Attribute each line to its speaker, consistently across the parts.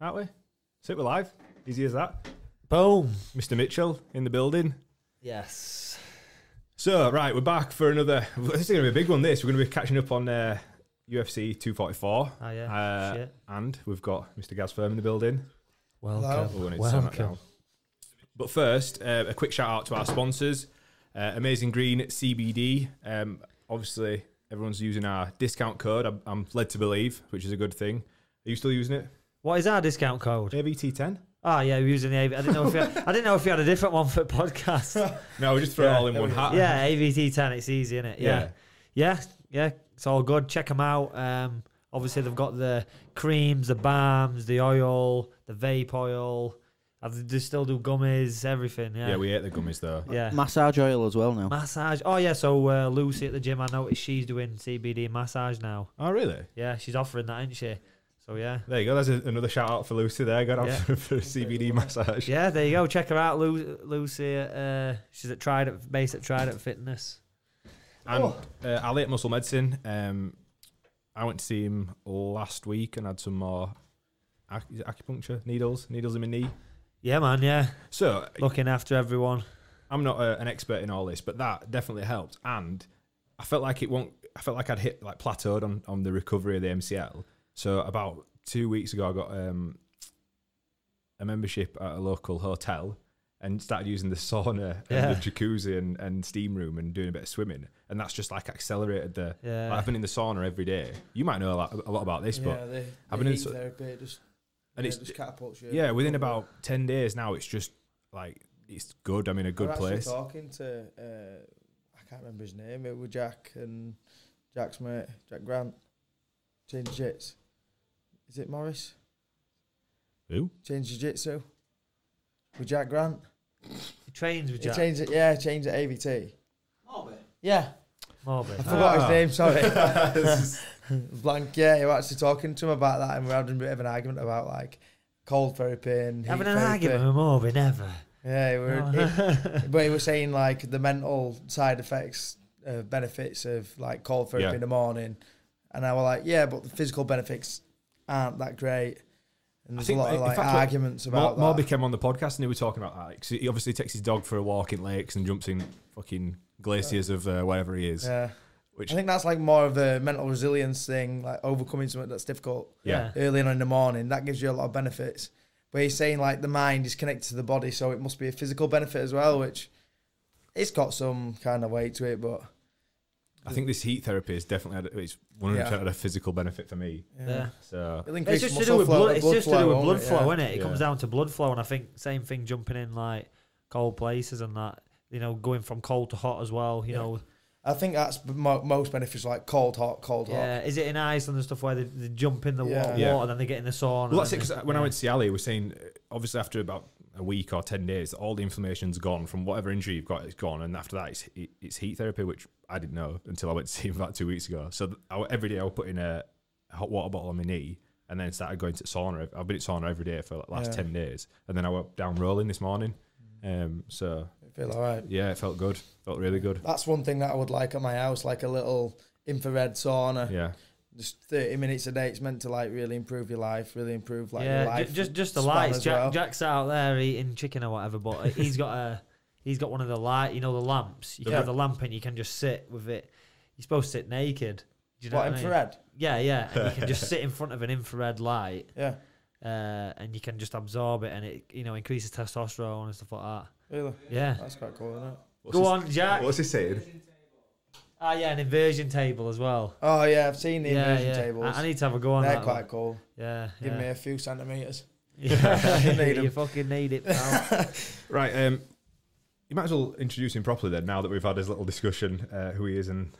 Speaker 1: aren't we? So we're live. Easy as that.
Speaker 2: Boom.
Speaker 1: Mr. Mitchell in the building.
Speaker 2: Yes.
Speaker 1: So right, we're back for another. This is going to be a big one. This we're going to be catching up on uh, UFC 244,
Speaker 2: Oh yeah.
Speaker 1: uh,
Speaker 2: Shit.
Speaker 1: and we've got Mr. Gaz Firm in the building.
Speaker 2: Welcome.
Speaker 1: Oh, I need to turn that
Speaker 2: Welcome.
Speaker 1: down. But first, uh, a quick shout out to our sponsors, uh, Amazing Green CBD. Um, obviously, everyone's using our discount code. I'm, I'm led to believe, which is a good thing. Are you still using it?
Speaker 2: What is our discount code?
Speaker 1: AVT10.
Speaker 2: Ah, yeah, we're using the. AV- I didn't know if you had, I didn't know if you had a different one for podcast.
Speaker 1: No, we just throw it
Speaker 2: Yeah,
Speaker 1: all in one hat.
Speaker 2: yeah, AVT ten. It's easy, isn't it? Yeah. yeah, yeah, It's all good. Check them out. Um, obviously they've got the creams, the balms, the oil, the vape oil. Uh, They do- still do gummies, everything.
Speaker 1: Yeah.
Speaker 2: Yeah,
Speaker 1: we ate the gummies though.
Speaker 2: yeah.
Speaker 3: Massage oil as well now.
Speaker 2: massage. Oh yeah. So uh, Lucy at the gym, I noticed she's doing CBD massage now.
Speaker 1: Oh, really?
Speaker 2: Yeah, she's offering that, isn't she? So yeah.
Speaker 1: There you go. That's a, another shout out for Lucy there. Got
Speaker 2: Yeah.
Speaker 1: out for, for a CBD massage.
Speaker 2: Yeah, there you go. Check her out, Lu- Lucy. Uh, she's at Tried at based at Tried at Fitness.
Speaker 1: And
Speaker 2: Oh.
Speaker 1: uh, Ali at Muscle Medicine. Um, I went to see him last week and had some more ac- is it acupuncture needles, needles in my knee.
Speaker 2: Yeah, man. Yeah,
Speaker 1: So
Speaker 2: looking after everyone.
Speaker 1: I'm not uh an expert in all this, but that definitely helped. And I felt like it won't. I felt like I'd hit like plateaued on on the recovery of the MCL. So about two weeks ago, I got um, a membership at a local hotel and started using the sauna
Speaker 2: Yeah.
Speaker 1: and the jacuzzi and, and steam room and doing a bit of swimming. And that's just like accelerated the.
Speaker 2: Yeah.
Speaker 1: Like, I've been in the sauna every day. You might know a lot, a lot about this, but
Speaker 4: the,
Speaker 1: I've
Speaker 4: the
Speaker 1: been in
Speaker 4: heat
Speaker 1: so-
Speaker 4: therapy it just
Speaker 1: and
Speaker 4: yeah,
Speaker 1: it's
Speaker 4: it just catapults you.
Speaker 1: yeah, within about ten days now, it's just like it's good. I'm in a
Speaker 4: I
Speaker 1: good
Speaker 4: was actually
Speaker 1: place.
Speaker 4: Talking to uh, I can't remember his name. It was Jack and Jack's mate, Jack Grant. Change jits. Is it Morris?
Speaker 1: Who?
Speaker 4: Change jiu jitsu. With Jack Grant.
Speaker 2: He trains with
Speaker 4: He
Speaker 2: Jack.
Speaker 4: changed it. Yeah, changed it. AVT. Yeah, I
Speaker 2: Morbid.
Speaker 4: forgot
Speaker 1: Ah.
Speaker 4: his name. Sorry, blank. Yeah, he was actually talking to him about that, and we were having a bit of an argument about like cold therapy and heat
Speaker 2: Having an
Speaker 4: therapy.
Speaker 2: argument with Morbid, never.
Speaker 4: Yeah, we were,
Speaker 2: No.
Speaker 4: but he was saying like the mental side effects, uh, benefits of like cold therapy
Speaker 1: Yeah.
Speaker 4: in the morning, and I was like, yeah, but the physical benefits aren't that great, and
Speaker 1: I
Speaker 4: there's a
Speaker 1: think,
Speaker 4: lot of
Speaker 1: in
Speaker 4: like
Speaker 1: fact, what-
Speaker 4: arguments
Speaker 1: Mor-
Speaker 4: about that.
Speaker 1: Morby came on the podcast and they were talking about that. 'cause he obviously takes his dog for a walk in lakes and jumps in fucking glaciers of uh, wherever he is. Yeah.
Speaker 4: yeah,
Speaker 1: Which-
Speaker 4: I think that's like more of a mental resilience thing, like overcoming something that's difficult
Speaker 2: Yeah.
Speaker 4: early on in the morning. That gives you a lot of benefits. But he's saying like the mind is connected to the body, so it must be a physical benefit as well, which it's got some kind of weight to it, but
Speaker 1: I think this heat therapy is definitely had, it's 100%
Speaker 4: Yeah.
Speaker 1: had a physical benefit for me.
Speaker 2: Yeah.
Speaker 1: So
Speaker 4: It'll
Speaker 2: It's
Speaker 4: increase
Speaker 2: just to
Speaker 4: muscle
Speaker 2: do with
Speaker 4: flow-
Speaker 2: blood. It's just to do with
Speaker 4: won't
Speaker 2: blood
Speaker 4: it?
Speaker 2: flow,
Speaker 4: Yeah.
Speaker 2: innit? It
Speaker 1: Yeah.
Speaker 2: comes down to blood flow, and I think same thing jumping in like cold places and that. You know, going from cold to hot as well. You
Speaker 4: Yeah.
Speaker 2: know,
Speaker 4: I think that's b- mo- most benefits like cold hot, cold hot.
Speaker 2: yeah. Is it in Iceland and stuff where they, they jump in the wa-
Speaker 4: Yeah.
Speaker 2: water,
Speaker 1: Yeah.
Speaker 2: then they get in the sauna?
Speaker 1: well, that's it.
Speaker 2: and
Speaker 1: 'cause uh,
Speaker 2: they-
Speaker 1: when I
Speaker 2: yeah.
Speaker 1: went to see Ali, we were saying uh, obviously after about a week or 10 days, all the inflammation's gone from whatever injury you've got, it's gone. And after that, it's, it, it's heat therapy, which I didn't know until I went to see him about two weeks ago. So th- I, every day I would put in a hot water bottle on my knee. And then started going to sauna. I've been at sauna every day for like the last
Speaker 4: Yeah.
Speaker 1: ten days, and then I went down rolling this morning. Um, so
Speaker 4: I feel all right.
Speaker 1: Yeah, it felt good. Felt really good.
Speaker 4: That's one thing that I would like at my house, like a little infrared sauna.
Speaker 1: Yeah.
Speaker 4: Just 30 minutes a day. It's meant to like really improve your life, really improve like your
Speaker 2: yeah, ju-
Speaker 4: life.
Speaker 2: just just the
Speaker 4: span
Speaker 2: lights.
Speaker 4: as
Speaker 2: Jack,
Speaker 4: well.
Speaker 2: Jack's out there eating chicken or whatever, but uh, he's got a he's got one of the light, you know, the lamps. You can
Speaker 4: Yeah.
Speaker 2: have the lamp and you can just sit with it. You're supposed to sit naked. Do you know
Speaker 4: what,
Speaker 2: I mean?
Speaker 4: infrared?
Speaker 2: Yeah, yeah. And you can just sit in front of an infrared light,
Speaker 4: Yeah,
Speaker 2: uh, and you can just absorb it, and it you know increases testosterone and stuff like that.
Speaker 4: really.
Speaker 2: Yeah.
Speaker 4: That's quite cool, isn't it?
Speaker 2: Go on, Jack.
Speaker 1: he saying?
Speaker 2: Ah, yeah, an inversion table as well.
Speaker 4: Oh, yeah, I've seen the
Speaker 2: yeah,
Speaker 4: inversion
Speaker 2: yeah. I-
Speaker 4: tables.
Speaker 2: I, need to have a go on
Speaker 4: They're
Speaker 2: that.
Speaker 4: quite
Speaker 2: one.
Speaker 4: cool.
Speaker 2: Yeah.
Speaker 4: Give
Speaker 2: yeah.
Speaker 4: me a few centimetres.
Speaker 2: yeah.
Speaker 4: Need 'em.
Speaker 2: you fucking need it. Pal.
Speaker 1: Right. Um, you might as well introduce him properly then. Now that we've had his little discussion, uh, who he is and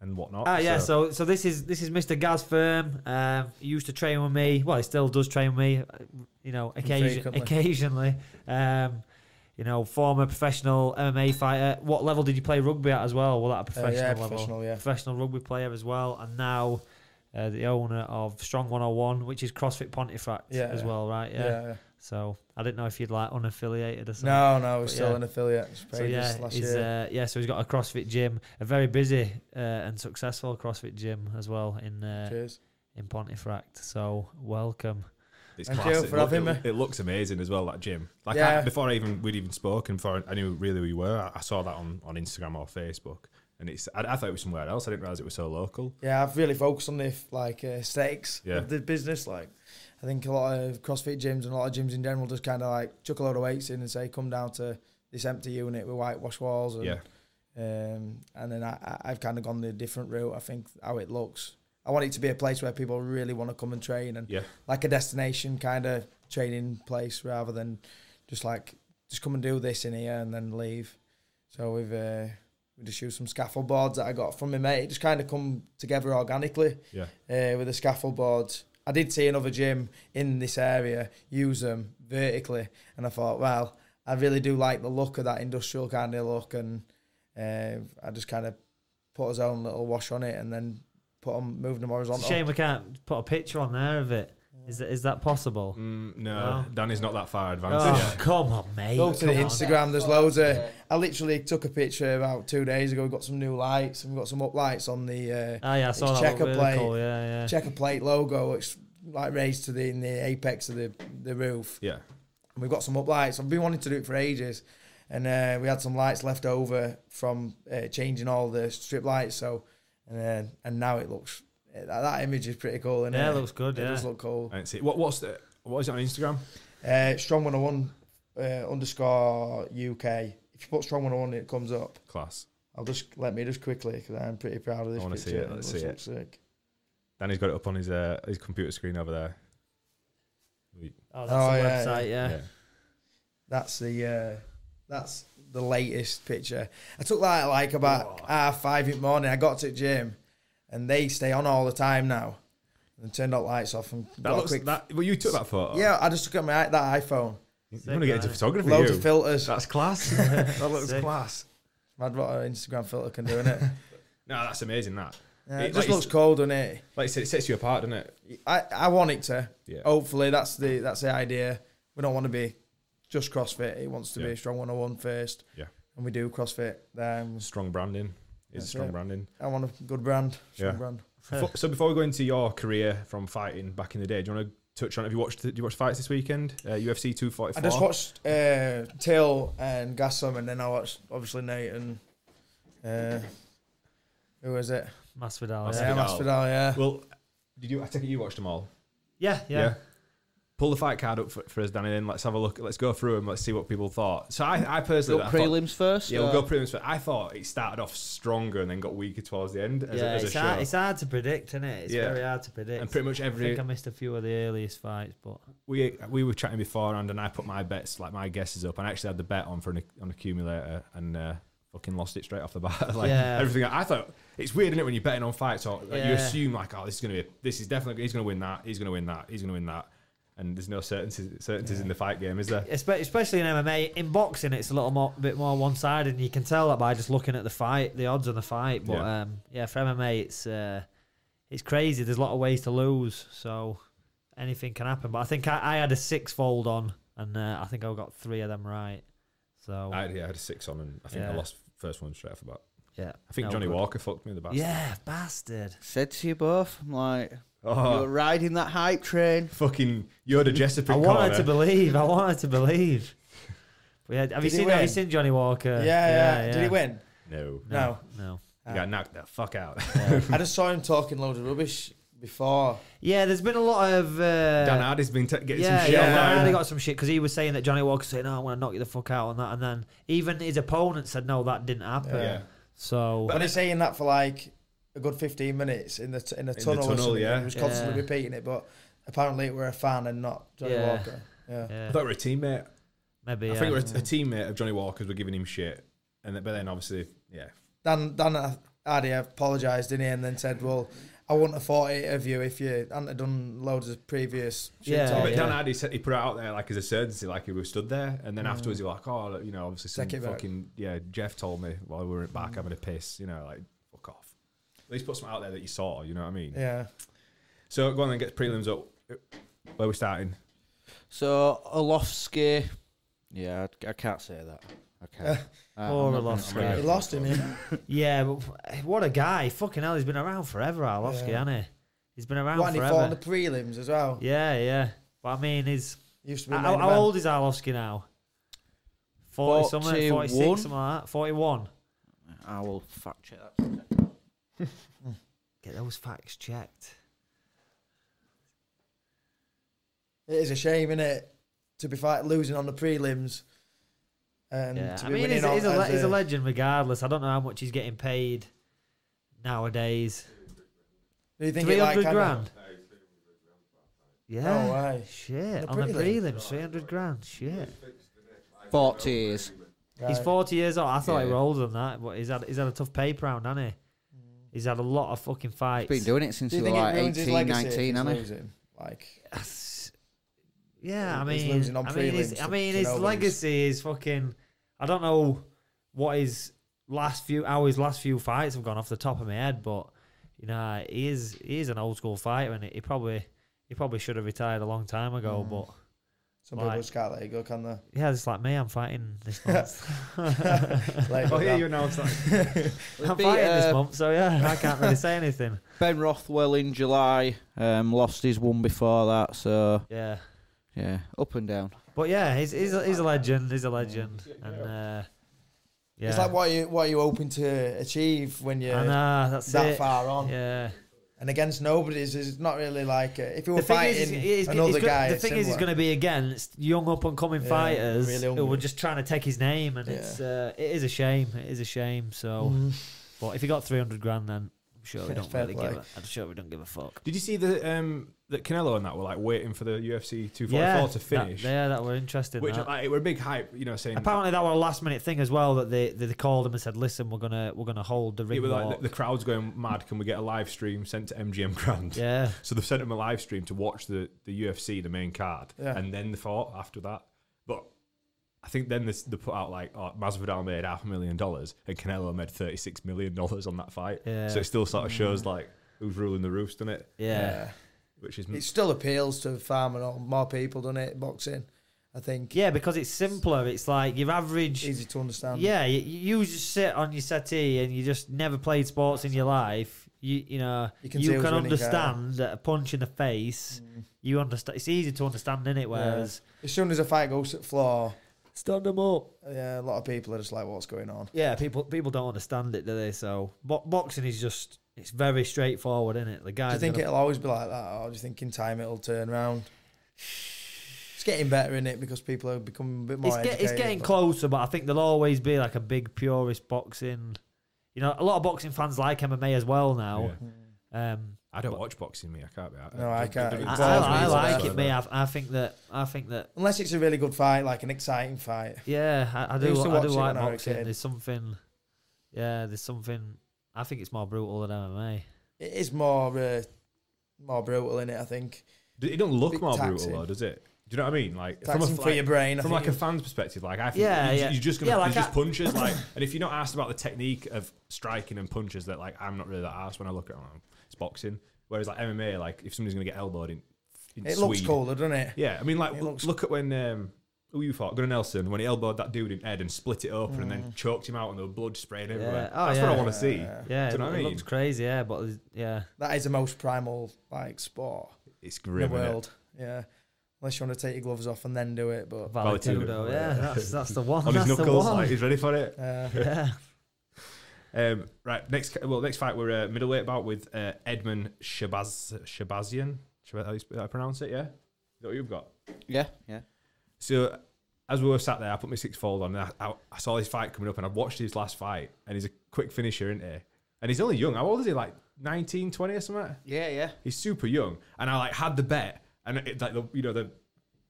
Speaker 1: and whatnot.
Speaker 2: Ah, yeah. So, so this is this is Mr. Gaz Firm. Um, he used to train with me. Well, he still does train with me. uh, You know, occasion,
Speaker 4: Frequently.
Speaker 2: occasionally. Um, you know, former professional MMA fighter. What level did you play rugby at as well? Well, at a
Speaker 4: Uh,
Speaker 2: professional
Speaker 4: yeah,
Speaker 2: level,
Speaker 4: professional, yeah.
Speaker 2: professional rugby player as well, and now uh, the owner of Strong 101, which is CrossFit Pontefract
Speaker 4: Yeah,
Speaker 2: as
Speaker 4: yeah.
Speaker 2: well, right?
Speaker 4: Yeah.
Speaker 2: Yeah.
Speaker 4: yeah.
Speaker 2: So I didn't know if you'd like unaffiliated or something.
Speaker 4: No, no, we're
Speaker 2: But
Speaker 4: still
Speaker 2: yeah.
Speaker 4: an affiliate. Just
Speaker 2: So
Speaker 4: paid
Speaker 2: yeah,
Speaker 4: us last
Speaker 2: he's,
Speaker 4: year.
Speaker 2: uh, yeah, so he's got a CrossFit gym, a very busy uh, and successful CrossFit gym as well in uh,
Speaker 4: Cheers.
Speaker 2: in Pontefract. So welcome.
Speaker 1: It's
Speaker 4: Thank
Speaker 1: class.
Speaker 4: you
Speaker 1: It
Speaker 4: for
Speaker 1: look-
Speaker 4: having
Speaker 1: it,
Speaker 4: me.
Speaker 1: it looks amazing as well, that gym. Like I,
Speaker 4: Yeah.
Speaker 1: before I even we'd even spoken, before I knew really who you were, I, I saw that on, on Instagram or Facebook, and it's I, I thought it was somewhere else. I didn't realize it was so local.
Speaker 4: Yeah, I've really focused on the like uh, aesthetics
Speaker 1: Yeah.
Speaker 4: of the business. Like, I think a lot of CrossFit gyms and a lot of gyms in general just kind of like chuck a load of weights in and say, "Come down to this empty unit with whitewash walls." And,
Speaker 1: Yeah,
Speaker 4: Um, and then I, I- I've kind of gone the different route. I think how it looks. I want it to be a place where people really want to come and train and
Speaker 1: yeah,
Speaker 4: like a destination kind of training place rather than just like just come and do this in here and then leave. So we've uh, we just used some scaffold boards that I got from my mate. It just kind of come together organically
Speaker 1: yeah,
Speaker 4: uh, with the scaffold boards. I did see another gym in this area use them vertically, and I thought, well, I really do like the look of that industrial kind of look, and uh, I just kind of put his own little wash on it, and then put them moved them
Speaker 2: It's
Speaker 4: horizontal.
Speaker 2: a shame we can't put a picture on there of it. Is that, is that possible?
Speaker 1: Mm, no,
Speaker 2: No.
Speaker 1: Danny's not that far advanced.
Speaker 2: Oh,
Speaker 1: yet.
Speaker 2: come on, mate.
Speaker 4: Go to the
Speaker 2: come on.
Speaker 4: Instagram. There's loads of. I literally took a picture about two days ago. We've got some new lights, and we've got some up lights on the
Speaker 2: Oh, yeah, I saw
Speaker 4: It's
Speaker 2: that. looked
Speaker 4: checker
Speaker 2: Really
Speaker 4: plate.
Speaker 2: cool. Yeah, yeah.
Speaker 4: uh, checker plate logo. It's like raised to the in the apex of the the roof.
Speaker 1: Yeah,
Speaker 4: and we've got some up lights. I've been wanting to do it for ages, and uh, we had some lights left over from uh, changing all the strip lights. So, and uh, and now it looks that, that image is pretty cool. And
Speaker 2: Yeah, it looks good,
Speaker 4: It
Speaker 2: yeah.
Speaker 4: does look cool.
Speaker 1: I didn't see. What what's the what is it on Instagram?
Speaker 4: Uh, strong one hundred one uh, underscore UK. If you put strong one hundred one, it comes up.
Speaker 1: Class.
Speaker 4: I'll just let me just quickly because I'm pretty proud of this.
Speaker 1: I wanna see
Speaker 4: picture.
Speaker 1: it, let's
Speaker 4: looks-
Speaker 1: see it.
Speaker 4: looks sick.
Speaker 1: Danny's got it up on his uh, his computer screen over there.
Speaker 2: Oh, that's
Speaker 4: Oh,
Speaker 2: the
Speaker 4: yeah,
Speaker 2: website, yeah.
Speaker 4: That's the uh, that's the latest picture. I took that at like about half five in the morning. I got to the gym, and they stay on all the time now. And turned all the lights off and
Speaker 1: That
Speaker 4: got a
Speaker 1: looks
Speaker 4: quick.
Speaker 1: that. Well, you took that photo.
Speaker 4: yeah, I just took it on my i- that iPhone.
Speaker 1: you
Speaker 2: Sick,
Speaker 1: want to get into
Speaker 2: man.
Speaker 1: photography?
Speaker 4: Loads
Speaker 1: you.
Speaker 4: of filters.
Speaker 1: That's class. that looks
Speaker 2: Sick.
Speaker 1: class.
Speaker 4: Mad what an Instagram filter can do, innit?
Speaker 1: No, that's amazing. That
Speaker 4: Yeah,
Speaker 1: It-
Speaker 4: it
Speaker 1: like-
Speaker 4: just looks cold, doesn't it?
Speaker 1: like you said, it sets you apart, doesn't it? Oh.
Speaker 4: I, I want it to.
Speaker 1: Yeah.
Speaker 4: Hopefully, that's the that's the idea. We don't want to be just CrossFit. It wants to be
Speaker 1: Yeah.
Speaker 4: a strong 101 first.
Speaker 1: Yeah.
Speaker 4: And we do CrossFit. Then
Speaker 1: Strong branding. It's
Speaker 4: That's
Speaker 1: strong
Speaker 4: it.
Speaker 1: branding.
Speaker 4: I want a good brand. Strong
Speaker 1: Yeah.
Speaker 4: brand.
Speaker 1: Fo- so before we go into your career from fighting back in the day, do you want to touch on? Have you watched? Did you watch fights this weekend? Uh, UFC two forty four.
Speaker 4: I just watched uh, Till and Gassom, and then I watched obviously Nate and uh, who was it?
Speaker 2: Masvidal,
Speaker 1: Masvidal.
Speaker 2: yeah.
Speaker 4: Yeah, Masvidal. Yeah.
Speaker 1: Well, did you? I think you watched them all.
Speaker 2: Yeah, yeah.
Speaker 1: Pull the fight card up for, for us, Danny. Then let's have a look. Let's go through them. Let's see what people thought. So I, I personally,
Speaker 3: Go
Speaker 1: I thought,
Speaker 3: prelims first. uh,
Speaker 1: yeah, we'll go
Speaker 3: or-
Speaker 1: prelims. But I thought it started off stronger and then got weaker towards the end. As, a-
Speaker 3: Yeah,
Speaker 1: as
Speaker 2: It's,
Speaker 1: a
Speaker 2: hard,
Speaker 1: show.
Speaker 2: it's hard to predict, isn't it? It's
Speaker 1: Yeah.
Speaker 2: very hard to predict.
Speaker 1: and pretty much
Speaker 2: I think
Speaker 1: every
Speaker 2: I missed a few of the earliest fights, but
Speaker 1: we we were chatting beforehand, and I put my bets, like my guesses up, and I actually had the bet on for an, an accumulator, and uh, fucking lost it straight off the bat. like
Speaker 2: Yeah.
Speaker 1: everything, I thought it's weird, isn't it, when you're betting on fights, or like, you
Speaker 2: Yeah.
Speaker 1: assume like, oh, this is gonna be, a, this is definitely, he's gonna win that, he's gonna win that, he's gonna win that, and there's no certainties, certainties in the fight game, is there?
Speaker 2: Espe- especially in MMA, in boxing, it's a little more, bit more one sided, and you can tell that by just looking at the fight, the odds on the fight. But
Speaker 1: Yeah.
Speaker 2: yeah, um, yeah for MMA, it's uh, it's crazy. There's a lot of ways to lose, so anything can happen. But I think I, I had a six fold on, and uh, I think I got three of them right. So
Speaker 1: I, yeah, I had a six on, and I think I
Speaker 2: Yeah.
Speaker 1: lost first one straight off the bat.
Speaker 2: yeah,
Speaker 1: I think
Speaker 2: no
Speaker 1: Johnny
Speaker 2: good.
Speaker 1: Walker fucked me in the back.
Speaker 2: Yeah, bastard.
Speaker 3: Said to you both, I'm like,
Speaker 1: oh,
Speaker 3: you're riding that hype train.
Speaker 1: fucking Yoda Jessup.
Speaker 2: I
Speaker 1: in
Speaker 2: wanted
Speaker 1: corner.
Speaker 2: to believe. I wanted to believe. But yeah, have you
Speaker 4: Did he
Speaker 2: seen? Have you
Speaker 4: win?
Speaker 2: seen Johnny Walker?
Speaker 4: Yeah, yeah, Did he win?
Speaker 1: No,
Speaker 2: No, no.
Speaker 1: he got knocked the fuck out.
Speaker 2: uh,
Speaker 4: Uh, I just saw him talking loads of rubbish before.
Speaker 2: Yeah, there's been a lot of. Uh,
Speaker 1: Dan Hardy's been t- getting
Speaker 2: yeah,
Speaker 1: some shit.
Speaker 2: yeah,
Speaker 1: online.
Speaker 2: They got some shit because he was saying that Johnny Walker said, "No, I want to knock you the fuck out on that," and then even his opponent said, "No, that didn't happen."
Speaker 1: Yeah.
Speaker 2: So
Speaker 4: But he's saying that for like a good 15 minutes in the t- in a tunnel. or
Speaker 1: tunnel,
Speaker 4: something.
Speaker 1: yeah.
Speaker 4: He was constantly
Speaker 2: Yeah.
Speaker 4: repeating it, but apparently it were a fan and not Johnny
Speaker 2: Yeah.
Speaker 4: Walker. Yeah.
Speaker 2: yeah,
Speaker 1: I thought we were a teammate.
Speaker 2: maybe. um,
Speaker 1: I
Speaker 2: yeah.
Speaker 1: think we were a, a teammate of Johnny Walker's. We're giving him shit, and then, but then obviously, yeah,
Speaker 4: Dan Dan Hardy apologised in he, and then said, "Well, I wouldn't have thought it of you if you hadn't have done loads of previous shit
Speaker 2: Yeah,
Speaker 4: talk."
Speaker 1: but Dan Hardy said he put it out there like as a certainty, like he was stood there, and then
Speaker 2: Mm.
Speaker 1: afterwards he was like, oh, look, you know, obviously some
Speaker 4: Take it back.
Speaker 1: fucking yeah, Jeff told me while we were
Speaker 2: Mm.
Speaker 1: back having a piss, you know, like fuck off. At least put something out there that you saw, you know what I mean?
Speaker 4: Yeah,
Speaker 1: So go on then, get the prelims up. Where we starting?
Speaker 3: So Olofsky, yeah, I, I can't say that. Okay. Uh,
Speaker 2: Poor
Speaker 1: Yeah.
Speaker 4: he
Speaker 1: Olofsky.
Speaker 4: lost in him.
Speaker 2: yeah, but what a guy! Fucking hell, he's been around forever, Arlovsky,
Speaker 4: Yeah.
Speaker 2: hasn't he? He's been around
Speaker 4: What, and he fought in
Speaker 2: forever.
Speaker 4: the prelims as well.
Speaker 2: Yeah, yeah. But I mean, is
Speaker 4: Used to be.
Speaker 2: how,
Speaker 4: main
Speaker 2: how
Speaker 4: event.
Speaker 2: old is Arlovsky now? 40 something, 46,
Speaker 3: 41?
Speaker 2: something like that. 41.
Speaker 3: I will fact check that.
Speaker 2: Get those facts checked.
Speaker 4: It is a shame, isn't it? To be fight losing on the prelims. And
Speaker 2: yeah.
Speaker 4: to
Speaker 2: I
Speaker 4: be
Speaker 2: mean,
Speaker 4: winning
Speaker 2: he's,
Speaker 4: on
Speaker 2: he's, a, le-
Speaker 4: as
Speaker 2: he's a legend regardless. I don't know how much he's getting paid nowadays.
Speaker 4: Do you think it
Speaker 2: 300
Speaker 4: like kinda- Oh,
Speaker 2: grand? Yeah.
Speaker 4: No way.
Speaker 2: Shit.
Speaker 4: The
Speaker 2: on the
Speaker 4: prelims.
Speaker 2: prelims, 300 grand. Shit.
Speaker 3: Forty years.
Speaker 2: He's
Speaker 4: Right.
Speaker 2: 40 years old. I thought he
Speaker 3: Yeah.
Speaker 2: was older than that, but he's had, he's had a tough paper round, hasn't he?
Speaker 4: Mm.
Speaker 2: He's had a lot of fucking fights.
Speaker 3: Been doing it since
Speaker 4: Do
Speaker 3: he
Speaker 4: you
Speaker 3: was
Speaker 4: think
Speaker 3: like
Speaker 4: it ruins his
Speaker 3: 18,
Speaker 4: legacy? if
Speaker 3: 19,
Speaker 4: he's
Speaker 3: hasn't he?
Speaker 4: losing? Like,
Speaker 2: That's- yeah, I
Speaker 4: He's
Speaker 2: mean,
Speaker 4: losing on
Speaker 2: I mean, his,
Speaker 4: prelims
Speaker 2: I
Speaker 4: to-
Speaker 2: mean,
Speaker 4: to
Speaker 2: his
Speaker 4: Nobles.
Speaker 2: legacy is fucking. I don't know what his last few how his last few fights have gone off the top of my head, but you know, he is he is an old school fighter, and he probably he probably should have retired a long time ago.
Speaker 4: Mm.
Speaker 2: But
Speaker 4: some people
Speaker 2: Like-
Speaker 4: just can't let it go, can they?
Speaker 2: yeah, it's like me, I'm fighting this month.
Speaker 4: Let it
Speaker 1: Oh
Speaker 4: go
Speaker 1: yeah,
Speaker 4: down.
Speaker 1: you announced that.
Speaker 2: I'm
Speaker 3: Beat,
Speaker 2: fighting this
Speaker 3: uh,
Speaker 2: month, so yeah, I can't really say anything.
Speaker 3: Ben Rothwell in July um, lost his one before that, so
Speaker 2: Yeah.
Speaker 3: yeah, up and down.
Speaker 2: But yeah, he's, he's, a, he's a legend. He's a legend, and uh, yeah,
Speaker 4: It's like what are you what are you hoping to achieve when you're
Speaker 2: I know, that's
Speaker 4: that
Speaker 2: it.
Speaker 4: far on
Speaker 2: Yeah.
Speaker 4: and against nobody's is not really like uh, if you were
Speaker 2: the thing is,
Speaker 4: fighting
Speaker 2: is, is,
Speaker 4: another
Speaker 2: is,
Speaker 4: guy.
Speaker 2: The
Speaker 4: it's
Speaker 2: thing is, he's
Speaker 4: similar.
Speaker 2: going to be against young up and coming
Speaker 4: Yeah,
Speaker 2: fighters
Speaker 4: really
Speaker 2: who were
Speaker 4: hungry.
Speaker 2: just trying to take his name, and it's uh, it is a shame. It is a shame. So, but if he got three hundred grand, then I'm sure we don't
Speaker 4: Mm. Fair
Speaker 2: really
Speaker 4: play.
Speaker 2: give. A, I'm sure we don't give a fuck.
Speaker 1: Did you see the um that Canelo and that were like waiting for the UFC 244 to finish?
Speaker 2: That, yeah, that were interesting.
Speaker 1: which
Speaker 2: that.
Speaker 1: like, it were a big hype, you know, saying
Speaker 2: Apparently, that were a last minute thing as well. That they, they they called him and said, "Listen, we're gonna we're gonna hold the
Speaker 1: it
Speaker 2: ring
Speaker 1: were like
Speaker 2: walk."
Speaker 1: the, the crowd's going mad. Can we get a live stream sent to MGM Grand?
Speaker 2: yeah,
Speaker 1: So they've sent him a live stream to watch the, the UFC, the main card,
Speaker 4: Yeah.
Speaker 1: and then the fought after that. But I think then this, they put out like oh, Masvidal made half a million dollars and Canelo made thirty six million dollars on that fight.
Speaker 2: Yeah.
Speaker 1: So it still sort of shows like who's ruling the roost, doesn't it?
Speaker 2: yeah,
Speaker 1: Which is
Speaker 4: it still appeals to farm and all more people, doesn't it? Boxing, I think
Speaker 2: yeah. Because it's simpler. It's like your average.
Speaker 4: easy to understand.
Speaker 2: Yeah, you, you just sit on your settee and you just never played sports in your life. You you know
Speaker 4: You
Speaker 2: you
Speaker 4: can
Speaker 2: can,
Speaker 4: see who's winning, can't you? Mm.
Speaker 2: understand that a punch in the face. You understand. It's easy to understand, is it? Whereas
Speaker 4: as soon as a fight goes to the floor,
Speaker 2: stand them up.
Speaker 4: yeah, a lot of people are just like, what's going on?
Speaker 2: Yeah, people people don't understand it, do they? So bo- boxing is just it's very straightforward, isn't it? The
Speaker 4: Do
Speaker 2: guy.
Speaker 4: you think it'll always be like that, or do you think in time it'll turn around? It's getting better in it because people are becoming a bit more.
Speaker 2: it's, get, it's
Speaker 4: educated,
Speaker 2: getting
Speaker 4: but-
Speaker 2: closer, but I think there'll always be like a big purist boxing. You know, a lot of boxing fans like MMA as well now.
Speaker 1: Yeah.
Speaker 4: Hmm.
Speaker 2: Um,
Speaker 1: I don't watch boxing, me. I can't be.
Speaker 4: No, I can't.
Speaker 2: I,
Speaker 4: It
Speaker 2: I,
Speaker 4: bores me
Speaker 2: I
Speaker 4: to
Speaker 2: like
Speaker 4: death.
Speaker 2: it, me. I, I think that I think that
Speaker 4: Unless it's a really good fight, like an exciting fight.
Speaker 2: Yeah, I, I do.
Speaker 4: used to
Speaker 2: I
Speaker 4: watch
Speaker 2: do
Speaker 4: it
Speaker 2: like
Speaker 4: when I was a
Speaker 2: boxing.
Speaker 4: kid.
Speaker 2: There's something. Yeah, there's something. I think it's more brutal than MMA.
Speaker 4: It is more uh, more brutal in it, I think.
Speaker 1: It don't look
Speaker 4: Bit
Speaker 1: more
Speaker 4: taxing.
Speaker 1: brutal though, does it? Do you know what I mean? Like from a
Speaker 4: Taxing
Speaker 1: f-
Speaker 4: for
Speaker 1: like-
Speaker 4: your brain. I
Speaker 1: from
Speaker 4: think
Speaker 1: like a fan's perspective, like I think
Speaker 2: Yeah,
Speaker 1: you,
Speaker 2: yeah.
Speaker 1: you're just gonna
Speaker 2: Yeah,
Speaker 1: there's
Speaker 2: like
Speaker 1: just
Speaker 2: I-
Speaker 1: punches, like, and if you're not asked about the technique of striking and punches, that like I'm not really that asked when I look at it, I'm like, it's boxing. Whereas like MMA, like if somebody's gonna get elbowed in, in
Speaker 4: it looks
Speaker 1: Swede-
Speaker 4: cooler, doesn't it?
Speaker 1: Yeah, I mean like
Speaker 4: It
Speaker 1: l-
Speaker 4: looks-
Speaker 1: look at when um, who you fought, Gunnar Nelson, when he elbowed that dude in head and split it open and then choked him out and there was blood spraying everywhere.
Speaker 2: Oh,
Speaker 1: That's what I
Speaker 2: yeah.
Speaker 1: want to see.
Speaker 2: Yeah,
Speaker 1: Do you
Speaker 2: it,
Speaker 1: know what I
Speaker 2: it
Speaker 1: mean?
Speaker 2: looks crazy. Yeah, but there's- yeah,
Speaker 4: That is the most primal like sport
Speaker 1: It's
Speaker 4: in the
Speaker 1: grim. innit?
Speaker 4: world. Yeah. Unless you want to take your gloves off and then do it, but
Speaker 1: Valentino.
Speaker 2: Valentudo. Yeah, that's that's the one.
Speaker 1: On his
Speaker 2: that's the
Speaker 1: knuckles,
Speaker 2: one.
Speaker 1: like he's ready for it.
Speaker 4: uh,
Speaker 2: yeah,
Speaker 1: Um, right, next ca- well, next fight we're uh, middleweight bout with uh, Edmund Shabaz Shabazian. Shab- how you sp- how I pronounce it? Yeah, Is that what you've got.
Speaker 3: Yeah, yeah.
Speaker 1: So as we were sat there, I put my six fold on, and I, I, I saw his fight coming up, and I watched his last fight, and he's a quick finisher, isn't he? And he's only young. How old is he? Like 19, 20 or something.
Speaker 3: Yeah, yeah.
Speaker 1: He's super young, and I like had the bet, and it, like the, you know the.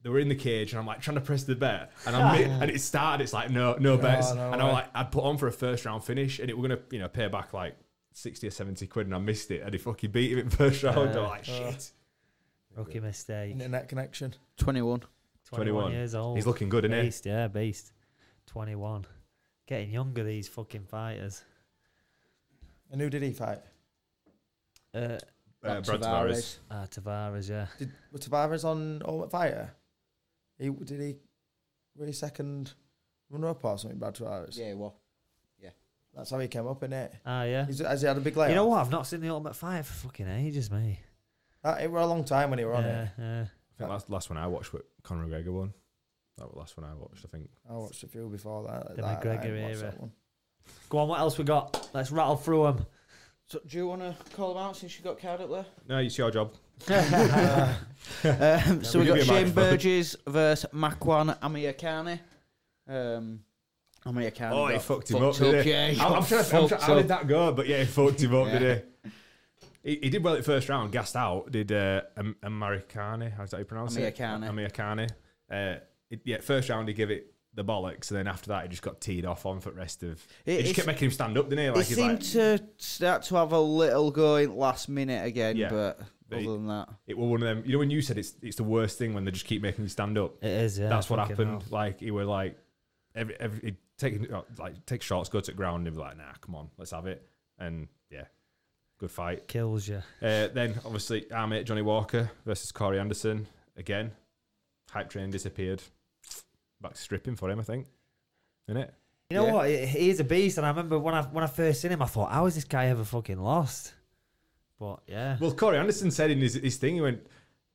Speaker 1: They were in the cage, and I'm like trying to press the bet, and I mi- and it started. It's like no, no bets,
Speaker 4: no
Speaker 1: and I
Speaker 4: way.
Speaker 1: was like I'd put on for a first round finish, and it were gonna you know pay back like sixty or seventy quid, and I missed it, and he fucking beat him in first round. I'm like shit.
Speaker 2: rookie mistake.
Speaker 4: internet connection.
Speaker 3: 21.
Speaker 2: 21,
Speaker 1: 21.
Speaker 2: years old.
Speaker 1: He's looking good, isn't he?
Speaker 2: beast. Yeah, beast. Twenty-one, getting younger. These fucking fighters.
Speaker 4: And who did he fight?
Speaker 2: Uh,
Speaker 1: Uh, Brad
Speaker 3: Back to
Speaker 1: Tavares.
Speaker 2: ah, Tavares. Yeah,
Speaker 4: Did was Tavares on Ultimate Fighter? He did he were he second runner up or something, Brad Tavares?
Speaker 3: Yeah, well.
Speaker 4: That's how he came up in it.
Speaker 2: ah, yeah.
Speaker 4: He's, has he had a big layoff?
Speaker 2: You know what? I've not seen the Ultimate Fight for fucking ages, mate.
Speaker 4: That, it were a long time when he were on
Speaker 2: yeah,
Speaker 4: it.
Speaker 2: yeah.
Speaker 1: think last last one I watched with Conor McGregor one. That was the last one I watched. I think
Speaker 4: I watched a few before that.
Speaker 2: The
Speaker 4: that, I
Speaker 2: McGregor
Speaker 4: haven't watched
Speaker 2: era.
Speaker 4: that one.
Speaker 2: Go on, what else we got? Let's rattle through them.
Speaker 3: So, do you want to call him out since you got card up there?
Speaker 1: no, it's your job.
Speaker 3: um, so
Speaker 1: We'll give
Speaker 3: we got
Speaker 1: you a
Speaker 3: Shane
Speaker 1: microphone.
Speaker 3: Burgess versus Makwan Amiakani. Um, Amiakani.
Speaker 1: Oh, he
Speaker 3: got
Speaker 1: fucked him up, didn't he?
Speaker 3: yeah, he
Speaker 1: I'm,
Speaker 3: got
Speaker 1: I'm trying to think, I'm
Speaker 3: fucked
Speaker 1: trying- how
Speaker 3: up.
Speaker 1: did that go? But yeah, he fucked him up,
Speaker 3: Yeah.
Speaker 1: did he? he? He did well at first round, gassed out. Did uh, Am- Americani? How's that you pronounce
Speaker 3: Americani.
Speaker 1: it? Americani. Uh, it, yeah, first round he gave it the bollocks, and then after that he just got teed off on for the rest of.
Speaker 3: It-
Speaker 1: He
Speaker 3: it's-
Speaker 1: just kept making him stand up, didn't he? Like
Speaker 3: he
Speaker 1: he's
Speaker 3: seemed
Speaker 1: like,
Speaker 3: to start to have a little going last minute again,
Speaker 1: Yeah.
Speaker 3: but
Speaker 1: But
Speaker 3: other
Speaker 1: he-
Speaker 3: than that,
Speaker 1: it was one of them. You know when you said it's it's the worst thing when they just keep making you stand up.
Speaker 2: It is, yeah.
Speaker 1: That's what
Speaker 2: fucking
Speaker 1: happened.
Speaker 2: hell.
Speaker 1: Like he were like every every he'd take uh, like take shots, go to the ground, and be like, nah, come on, let's have it. And yeah, good fight.
Speaker 2: Kills you.
Speaker 1: Uh, then obviously our mate Johnny Walker versus Corey Anderson again. Hype train disappeared. Back to stripping for him, I think. Isn't it?
Speaker 2: You know
Speaker 3: Yeah.
Speaker 2: what? He he is a beast, and I remember when I when I first seen him, I thought, how is this guy ever fucking lost? But yeah,
Speaker 1: Well, Corey Anderson said in his, his thing, he went,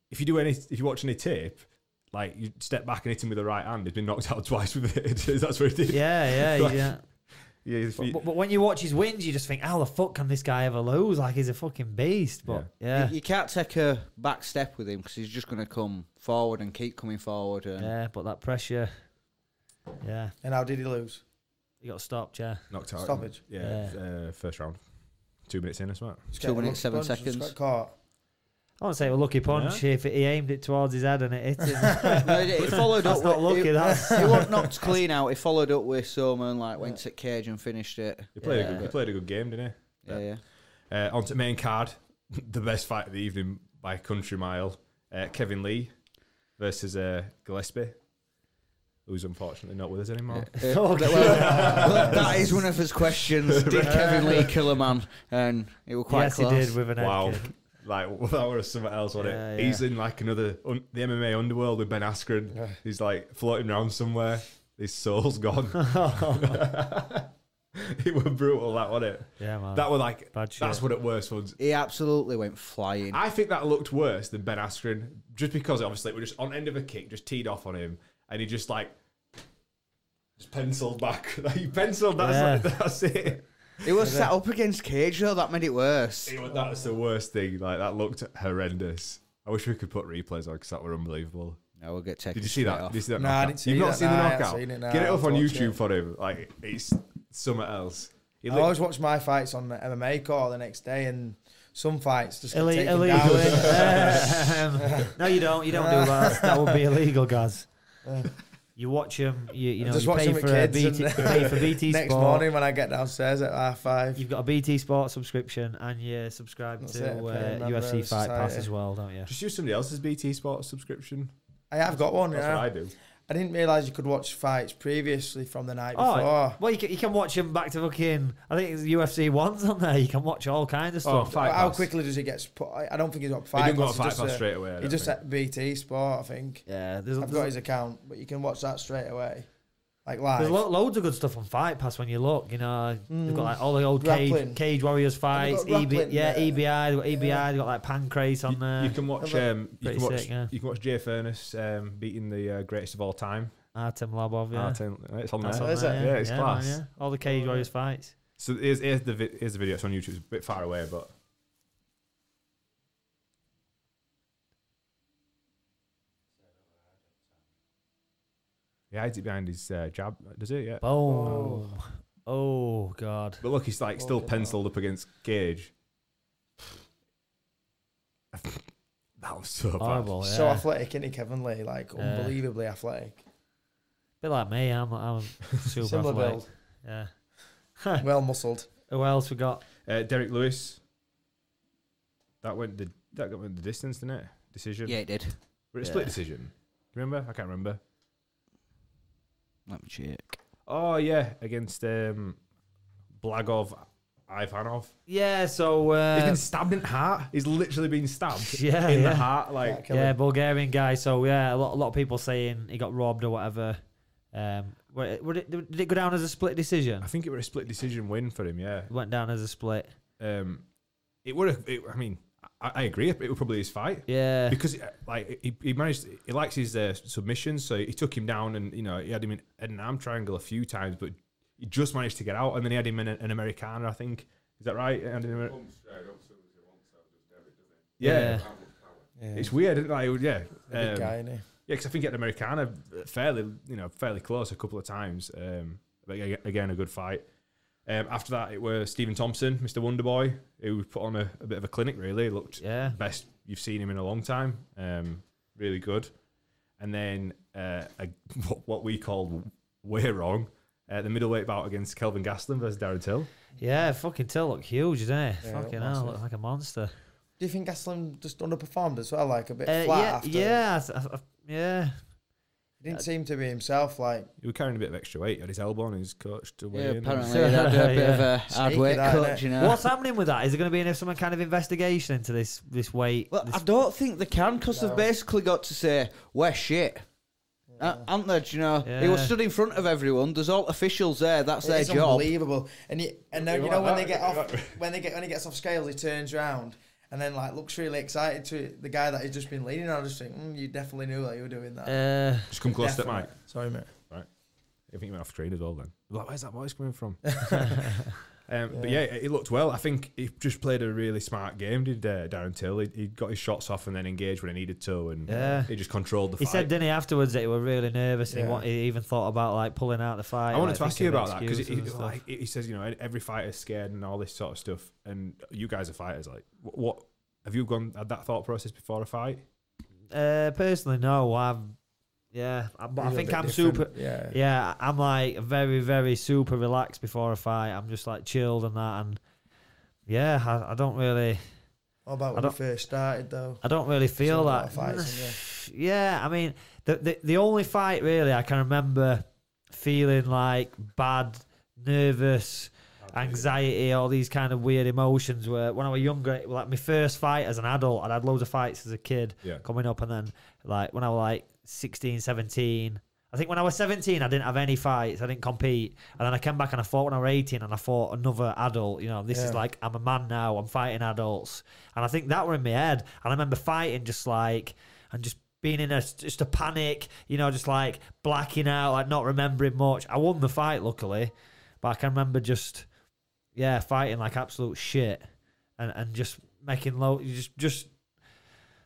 Speaker 1: if you do any, if you watch any tape, like you step back and hit him with the right hand, he's been knocked out twice with it. That's what he did.
Speaker 2: yeah, yeah,
Speaker 1: Like,
Speaker 2: yeah.
Speaker 1: Yeah, if
Speaker 2: But,
Speaker 1: you-
Speaker 2: but, but when you watch his wins, you just think, how the fuck can this guy ever lose? Like he's a fucking beast. But yeah,
Speaker 3: you, you can't take a back step with him because he's just going to come forward and keep coming forward. And
Speaker 2: yeah. But that pressure, yeah,
Speaker 4: And how did he lose?
Speaker 2: he got stopped. Yeah,
Speaker 1: knocked out.
Speaker 4: Stoppage.
Speaker 1: Yeah, Uh, first round. Two minutes in or something.
Speaker 4: Just
Speaker 3: Two
Speaker 4: get a
Speaker 3: minutes,
Speaker 4: lucky
Speaker 3: seven
Speaker 4: punch, just
Speaker 3: seconds.
Speaker 4: got caught.
Speaker 2: I wouldn't say it was a lucky punch. If he aimed it towards his head and it hit him,
Speaker 3: No, it, it followed
Speaker 2: That's
Speaker 3: up.
Speaker 2: not
Speaker 3: with,
Speaker 2: lucky,
Speaker 3: It,
Speaker 2: that's-
Speaker 3: it wasn't knocked clean out. It followed up with someone like went to cage and finished it.
Speaker 1: He played,
Speaker 3: yeah.
Speaker 1: a good, he played a good game, didn't he?
Speaker 3: Yeah, yeah.
Speaker 1: Uh, on to main card, the best fight of the evening by a country mile. Uh, Kevin Lee versus uh, Gillespie, who's unfortunately not with us anymore.
Speaker 3: Uh, well, well, that is one of his questions. Did Kevin Lee kill a man? And it was quite
Speaker 2: yes,
Speaker 3: close.
Speaker 2: he did with an head
Speaker 1: Wow.
Speaker 2: kick.
Speaker 1: Like well, that was something else, wasn't it?
Speaker 2: Yeah,
Speaker 1: He's in like another un- the MMA underworld with Ben Askren. He's like floating around somewhere. His soul's gone. it was brutal, that wasn't it?
Speaker 2: Yeah, man.
Speaker 1: That was like
Speaker 2: Bad
Speaker 1: that's
Speaker 2: shit.
Speaker 1: one of the worst ones.
Speaker 3: He absolutely went flying.
Speaker 1: I think that looked worse than Ben Askren, just because obviously we're just on end of a kick, just teed off on him, and he just like just penciled back. Like, he penciled. That's like, that's it.
Speaker 3: He was set up against Cage though. That made it worse.
Speaker 1: It was- That's the worst thing. Like that looked horrendous. I wish we could put replays on because that were unbelievable.
Speaker 3: No, we'll get taken.
Speaker 1: Did you see
Speaker 3: straight
Speaker 1: that?
Speaker 3: off.
Speaker 1: Did you see that
Speaker 4: No, I
Speaker 1: knockout?
Speaker 4: didn't see
Speaker 1: You've not
Speaker 4: that.
Speaker 1: seen the
Speaker 4: No, I haven't
Speaker 1: knockout.
Speaker 4: seen it, no,
Speaker 1: Get it
Speaker 4: I
Speaker 1: up on
Speaker 4: haven't watched
Speaker 1: YouTube
Speaker 4: it.
Speaker 1: for him. Like it's something else. He
Speaker 4: I
Speaker 1: looked-
Speaker 4: always watch my fights on the MMA call the next day, and some fights just get taken
Speaker 2: illegal.
Speaker 4: down.
Speaker 2: Um, no, you don't. You don't do that. That would be illegal, guys. You watch them. You, you know,
Speaker 4: just
Speaker 2: you
Speaker 4: watch
Speaker 2: pay
Speaker 4: 'em with
Speaker 2: for, a
Speaker 4: kids and
Speaker 2: BT, pay for BT
Speaker 4: next
Speaker 2: Sport.
Speaker 4: morning when I get downstairs at half five.
Speaker 2: You've got a BT Sport subscription, and you subscribe
Speaker 4: That's
Speaker 2: to
Speaker 4: it,
Speaker 2: uh,
Speaker 4: paying member of
Speaker 2: UFC
Speaker 4: the
Speaker 2: Fight Pass
Speaker 4: society.
Speaker 2: as well, don't you?
Speaker 1: just use somebody else's BT Sports subscription.
Speaker 4: I have got one.
Speaker 1: That's
Speaker 4: yeah.
Speaker 1: what I do.
Speaker 4: I didn't realise you could watch fights previously from the night
Speaker 2: Oh,
Speaker 4: before.
Speaker 2: Well, you can, you can watch them back to fucking. I think it's UFC ones on there. You can watch all kinds of
Speaker 1: Oh,
Speaker 2: stuff.
Speaker 1: fight
Speaker 4: How
Speaker 1: pass.
Speaker 4: quickly does it get put? I I don't think he's got
Speaker 1: He
Speaker 4: five.
Speaker 1: didn't go on
Speaker 4: Pass,
Speaker 1: fight
Speaker 4: just
Speaker 1: pass
Speaker 4: a-
Speaker 1: straight away. I
Speaker 4: He
Speaker 1: don't
Speaker 4: just
Speaker 1: think.
Speaker 4: at BT Sport, I think.
Speaker 2: yeah, there's,
Speaker 4: I've got
Speaker 2: there's,
Speaker 4: his account, but you can watch that straight away, like live.
Speaker 2: there's lo- loads of good stuff on Fight Pass when you look. You know, they've got like all the old
Speaker 4: Mm. Grappling.
Speaker 2: cage, cage Warriors
Speaker 4: got
Speaker 2: fights. EB,
Speaker 4: grappling
Speaker 2: yeah,
Speaker 4: there.
Speaker 2: EBI. They've got EBI. They've got like Pancrase on
Speaker 1: You-
Speaker 2: there.
Speaker 1: You can watch.
Speaker 4: Hello.
Speaker 1: Um, you
Speaker 2: Pretty
Speaker 1: can watch.
Speaker 2: sick, yeah.
Speaker 1: You can watch Jay Furness um, beating the uh, greatest of all time.
Speaker 2: Artem Lobov. Yeah.
Speaker 1: Artem- it's on
Speaker 2: That's
Speaker 1: there.
Speaker 2: on
Speaker 4: Is
Speaker 2: there,
Speaker 1: it? Yeah, it's
Speaker 2: man,
Speaker 1: class.
Speaker 2: All the Cage Warriors fights.
Speaker 1: So here's, here's the vi- here's the video. It's on YouTube. It's a bit far away, but he hides it behind his uh, jab. Does it? Yeah.
Speaker 2: Boom. Oh, God.
Speaker 1: But look, he's like still
Speaker 4: Fucking hell.
Speaker 1: penciled up against Cage. that was so bad.
Speaker 2: Horrible. Yeah.
Speaker 4: So athletic, isn't he, Kevin Lee? Like
Speaker 2: Yeah.
Speaker 4: unbelievably athletic.
Speaker 2: bit like me. I'm, I'm super
Speaker 4: Similar
Speaker 2: athletic.
Speaker 4: build,
Speaker 2: Yeah.
Speaker 4: well muscled.
Speaker 2: Who else we got?
Speaker 1: Uh, Derek Lewis. That went the that got- went the distance, didn't it? Decision.
Speaker 3: Yeah, it did.
Speaker 1: Were it a split
Speaker 3: Yeah.
Speaker 1: decision? Remember? I can't remember.
Speaker 3: Let me check.
Speaker 1: Oh yeah, against um, Blagov Ivanov.
Speaker 2: Yeah, so
Speaker 1: He's
Speaker 2: uh,
Speaker 1: been stabbed in the heart. He's literally been stabbed
Speaker 2: yeah,
Speaker 1: in
Speaker 2: yeah.
Speaker 1: the heart. Like
Speaker 4: Killer.
Speaker 2: yeah, Bulgarian guy. So yeah, a lot, a lot of people saying he got robbed or whatever. Um, were it, were it, did it go down as a split decision?
Speaker 1: I think it were a split decision win for him. Yeah.
Speaker 2: It went down as a split.
Speaker 1: Um, it would have. It, I mean, I- I, I agree. It was probably his fight.
Speaker 2: Yeah.
Speaker 1: Because uh, like he, he managed, he likes his uh, submissions, so he took him down, and you know he had him in an arm triangle a few times, but he just managed to get out, and then he had him in an, an Americana, I think. Is that right? And an Amer- yeah.
Speaker 4: Yeah.
Speaker 1: it's weird, isn't it? Like, yeah,
Speaker 4: Big
Speaker 1: um,
Speaker 4: guy,
Speaker 1: yeah,
Speaker 4: innit?
Speaker 1: because I think he had an Americana fairly, you know, fairly close a couple of times. Um, but aga- again, a good fight. Um, after that, it was Stephen Thompson, Mr. Wonderboy, who put on a, a bit of a clinic. Really, looked
Speaker 2: Yeah.
Speaker 1: best you've seen him in a long time. Um, really good. And then uh, a, what, what we called we're wrong, uh, the middleweight bout against Kelvin Gastelum versus Darren Till.
Speaker 2: Yeah, fucking Till looked huge, didn't he?
Speaker 4: Yeah,
Speaker 2: fucking
Speaker 4: looked
Speaker 2: hell,
Speaker 4: massive.
Speaker 2: looked like a monster.
Speaker 4: Do you think Gaslam just underperformed as well? Like a bit
Speaker 2: Uh,
Speaker 4: flat
Speaker 2: yeah,
Speaker 4: after.
Speaker 2: yeah, I th- I- yeah.
Speaker 4: He didn't seem to be himself. Like
Speaker 1: He was carrying a bit of extra weight at his elbow, and his coach to weigh
Speaker 3: Yeah,
Speaker 1: in.
Speaker 3: apparently they had a bit of a hard
Speaker 4: Sneaky
Speaker 3: weight
Speaker 4: that,
Speaker 3: cut,
Speaker 4: innit?
Speaker 3: you know.
Speaker 2: What's happening with that? Is there going to be any, some kind of investigation into this this weight?
Speaker 3: Well,
Speaker 2: this-
Speaker 3: I don't think they can because
Speaker 4: No.
Speaker 3: they've basically got to say we're shit, uh, aren't they? Do you know? He was
Speaker 2: Yeah.
Speaker 3: stood in front of everyone. There's all officials there. That's
Speaker 4: it
Speaker 3: their
Speaker 4: is
Speaker 3: job.
Speaker 4: unbelievable. And you, and then,
Speaker 1: They
Speaker 4: you know
Speaker 1: like
Speaker 4: when they
Speaker 1: that,
Speaker 4: get
Speaker 1: they
Speaker 4: off when they get when he gets off scales, he turns round and then like looks really excited to the guy that he's just been leading. I just think mm, you definitely knew that you were doing that.
Speaker 2: uh,
Speaker 1: Just come close to that, Mike.
Speaker 4: Definitely. Sorry, mate.
Speaker 1: I think he went off train as well then. Like, where's that voice coming from? um, But yeah, it it looked well. I think he just played a really smart game, did uh, Darren Till. He, he got his shots off and then engaged when he needed to, and
Speaker 2: Yeah.
Speaker 1: he just controlled the
Speaker 2: he
Speaker 1: fight.
Speaker 2: said, didn't he, afterwards that he was really nervous and
Speaker 4: Yeah.
Speaker 2: he, wa- he even thought about like pulling out the fight.
Speaker 1: I wanted
Speaker 2: like,
Speaker 1: to ask you
Speaker 2: thinking of
Speaker 1: about that because he,
Speaker 2: excuses and stuff.
Speaker 1: like, he says, you know, every fighter's scared and all this sort of stuff. And you guys are fighters. Like, what, what have you gone had that thought process before a fight?
Speaker 2: Uh, personally, no. I'm, yeah, I, but I
Speaker 4: He's a
Speaker 2: think
Speaker 4: bit
Speaker 2: I'm
Speaker 4: different.
Speaker 2: super.
Speaker 4: Yeah.
Speaker 2: Yeah, I'm like very, very super relaxed before a fight. I'm just like chilled and that, and yeah, I, I don't really,
Speaker 4: What about
Speaker 2: I
Speaker 4: when you
Speaker 2: don't-
Speaker 4: first started though?
Speaker 2: I don't really feel
Speaker 4: Seen a lot
Speaker 2: that.
Speaker 4: of fights, haven't
Speaker 2: yeah, I mean, the, the the only fight really I can remember feeling like bad, nervous, anxiety, all these kind of weird emotions were when I was younger. it- Like my first fight as an adult, I'd had loads of fights as a kid
Speaker 1: Yeah.
Speaker 2: coming up, and then like when I was like 16, 17. I think when I was 17, I didn't have any fights. I didn't compete. And then I came back and I fought when I was 18 and I fought another adult. You know, this is
Speaker 4: Yeah.
Speaker 2: like, I'm a man now. I'm fighting adults. And I think that were in my head. And I remember fighting just like, and just being in a, just a panic, you know, just like blacking out, like not remembering much. I won the fight, luckily. But I can remember just, yeah, fighting like absolute shit and, and just making low, just, just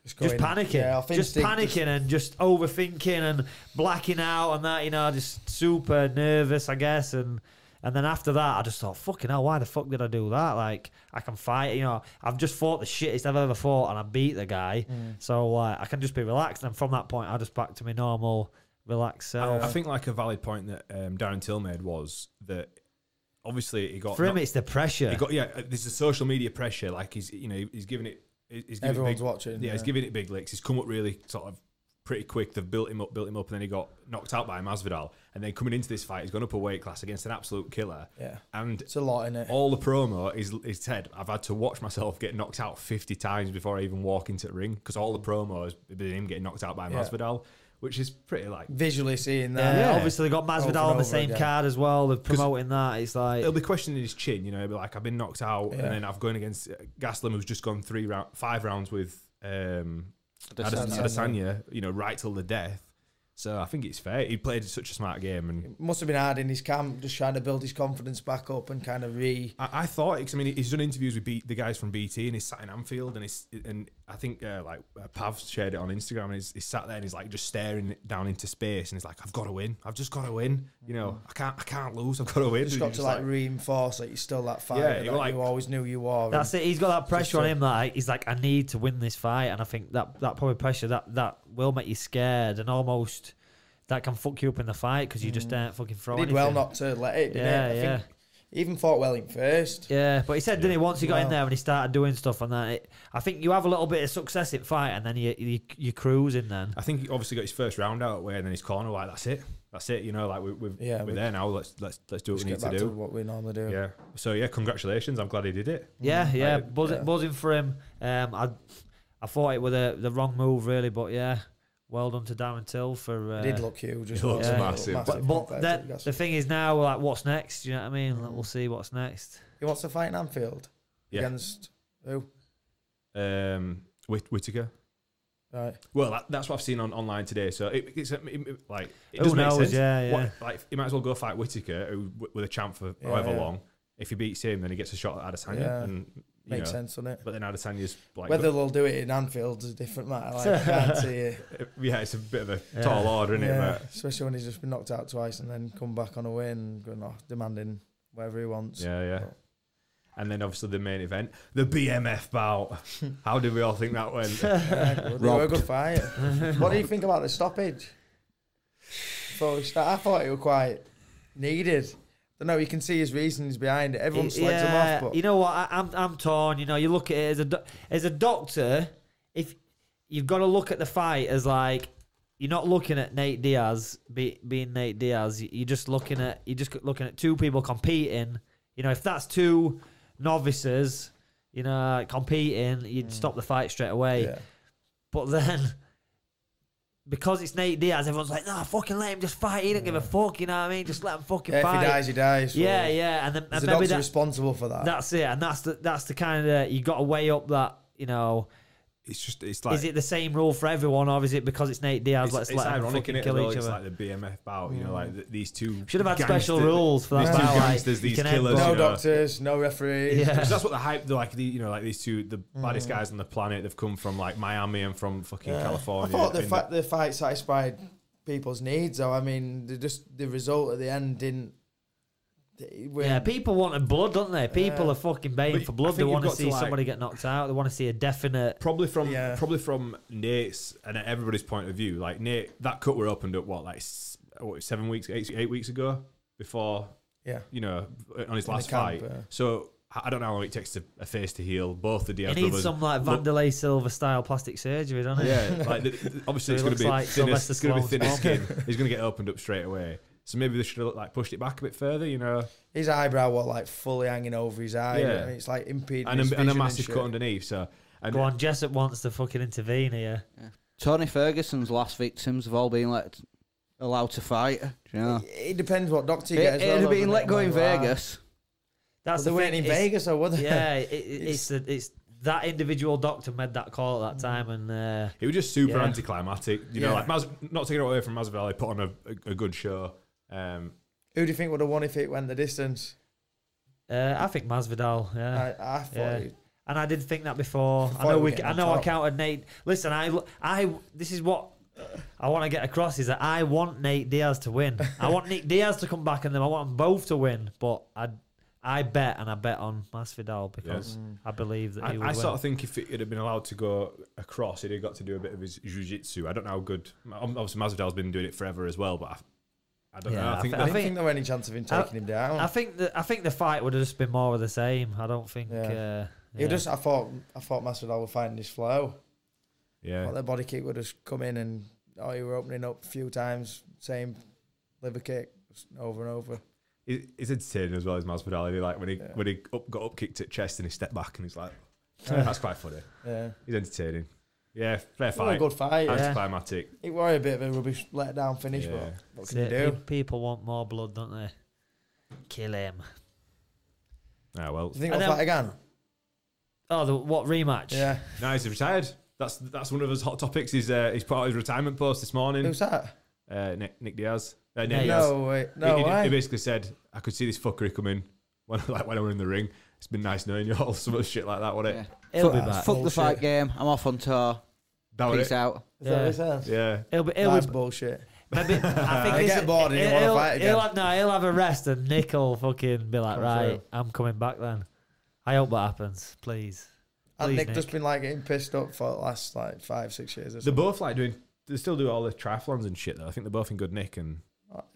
Speaker 2: just
Speaker 4: going-
Speaker 2: panicking,
Speaker 4: Yeah, off
Speaker 2: just
Speaker 4: instinct,
Speaker 2: panicking and just overthinking and blacking out and that you know just super nervous I guess and and then after that I just thought fucking hell why the fuck did I do that like I can fight you know I've just fought the shittest I've ever fought and I beat the guy
Speaker 4: Mm.
Speaker 2: so like I can just be relaxed and from that point I just back to my normal relaxed self
Speaker 1: I think like a valid point that um, Darren Till made was that obviously he got
Speaker 2: for him
Speaker 1: not-
Speaker 2: it's the pressure
Speaker 1: He got yeah. uh, There's the social media pressure. Like he's you know he's giving it. He's giving it
Speaker 4: Everyone's
Speaker 1: big,
Speaker 4: watching.
Speaker 1: Yeah, he's giving it big licks. He's come up really sort of pretty quick. They've built him up, built him up, and then he got knocked out by Masvidal. And then coming into this fight, he's gone up a weight class against an absolute killer.
Speaker 4: Yeah.
Speaker 1: And
Speaker 4: It's a lot in it.
Speaker 1: all the promo is is Ted. I've had to watch myself get knocked out 50 times before I even walk into the ring because all the promo has been him getting knocked out by
Speaker 4: Yeah.
Speaker 1: Masvidal, which is pretty like.
Speaker 4: Visually seeing that.
Speaker 2: yeah,
Speaker 1: Yeah.
Speaker 2: obviously they got Masvidal
Speaker 4: Over and
Speaker 2: on the
Speaker 4: over
Speaker 2: same
Speaker 4: again.
Speaker 2: card as well they're promoting that it's like
Speaker 1: He'll be questioning his chin, you know. He'll be like, "I've been knocked out,"
Speaker 4: Yeah.
Speaker 1: and then I've gone against uh, Gaslam, who's just gone three round, five rounds with um, Adesanya.
Speaker 4: Adesanya.
Speaker 1: Adesanya, you know, right till the death. So I think it's fair. He played such a smart game, and
Speaker 4: It must have been hard in his camp, just trying to build his confidence back up and kind of re.
Speaker 1: I, I thought. 'cause I mean, he's done interviews with B, the guys from BT, and he's sat in Anfield, and he's and I think uh, like uh, Pav shared it on Instagram, and he's, he's sat there and he's like just staring down into space, and he's like, "I've got to win. I've just got to win. You know, I can't, I can't lose. I've got to win."
Speaker 4: Mm. Just
Speaker 1: And
Speaker 4: got
Speaker 1: he's
Speaker 4: to like, reinforce that you're still that fighter
Speaker 1: Yeah,
Speaker 4: that
Speaker 1: you're like-
Speaker 4: you always knew you were.
Speaker 2: That's it. He's got that pressure on
Speaker 4: to-
Speaker 2: him. That like, he's like, I need to win this fight, and I think that that probably pressure that that will make you scared and almost that can fuck you up in the fight because you just don't fucking throw.
Speaker 4: He did
Speaker 2: anything.
Speaker 4: Mm. well not to let it. didn't
Speaker 2: Yeah,
Speaker 4: he? I
Speaker 2: yeah.
Speaker 4: Think he even fought well in first.
Speaker 2: Yeah, but he said, didn't he? Once he got in
Speaker 4: Well-
Speaker 2: there and he started doing stuff and that, it, I think you have a little bit of success in fight, and then you you, you cruising
Speaker 4: Mm,
Speaker 2: then.
Speaker 1: I think he obviously got his first round out of the way, and then his corner like, "That's it. That's it. You know, like we, we've,
Speaker 4: Yeah,
Speaker 1: we're
Speaker 4: we-
Speaker 1: there now. Let's let's let's do what
Speaker 4: Just
Speaker 1: we
Speaker 4: get
Speaker 1: need to
Speaker 4: back to,
Speaker 1: do."
Speaker 4: what we normally do.
Speaker 1: yeah. So yeah, congratulations. I'm glad he did it.
Speaker 2: Yeah, yeah,
Speaker 1: I-
Speaker 2: buzzing,
Speaker 4: yeah.
Speaker 2: buzzing for him. Um, I I thought it was a, the wrong move really, but yeah, well done to Darren Till for. Uh,
Speaker 4: He did look huge. As
Speaker 1: He
Speaker 4: well.
Speaker 1: looks
Speaker 4: He
Speaker 1: massive.
Speaker 2: but but
Speaker 4: compared to
Speaker 2: that,
Speaker 4: Gasol.
Speaker 2: the thing is now, like, what's next? You know what I mean? Like, we'll see what's next.
Speaker 4: he wants to fight in Anfield
Speaker 1: Yeah.
Speaker 4: against who?
Speaker 1: um, Whit- Whittaker.
Speaker 4: Right.
Speaker 1: Well, that, that's what I've seen on online today. So it, it's um, it- it- like it
Speaker 2: Who
Speaker 1: doesn't
Speaker 2: knows?
Speaker 1: make sense.
Speaker 2: Yeah, yeah.
Speaker 1: What, like he might as well go fight Whitaker who, with a champ for
Speaker 4: Yeah,
Speaker 1: however
Speaker 4: yeah.
Speaker 1: long. If he beats him, then he gets a shot at Adesanya.
Speaker 4: Yeah.
Speaker 1: And, you
Speaker 4: Makes
Speaker 1: know,
Speaker 4: sense, doesn't it?
Speaker 1: But then Adesanya's like,
Speaker 4: Whether they'll do it in Anfield is a different matter. Like, I can't see it.
Speaker 1: uh, yeah, it's a bit of a
Speaker 2: Yeah.
Speaker 1: tall order, isn't
Speaker 4: Yeah,
Speaker 1: it?
Speaker 4: especially when he's just been knocked out twice and then come back on a win and going off demanding whatever he wants.
Speaker 1: But, yeah, yeah. And then obviously the main event, the BMF bout. How did we all think that went?
Speaker 4: Yeah, good. They were a good fight. what do you think about the stoppage? Before we start, I thought it was quite needed. I don't know. You can see his reasons behind it. Everyone
Speaker 2: Y-
Speaker 4: slags
Speaker 2: yeah,
Speaker 4: him off,
Speaker 2: you know what? I, I'm I'm torn. You know, you look at it as a do- as a doctor. If you've got to look at the fight as like you're not looking at Nate Diaz be, being Nate Diaz. You're just looking at you're just looking at two people competing. You know, if that's two novices, you know, competing, you'd stop the fight straight
Speaker 4: but
Speaker 2: away.
Speaker 4: yeah.
Speaker 2: But then, because it's Nate Diaz, everyone's like, "No, fucking let him just fight. He don't give a fuck." You know what I mean? Just let him fucking
Speaker 4: Yeah, if
Speaker 2: fight.
Speaker 4: he dies, he dies. so
Speaker 2: yeah, yeah, and then
Speaker 4: Is
Speaker 2: and
Speaker 4: the
Speaker 2: maybe
Speaker 4: doctor
Speaker 2: that,
Speaker 4: responsible for that?
Speaker 2: that's it, and that's the that's the kind of you got to weigh up that you know
Speaker 1: It's just, it's like,
Speaker 2: is it the same rule for everyone or is it because it's Nate Diaz?
Speaker 1: it's,
Speaker 2: let's
Speaker 1: it's
Speaker 2: let them
Speaker 1: ironic,
Speaker 2: fucking
Speaker 1: innit,
Speaker 2: kill
Speaker 1: though,
Speaker 2: each
Speaker 1: It's
Speaker 2: other.
Speaker 1: like the BMF bout, you know, like th- these two.
Speaker 2: Should have had special
Speaker 1: gangster-
Speaker 2: rules for
Speaker 1: These
Speaker 2: that.
Speaker 1: two
Speaker 2: battle, like,
Speaker 1: gangsters,
Speaker 2: you
Speaker 1: these
Speaker 2: can have-
Speaker 1: killers.
Speaker 4: no
Speaker 1: you know.
Speaker 4: doctors, no referees.
Speaker 2: Yeah.
Speaker 1: 'Cause that's what the hype, they're like the, you know, like these two, the baddest guys on the planet. They've come from like Miami and from fucking
Speaker 4: Mm. Yeah.
Speaker 1: California.
Speaker 4: I thought the,
Speaker 1: and-
Speaker 4: fa- the fight satisfied people's needs, though. I mean, the just the result at the end didn't. it weren't-
Speaker 2: Yeah, people want blood, don't they? People
Speaker 4: Yeah.
Speaker 2: are fucking baying
Speaker 1: But
Speaker 2: for
Speaker 1: I
Speaker 2: blood.
Speaker 1: think
Speaker 2: They
Speaker 1: you've
Speaker 2: want to
Speaker 1: got to,
Speaker 2: see
Speaker 1: like-
Speaker 2: somebody get knocked out. They want to see a definite.
Speaker 1: Probably from
Speaker 4: Yeah.
Speaker 1: probably from Nate's and everybody's point of view. Like Nate, that cut were opened up what like s- what, seven weeks, eight, eight weeks ago before
Speaker 4: yeah.
Speaker 1: you know on his
Speaker 4: In the
Speaker 1: last fight.
Speaker 4: camp, yeah.
Speaker 1: So I I don't know how long it takes to a face to heal. Both the
Speaker 2: You
Speaker 1: Diaz
Speaker 2: need
Speaker 1: brothers.
Speaker 2: some like
Speaker 1: look-
Speaker 2: Vanderlei Silva style plastic surgery, don't it?
Speaker 1: yeah, like the, the-
Speaker 2: So
Speaker 1: obviously
Speaker 2: he
Speaker 1: it's going
Speaker 2: looks
Speaker 1: to be
Speaker 2: like
Speaker 1: thinner,
Speaker 2: Sylvester
Speaker 1: it's going to be
Speaker 2: Stallone's
Speaker 1: thinner skin. He's going to get opened up straight away. So maybe they should have like pushed it back a bit further, you know,
Speaker 4: His eyebrow was like fully hanging over his eye.
Speaker 1: Yeah.
Speaker 4: and it's like impeding
Speaker 1: and
Speaker 4: his
Speaker 1: a, and a
Speaker 4: vision
Speaker 1: massive
Speaker 4: shit.
Speaker 1: cut underneath. So and
Speaker 2: Go on, Jessup wants to fucking intervene here.
Speaker 3: Tony Ferguson's last victims have all been let allowed to fight. Do you know?
Speaker 4: It depends what doctor you
Speaker 3: It,
Speaker 4: get as
Speaker 3: it'd
Speaker 4: well.
Speaker 3: have
Speaker 4: though,
Speaker 3: been
Speaker 4: doesn't
Speaker 3: let
Speaker 4: it?
Speaker 3: go in
Speaker 4: Like, wow.
Speaker 3: Vegas.
Speaker 2: That's
Speaker 4: But they
Speaker 2: the
Speaker 4: weren't
Speaker 2: thing,
Speaker 4: in
Speaker 2: it's-
Speaker 4: Vegas, or were they?
Speaker 2: yeah, it, it, it's the, it's that individual doctor made that call
Speaker 4: Mm.
Speaker 2: at that time, and uh,
Speaker 1: It was just super
Speaker 2: Yeah.
Speaker 1: anticlimactic, you know.
Speaker 4: Yeah.
Speaker 1: Like Mas- not taking it away from Masvidal, he put on a, a, a good show. Um,
Speaker 4: Who do you think would have won if it went the distance?
Speaker 2: uh, I think Masvidal. Yeah,
Speaker 4: I, I thought.
Speaker 2: Yeah.
Speaker 4: it-
Speaker 2: and I did think that before. I
Speaker 4: Thought
Speaker 2: know
Speaker 4: we were
Speaker 2: we,
Speaker 4: getting
Speaker 2: I
Speaker 4: on
Speaker 2: know I
Speaker 4: top.
Speaker 2: counted Nate. Listen, I, l- I, this is what I want to get across is that I want Nate Diaz to win. I want Nick Diaz to come back, and then I want them both to win. But I, I bet, and I bet on Masvidal
Speaker 1: Yes.
Speaker 2: because I believe that
Speaker 1: I,
Speaker 2: he will
Speaker 1: I
Speaker 2: win.
Speaker 1: sort of think if it had been allowed to go across, he'd have got to do a bit of his jiu-jitsu. I don't know how good. Obviously, Masvidal's been doing it forever as well, but I, I don't know.
Speaker 2: Yeah,
Speaker 1: I think
Speaker 2: I
Speaker 4: I
Speaker 1: that-
Speaker 4: didn't
Speaker 2: think-
Speaker 4: think there were any chance of him taking him down.
Speaker 2: I think that I think the fight would have just been more of the same. I don't think.
Speaker 4: Yeah.
Speaker 2: Uh,
Speaker 4: It
Speaker 2: yeah.
Speaker 4: was just I thought I thought Masvidal would find his flow.
Speaker 1: yeah,
Speaker 4: But the body kick would have come in and oh, he were opening up a few times, same liver kick just over and over.
Speaker 1: He- he's entertaining as well as Masvidal. He like when he
Speaker 4: Yeah.
Speaker 1: when he up, got up kicked at chest and he stepped back and he's like, that's quite funny.
Speaker 4: Yeah,
Speaker 1: He's entertaining. Yeah, fair
Speaker 4: it was a
Speaker 1: fight.
Speaker 4: good fight.
Speaker 2: Yeah.
Speaker 1: Anticlimactic.
Speaker 4: It was a bit of a rubbish letdown finish,
Speaker 1: Yeah.
Speaker 4: but what
Speaker 2: That's
Speaker 4: can you
Speaker 2: it.
Speaker 4: do?
Speaker 2: Pe- People want more blood, don't they? Kill him.
Speaker 1: Ah well,
Speaker 4: Do you think
Speaker 2: And
Speaker 4: we'll
Speaker 2: then-
Speaker 4: fight again?
Speaker 2: Oh, the what rematch?
Speaker 4: Yeah.
Speaker 1: now he's retired. That's that's one of his hot topics. He's uh, he's put out his retirement post this morning.
Speaker 4: Who's that?
Speaker 1: uh, Nick, Nick Diaz. Uh, Nick
Speaker 2: Nate.
Speaker 1: Diaz.
Speaker 4: No, wait,
Speaker 1: He-
Speaker 4: no
Speaker 1: he,
Speaker 4: way.
Speaker 1: he basically said, "I could see this fuckery coming when, like, when I were in the ring. It's been nice knowing you all. Some of shit like that, wouldn't it?
Speaker 3: Yeah.
Speaker 2: He'll be
Speaker 4: Fuck.
Speaker 2: back.
Speaker 4: Fuck.
Speaker 3: Fuck the fight game. I'm off on tour.
Speaker 1: That would
Speaker 3: Peace
Speaker 1: it.
Speaker 3: out.
Speaker 4: Is that what he said?
Speaker 1: Yeah,
Speaker 2: He'll be. He'll
Speaker 4: That's
Speaker 2: be
Speaker 4: bullshit.
Speaker 2: maybe, I think
Speaker 4: I
Speaker 2: this-
Speaker 4: get bored and you wanna
Speaker 2: he'll-
Speaker 4: fight again.
Speaker 2: He'll have, no, he'll have a rest, and Nick will fucking be like,
Speaker 4: Come
Speaker 2: right,
Speaker 4: through.
Speaker 2: I'm coming back then. I hope that happens, please.
Speaker 4: And
Speaker 2: Please,
Speaker 4: Nick,
Speaker 2: Nick.
Speaker 4: just been like getting pissed up for the last like five, six years. Or
Speaker 1: they're
Speaker 4: something.
Speaker 1: both like doing. They still do all the triathlons and shit. Though I think they're both in good nick. And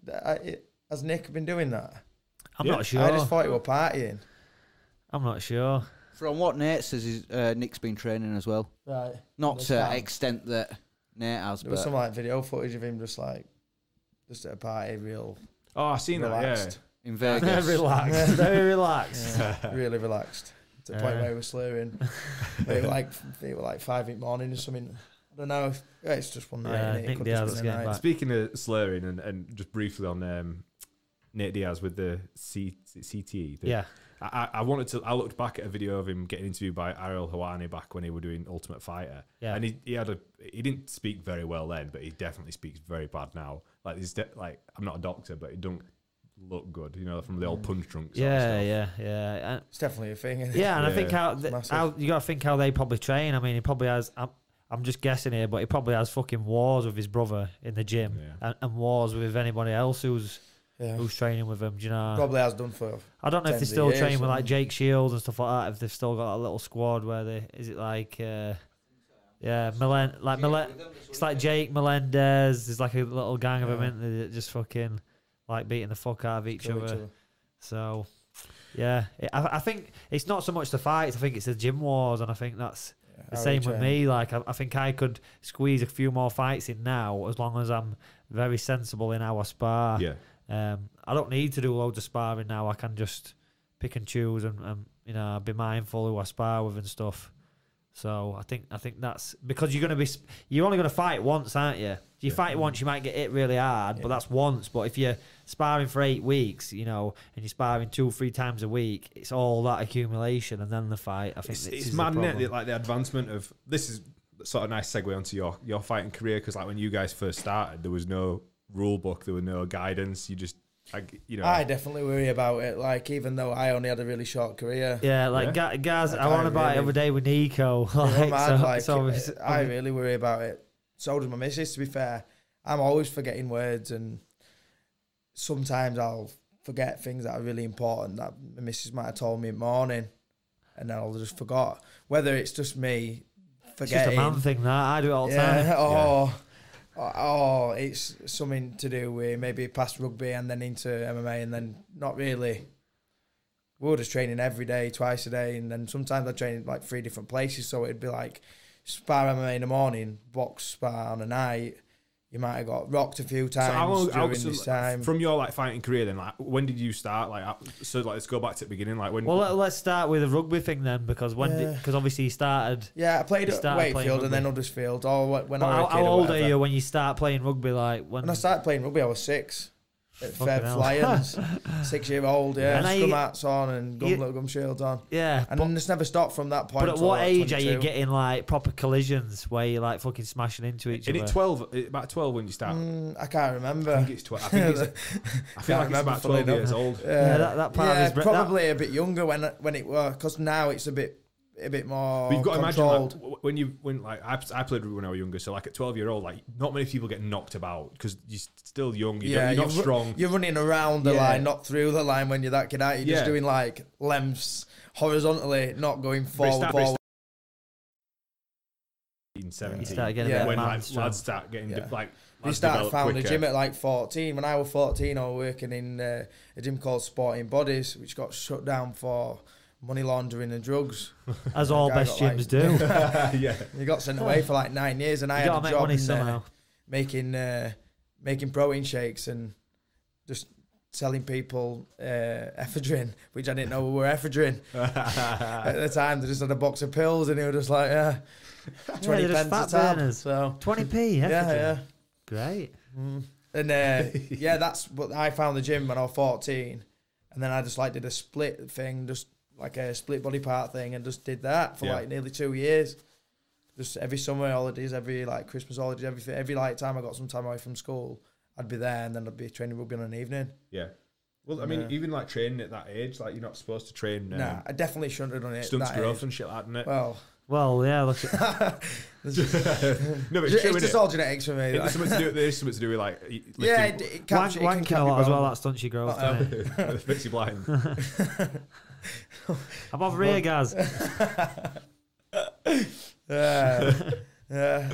Speaker 4: I- I- Has Nick been doing that?
Speaker 2: I'm
Speaker 1: Yeah.
Speaker 2: not sure.
Speaker 4: I just thought he were partying.
Speaker 2: I'm not sure.
Speaker 3: From what Nate says, is, uh, Nick's been training as well.
Speaker 4: Right.
Speaker 3: Not
Speaker 4: They
Speaker 3: to
Speaker 4: can.
Speaker 3: extent that Nate has,
Speaker 4: There was
Speaker 3: but
Speaker 4: some like video footage of him just like just at a party, real
Speaker 1: oh, I've seen
Speaker 4: relaxed,
Speaker 3: in
Speaker 2: Very
Speaker 3: Vegas.
Speaker 2: relaxed. Very relaxed.
Speaker 1: that. Yeah,
Speaker 4: really relaxed. To the point
Speaker 2: Yeah.
Speaker 4: where he was slurring. they were like they were like five in the morning or something. I don't know. If, yeah, it's just one night.
Speaker 2: Yeah,
Speaker 4: innit? It
Speaker 2: Nick
Speaker 4: could just
Speaker 2: Diaz
Speaker 4: been
Speaker 2: is
Speaker 4: a
Speaker 2: getting
Speaker 4: night.
Speaker 2: back.
Speaker 1: Speaking of slurring and, and just briefly on um, Nate Diaz with the C, CTE. The,
Speaker 2: Yeah.
Speaker 1: I, I I wanted to. I looked back at a video of him getting interviewed by Ariel Hawani back when he were doing Ultimate Fighter.
Speaker 2: Yeah.
Speaker 1: and he, he had a. He didn't speak very well then, but he definitely speaks very bad now. Like he's de- like I'm not a doctor, but it don't look good. You know, from the old punch drunk. Sort of
Speaker 2: yeah,
Speaker 1: stuff.
Speaker 2: yeah, yeah, and,
Speaker 4: It's definitely a thing. Isn't it?
Speaker 2: yeah. And I
Speaker 1: Yeah.
Speaker 2: think how, th-
Speaker 4: Massive.
Speaker 2: how you got to think how they probably train. I mean, he probably has. I'm, I'm just guessing here, but he probably has fucking wars with his brother in the gym,
Speaker 1: Yeah.
Speaker 2: and, and wars with anybody else who's
Speaker 4: Yeah.
Speaker 2: who's training with him. Do you know?
Speaker 4: Probably has done for.
Speaker 2: I don't know if they
Speaker 4: 10
Speaker 2: still
Speaker 4: years,
Speaker 2: train with like
Speaker 4: haven't they?
Speaker 2: Jake Shields and stuff like that. If they've still got a little squad where they is it like uh, yeah Milen like Milen it's like Jake Melendez. There's like a little gang of them
Speaker 4: Yeah.
Speaker 2: in there that just fucking like beating the fuck out of each
Speaker 4: kill
Speaker 2: other. So yeah, I, I think it's not so much the fights. I think it's the gym wars, and I think that's
Speaker 4: Oh, Yeah,
Speaker 2: the
Speaker 4: how
Speaker 2: same
Speaker 4: we
Speaker 2: with
Speaker 4: train.
Speaker 2: me. Like I, I think I could squeeze a few more fights in now as long as I'm very sensible in our spar.
Speaker 1: yeah.
Speaker 2: Um, I don't need to do loads of sparring now. I can just pick and choose and, and you know be mindful who I spar with and stuff. So I think I think that's because you're gonna be sp- you're only gonna fight once, aren't you? If you
Speaker 1: Yeah.
Speaker 2: fight once, you might get hit really hard, but
Speaker 4: Yeah.
Speaker 2: that's once. But if you're sparring for eight weeks, you know, and you're sparring two three times a week, it's all that accumulation and then the fight. I think
Speaker 1: it's,
Speaker 2: this
Speaker 1: it's
Speaker 2: is
Speaker 1: mad,
Speaker 2: the
Speaker 1: innit?
Speaker 2: problem.
Speaker 1: The- Like the advancement of this is sort of a nice segue onto your your fighting career because like when you guys first started, there was no rule book, there was no guidance. You just, like, you know,
Speaker 4: I definitely worry about it. Like even though I only had a really short career,
Speaker 2: yeah, like
Speaker 1: Yeah.
Speaker 2: Ga guys,
Speaker 4: Like,
Speaker 2: I
Speaker 4: I
Speaker 2: want to buy it
Speaker 4: really-
Speaker 2: every day with Nico. Like,
Speaker 4: I'm mad,
Speaker 2: so,
Speaker 4: like,
Speaker 2: so
Speaker 4: uh,
Speaker 2: it's-
Speaker 4: I really worry about it. So does my missus. To be fair, I'm always forgetting words, and sometimes I'll forget things that are really important that my missus might have told me in the morning, and then I'll just forgot. Whether it's just me
Speaker 2: it's just a
Speaker 4: forgetting,
Speaker 2: man thing that I do it all the time.
Speaker 4: yeah, or, or or it's something to do with maybe past rugby and then into MMA, and then not really. We were just training every day, twice a day, and then sometimes I train in like three different places. So it'd be like spar MMA in the morning, box spar on the night. You might have got rocked a few
Speaker 1: So
Speaker 4: times
Speaker 1: how long- how-
Speaker 4: during
Speaker 1: so,
Speaker 4: this
Speaker 1: like,
Speaker 4: time.
Speaker 1: From your like fighting career, then like when did you start? Like uh, so, like let's go back to the beginning. Like when?
Speaker 2: Well, let, let's start with the rugby thing then, because when
Speaker 4: Yeah.
Speaker 2: because obviously you started.
Speaker 4: yeah, I played
Speaker 2: You
Speaker 4: at
Speaker 2: started playing
Speaker 4: Wakefield and then Huddersfield, or wh- when
Speaker 2: But
Speaker 4: I
Speaker 2: how,
Speaker 4: was a kid
Speaker 2: how
Speaker 4: or
Speaker 2: old are
Speaker 4: whatever.
Speaker 2: you when you start playing rugby? Like when
Speaker 4: When I started playing rugby, I was six. At
Speaker 2: Fucking
Speaker 4: Feb
Speaker 2: hell.
Speaker 4: Lions, six year old, yeah,
Speaker 2: And are
Speaker 4: scum
Speaker 2: you-
Speaker 4: hats on and gum,
Speaker 2: you-
Speaker 4: little gum shields on,
Speaker 2: yeah.
Speaker 4: and then it's never stopped from that point.
Speaker 2: But at
Speaker 4: till
Speaker 2: what
Speaker 4: about
Speaker 2: age are you
Speaker 4: 22.
Speaker 2: getting like proper collisions where you're like fucking smashing into each
Speaker 1: in
Speaker 2: other?
Speaker 1: it twelve, it- about twelve when you start.
Speaker 4: Mm, I can't remember.
Speaker 1: I think it's twelve. I think it's. I feel
Speaker 4: Can't
Speaker 1: like it's
Speaker 4: remember
Speaker 1: about
Speaker 4: fully
Speaker 1: twelve
Speaker 4: now.
Speaker 1: years old.
Speaker 2: Yeah, that- that part of
Speaker 4: yeah,
Speaker 2: his bra- that-
Speaker 4: probably a bit younger when when it was because now it's a bit a bit more
Speaker 1: But you've got to imagine like,
Speaker 4: controlled.
Speaker 1: w- when you when like I, I played rugby when I was younger, so like at twelve year old, like not many people get knocked about because you're still young, you
Speaker 4: yeah,
Speaker 1: don't, you're not
Speaker 4: ru-
Speaker 1: strong.
Speaker 4: You're running around the
Speaker 1: Yeah.
Speaker 4: line, not through the line when you're that kid out. You're
Speaker 1: Yeah.
Speaker 4: just doing like lengths horizontally, not going
Speaker 1: But it's
Speaker 4: forward.
Speaker 1: that- but it's
Speaker 4: forward.
Speaker 1: that- 17,
Speaker 2: You start getting
Speaker 4: Yeah.
Speaker 2: a bit
Speaker 1: when
Speaker 2: man
Speaker 1: like,
Speaker 2: strong.
Speaker 1: lads start getting de-
Speaker 4: Yeah.
Speaker 1: like
Speaker 4: We
Speaker 1: lads
Speaker 4: started
Speaker 1: develop
Speaker 4: founding a
Speaker 1: quicker.
Speaker 4: gym at like 14. When I was 14, I was working in uh, a gym called Sporting Bodies, which got shut down for money laundering and drugs.
Speaker 2: as all
Speaker 4: Guy
Speaker 2: best
Speaker 4: got, like-
Speaker 2: gyms do.
Speaker 1: yeah,
Speaker 4: He got sent away for like nine years, and I
Speaker 2: you
Speaker 4: had
Speaker 2: gotta
Speaker 4: a
Speaker 2: make
Speaker 4: job
Speaker 2: money
Speaker 4: in there
Speaker 2: somehow.
Speaker 4: making uh, making protein shakes and just selling people uh, ephedrine, which I didn't know were ephedrine at the time. They just had a box of pills, and they were just like, yeah, twenty
Speaker 2: they're just
Speaker 4: pence a
Speaker 2: fat
Speaker 4: tab.
Speaker 2: burners.
Speaker 4: So
Speaker 2: Twenty p.
Speaker 4: yeah, yeah.
Speaker 2: Great.
Speaker 4: Mm. And uh, yeah, that's what I found the gym when I was 14. And then I just like did a split thing, just like a split body part thing, and just did that for
Speaker 1: Yeah.
Speaker 4: like nearly two years. Just every summer holidays, every like Christmas holidays, everything, every like time I got some time away from school, I'd be there and then I'd be training rugby on an evening.
Speaker 1: yeah. Well, I mean,
Speaker 4: Yeah.
Speaker 1: even like training at that age, like you're not supposed to train. Um,
Speaker 4: Nah, I definitely shouldn't have done it.
Speaker 1: stunts
Speaker 4: that
Speaker 1: growth
Speaker 4: age.
Speaker 1: and shit like that,
Speaker 4: Well,
Speaker 2: Well, yeah. Look, at-
Speaker 1: innit? no, but it's
Speaker 4: it's
Speaker 1: true,
Speaker 4: just
Speaker 1: innit?
Speaker 4: all genetics for me.
Speaker 1: It has
Speaker 4: like-
Speaker 1: something to do with this, something to do with like y- lifting,
Speaker 4: yeah, it, it,
Speaker 2: wank,
Speaker 4: caps, it can
Speaker 2: wanking a
Speaker 4: cap your
Speaker 2: lot as well.
Speaker 4: bone.
Speaker 2: That's stunts your growth.
Speaker 4: Uh-oh.
Speaker 2: innit?
Speaker 1: fix your blind.
Speaker 2: I'm off rear, guys.
Speaker 4: yeah, yeah,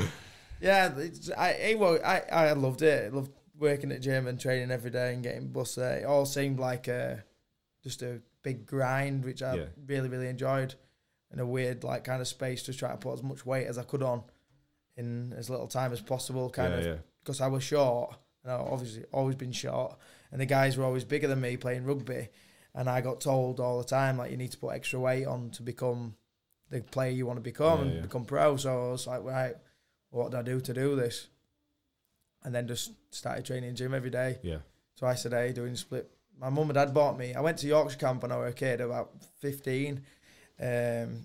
Speaker 4: yeah. It's, I, it, well, I, I loved it. I loved working at gym and training every day and getting bus there. It all seemed like a just a big grind, which I
Speaker 1: Yeah.
Speaker 4: really, really enjoyed. In a weird, like, kind of space, just trying to put as much weight as I could on in as little time as possible, kind
Speaker 1: yeah,
Speaker 4: of
Speaker 1: yeah.
Speaker 4: because I was short. And I've obviously always been short, and the guys were always bigger than me playing rugby. And I got told all the time, like, you need to put extra weight on to become the player you want to become
Speaker 1: Yeah,
Speaker 4: and
Speaker 1: yeah.
Speaker 4: become pro. So I was like, right, what do I do to do this? And then just started training gym every day,
Speaker 1: yeah.
Speaker 4: twice a day, doing split my mum and dad bought me. I went to Yorkshire Camp when I was a kid, about 15. Um,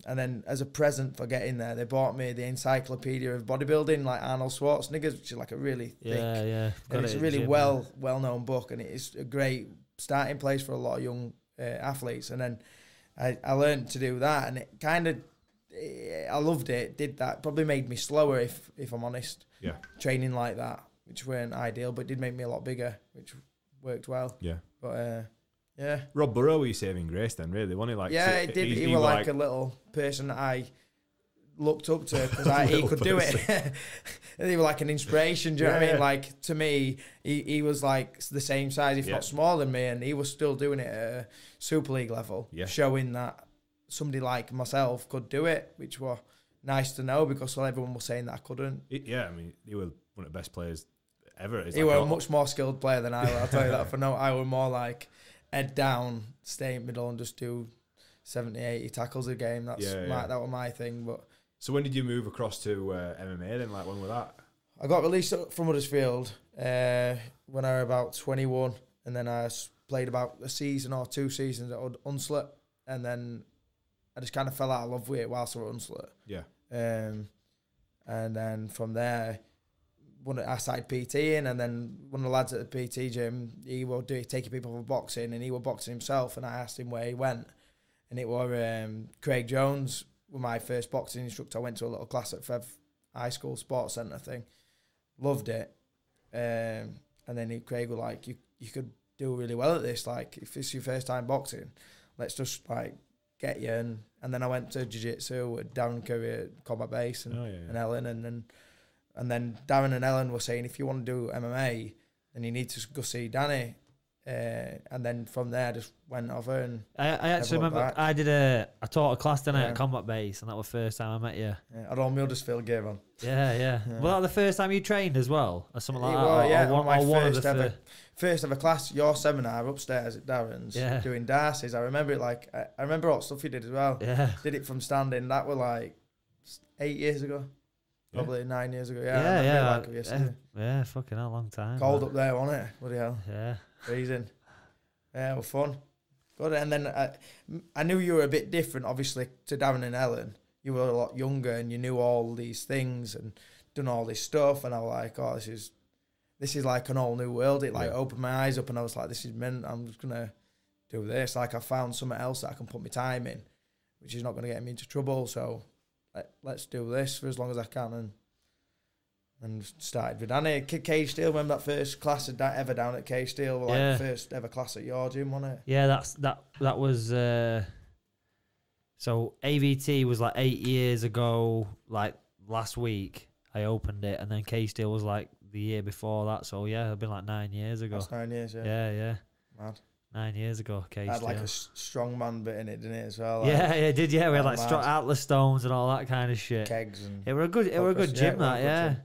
Speaker 4: and then as a present for getting there, they bought me the Encyclopedia of Bodybuilding, like Arnold Schwarzenegger's, which is like a really thick
Speaker 2: Yeah, yeah. Got
Speaker 4: and
Speaker 2: it
Speaker 4: it's a
Speaker 2: at the
Speaker 4: really
Speaker 2: gym,
Speaker 4: well well known book, and it's a great starting place for a lot of young uh, athletes. And then I, I learned to do that, and it kind of I loved it. Did that probably made me slower if if I'm honest.
Speaker 1: Yeah.
Speaker 4: training like that, which weren't ideal, but did make me a lot bigger, which worked well.
Speaker 1: Yeah.
Speaker 4: But uh, yeah,
Speaker 1: Rob Burrow were your saving grace then, really, wasn't it? Like,
Speaker 4: yeah,
Speaker 1: so
Speaker 4: it did.
Speaker 1: he's-
Speaker 4: He,
Speaker 1: he's
Speaker 4: were like, a little person that I looked up to because he
Speaker 1: Little
Speaker 4: could do it. and he were like an inspiration. Do you know what I
Speaker 1: Yeah.
Speaker 4: mean? Like to me, he, he was like the same size, if
Speaker 1: Yeah.
Speaker 4: not smaller than me, and he was still doing it at a Super League level,
Speaker 1: Yeah.
Speaker 4: showing that somebody like myself could do it, which were nice to know because everyone was saying that I couldn't.
Speaker 1: It- yeah, I mean, he was one of the best players ever. It's
Speaker 4: he
Speaker 1: like "Oh."
Speaker 4: were
Speaker 1: all-
Speaker 4: a much more skilled player than I were. I'll tell you that for no. I were more like head down, stay in middle, and just do 70, 80 tackles a game. That's
Speaker 1: Yeah,
Speaker 4: my,
Speaker 1: yeah.
Speaker 4: that was my thing. But
Speaker 1: So when did you move across to uh, MMA then? Like, when was that?
Speaker 4: I got released from Huddersfield uh, when I was about 21, and then I s- played about a season or two seasons at Ud- Unslet, and then I just kind of fell out of love with it whilst I was at Unslet.
Speaker 1: Yeah.
Speaker 4: Um, and then from there, one of- I started PTing, and then one of the lads at the PT gym, he was do taking people for boxing, and he was boxing himself, and I asked him where he went, and it was um, Craig Jones, was my first boxing instructor. I went to a little class at Fev High School Sports Centre thing, loved it, um, and then he, Craig was like, "You you could do really well at this. Like if it's your first time boxing, let's just like." Get you and, and then I went to jiu jitsu with Darren Curry at Combat Base and
Speaker 1: Oh, yeah.
Speaker 4: and Ellen, and then and then Darren and Ellen were saying if you want to do MMA, then you need to go see Danny, uh, and then from there I just went over and
Speaker 2: I, I actually
Speaker 4: look
Speaker 2: remember
Speaker 4: back.
Speaker 2: I did a I taught a class didn't I,
Speaker 4: Yeah.
Speaker 2: at Combat Base, and that was the first time I met you.
Speaker 4: uh, had all my Huddersfield gear on.
Speaker 2: Yeah, yeah.
Speaker 4: Yeah.
Speaker 2: Well, that was the first time you trained as well, or something like
Speaker 4: It
Speaker 2: that.
Speaker 4: was,
Speaker 2: or,
Speaker 4: yeah,
Speaker 2: or one,
Speaker 4: my
Speaker 2: or one of
Speaker 4: first
Speaker 2: the
Speaker 4: ever.
Speaker 2: fir-
Speaker 4: First ever class, your seminar upstairs at Darren's
Speaker 2: Yeah.
Speaker 4: doing Darcy's. I remember it like I, I remember all the stuff you did as well.
Speaker 2: Yeah,
Speaker 4: Did it from standing. That were like s- eight years ago,
Speaker 1: Yeah.
Speaker 4: probably nine years ago. Yeah, I
Speaker 2: yeah,
Speaker 4: remember it
Speaker 2: yeah.
Speaker 4: like it
Speaker 2: Yeah,
Speaker 4: yesterday.
Speaker 2: yeah, fucking hell, long time.
Speaker 4: Cold
Speaker 2: man.
Speaker 4: up there, wasn't it? Bloody hell.
Speaker 2: Yeah,
Speaker 4: freezing. Yeah, it was Um, fun. Good. And then I, I knew you were a bit different, obviously, to Darren and Ellen. You were a lot younger and you knew all these things and done all this stuff. And I was like, oh, this is this is like an all new world. It like
Speaker 1: Yeah.
Speaker 4: opened my eyes up, and I was like, this is meant. I'm just gonna do this. Like I found something else that I can put my time in, which is not gonna get me into trouble. So let, let's do this for as long as I can. And and started with Danny K- Cage Steel. Remember that first class of that ever down at Cage Steel? Like
Speaker 2: Yeah.
Speaker 4: first ever class at your gym, wasn't it?
Speaker 2: yeah. That's that. That was. Uh, so AVT was like eight years ago. Like last week, I opened it, and then K Steel was like the year before that. So yeah, it'd been like nine years ago.
Speaker 4: That's nine years. Yeah,
Speaker 2: Oh. yeah, yeah.
Speaker 4: Mad.
Speaker 2: Nine years ago, K
Speaker 4: had
Speaker 2: Steel.
Speaker 4: like a s- strong man bit in it, didn't it as well? Like
Speaker 2: yeah, yeah, it did. Yeah, we had
Speaker 4: Oh,
Speaker 2: like
Speaker 4: mad.
Speaker 2: stro- Atlas stones and all that kind of shit.
Speaker 4: kegs and
Speaker 2: It were a good, it were a good
Speaker 4: Focus, yeah,
Speaker 2: gym.
Speaker 4: it were a
Speaker 2: that,
Speaker 4: good
Speaker 2: yeah.
Speaker 4: gym.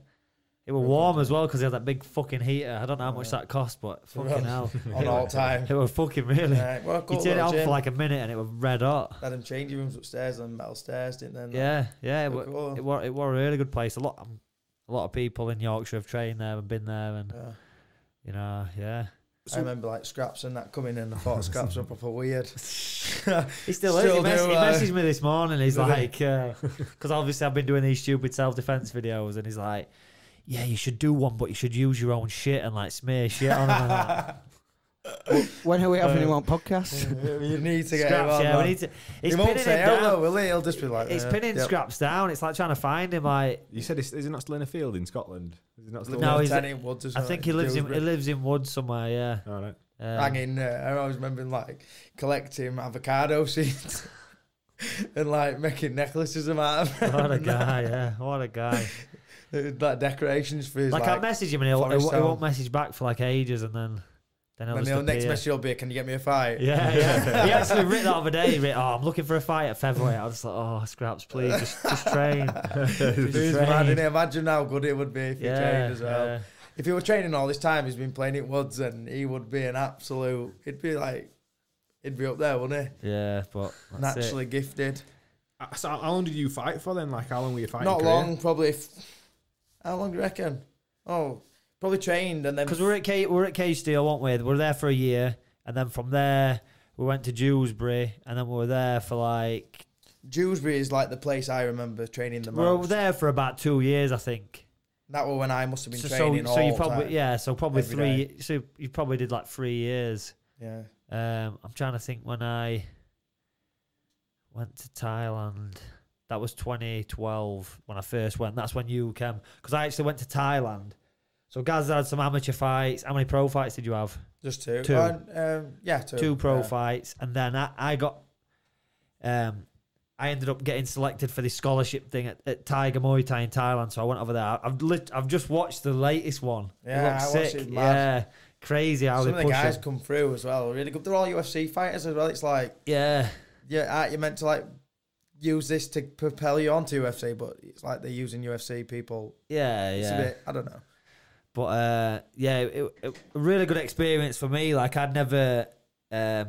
Speaker 2: It were
Speaker 4: Were a good
Speaker 2: warm
Speaker 4: gym.
Speaker 2: as well because they had that big fucking heater. I don't know how much
Speaker 4: Yeah.
Speaker 2: that cost, but
Speaker 4: well,
Speaker 2: fucking hell,
Speaker 4: on all time.
Speaker 2: it were fucking really.
Speaker 4: Yeah, well,
Speaker 2: you
Speaker 4: cool
Speaker 2: turn it
Speaker 4: little
Speaker 2: on
Speaker 4: gym.
Speaker 2: for like a minute and it were red hot.
Speaker 4: Had them changing rooms upstairs and metal stairs, didn't they? And
Speaker 2: Yeah, yeah. It
Speaker 4: that-
Speaker 2: were,
Speaker 4: cool.
Speaker 2: it were, it were a really good place. A lot, um, a lot of people in Yorkshire have trained there and been there, and
Speaker 4: Yeah.
Speaker 2: you know, yeah.
Speaker 4: I remember like scraps and that coming in. I thought scraps were proper weird. yeah,
Speaker 2: He still, is.
Speaker 4: Still
Speaker 2: He, mess-
Speaker 4: do,
Speaker 2: he
Speaker 4: uh,
Speaker 2: messaged me this morning. He's
Speaker 4: do they?
Speaker 2: like, because obviously I've been doing these stupid self defense videos, and he's like, yeah, you should do one, but you should use your own shit and like smear shit on him. And I'm like,
Speaker 3: When are we having
Speaker 4: Uh,
Speaker 3: him on podcast?
Speaker 4: you need to get him
Speaker 2: Scraps,
Speaker 4: on.
Speaker 2: yeah,
Speaker 4: man.
Speaker 2: we need to. He's
Speaker 4: he won't
Speaker 2: pinning
Speaker 4: say
Speaker 2: him
Speaker 4: hello,
Speaker 2: down.
Speaker 4: will he? He'll just be like, uh,
Speaker 2: He's
Speaker 4: yeah,
Speaker 2: pinning
Speaker 4: yep.
Speaker 2: scraps down. It's like trying to find him. Like
Speaker 1: You said, is, is he not still in a field in Scotland? Is he not still
Speaker 4: Little
Speaker 2: No,
Speaker 1: in-
Speaker 2: he's-
Speaker 4: Tenny Woods or
Speaker 2: I
Speaker 4: something,
Speaker 2: think he lives in he
Speaker 4: Dewsbury.
Speaker 2: lives in Woods somewhere. Yeah.
Speaker 1: All right.
Speaker 2: Um,
Speaker 4: hanging there. I always remember like collecting avocado seeds and like making necklaces of out of them.
Speaker 2: What a guy. Yeah. What a guy.
Speaker 4: like decorations for his
Speaker 2: like,
Speaker 4: like.
Speaker 2: I message him and he'll, he
Speaker 4: Forest
Speaker 2: won't- he won't
Speaker 4: Town.
Speaker 2: message back for like ages, and then then he'll
Speaker 4: and
Speaker 2: just
Speaker 4: the next
Speaker 2: appear.
Speaker 4: message will be, "Can you get me a fight?"
Speaker 2: Yeah, yeah. he actually wrote that other day. He wrote, "Oh, I'm looking for a fight at February." I was just like, "Oh, scraps, please, just, just train."
Speaker 4: Who's mad, innit? Imagine how good it would be if he trained as well.
Speaker 2: yeah.
Speaker 4: If he were training all this time, he's been playing at Woods, and he would be an absolute. It'd be like, he'd be up there, wouldn't
Speaker 2: Yeah, but
Speaker 4: he?
Speaker 2: that's
Speaker 4: Naturally gifted.
Speaker 1: Uh, So how long did you fight for then? Like, how long were you fighting?
Speaker 4: Not
Speaker 1: career?
Speaker 4: long, probably. F- how long do you reckon? Oh, probably trained and then
Speaker 2: because we're at K, we're at K Steel, weren't we? We're there for a year, and then from there we went to Dewsbury, and then we were there for like
Speaker 4: Dewsbury is like the place I remember training the
Speaker 2: we were
Speaker 4: most.
Speaker 2: there for about two years, I think.
Speaker 4: That was when I must have been
Speaker 2: So, so,
Speaker 4: training all
Speaker 2: so you probably
Speaker 4: time.
Speaker 2: yeah, so probably
Speaker 4: Every
Speaker 2: three. So you probably did like three years.
Speaker 4: yeah.
Speaker 2: Um, I'm trying to think when I went to Thailand. That was 2012 when I first went. That's when you came because I actually went to Thailand. So Gaz had some amateur fights. How many pro fights did you have?
Speaker 4: Just two.
Speaker 2: Two.
Speaker 4: Uh, um, yeah, two.
Speaker 2: two pro
Speaker 4: yeah.
Speaker 2: fights, and then I, I got, um, I ended up getting selected for this scholarship thing at, at Tiger Muay Thai in Thailand. So I went over there. I've lit, I've just watched the latest one.
Speaker 4: Yeah,
Speaker 2: it
Speaker 4: I
Speaker 2: looks
Speaker 4: watched
Speaker 2: sick.
Speaker 4: it
Speaker 2: yeah,
Speaker 4: mad.
Speaker 2: crazy how
Speaker 4: Some
Speaker 2: they
Speaker 4: of the
Speaker 2: push
Speaker 4: guys
Speaker 2: it.
Speaker 4: come through as well. Really good. They're all UFC fighters as well. It's like
Speaker 2: Yeah,
Speaker 4: yeah, uh, you're meant to like use this to propel you onto UFC, but it's like they're using UFC people.
Speaker 2: yeah,
Speaker 4: It's
Speaker 2: yeah.
Speaker 4: a bit. I don't know.
Speaker 2: but uh, yeah, it, it, a really good experience for me. Like I'd never, um,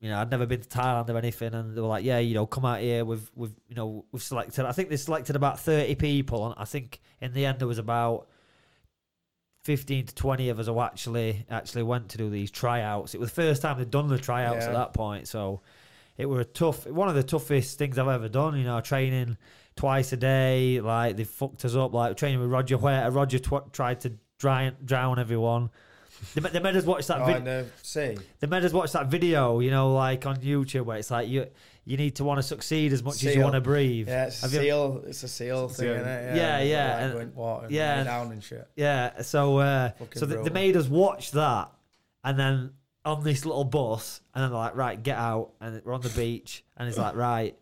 Speaker 2: you know, I'd never been to Thailand or anything, and they were like, "Yeah, you know, come out here. We've, we've, you know, we've selected. I think they selected about thirty people, and I think in the end there was about fifteen to twenty of us who actually actually went to do these tryouts. It was the first time they'd done the tryouts at
Speaker 4: Yeah.
Speaker 2: that point, so it were a tough, one of the toughest things I've ever done. You know, training twice a day. Like they fucked us up. Like training with Roger Huerta. Roger tw- tried to dry- drown everyone. They, ma- they made us watch that.
Speaker 4: Oh,
Speaker 2: vid-
Speaker 4: I know. See,
Speaker 2: they made us watch that video. You know, like on YouTube, where it's like you you need to want to succeed as much as you
Speaker 4: Seal.
Speaker 2: want to breathe.
Speaker 4: yeah, it's a
Speaker 2: Have you-
Speaker 4: seal. It's a seal thing,
Speaker 1: seal.
Speaker 4: isn't it?
Speaker 2: Yeah, yeah,
Speaker 4: Like
Speaker 2: and-
Speaker 4: going water, and
Speaker 2: yeah.
Speaker 4: yeah, down and shit.
Speaker 2: Yeah, so uh,
Speaker 4: Fucking
Speaker 2: so they, they
Speaker 4: brutal.
Speaker 2: made us watch that, and then on this little bus, and then they're like, right, get out, and we're on the beach, and it's like, right,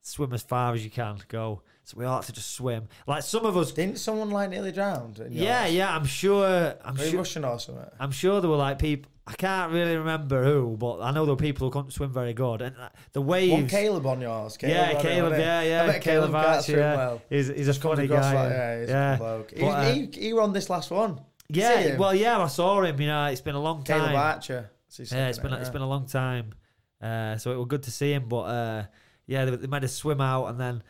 Speaker 2: swim as far as you can, go. So we all had to just swim. Like some of us,
Speaker 4: Didn't someone like nearly drowned? in yours?
Speaker 2: yeah, yeah, I'm sure, I'm
Speaker 4: Were you
Speaker 2: sure,
Speaker 4: Russian or something?
Speaker 2: I'm sure there were like people. I can't really remember who, but I know there were people who couldn't swim very good, and uh, the
Speaker 4: One
Speaker 2: waves.
Speaker 4: Caleb on yours. Caleb
Speaker 2: yeah,
Speaker 4: on it,
Speaker 2: Caleb.
Speaker 4: wasn't it?
Speaker 2: Yeah, yeah.
Speaker 4: I bet Caleb,
Speaker 2: Archer,
Speaker 4: can't swim
Speaker 2: yeah.
Speaker 4: well.
Speaker 2: He's, he's a
Speaker 4: Comes
Speaker 2: funny
Speaker 4: across
Speaker 2: guy.
Speaker 4: like- yeah, he's
Speaker 2: yeah.
Speaker 4: a bloke. He's,
Speaker 2: But, uh,
Speaker 4: he, he were on this last one.
Speaker 2: Yeah,
Speaker 4: See him?
Speaker 2: well, yeah, I saw him. You know, it's been a long time.
Speaker 4: Caleb Archer. That's his
Speaker 2: Yeah,
Speaker 4: name,
Speaker 2: it's been
Speaker 4: isn't it?
Speaker 2: it's been a long time. Uh, so it was good to see him, but uh, yeah, they, they made us swim out, and then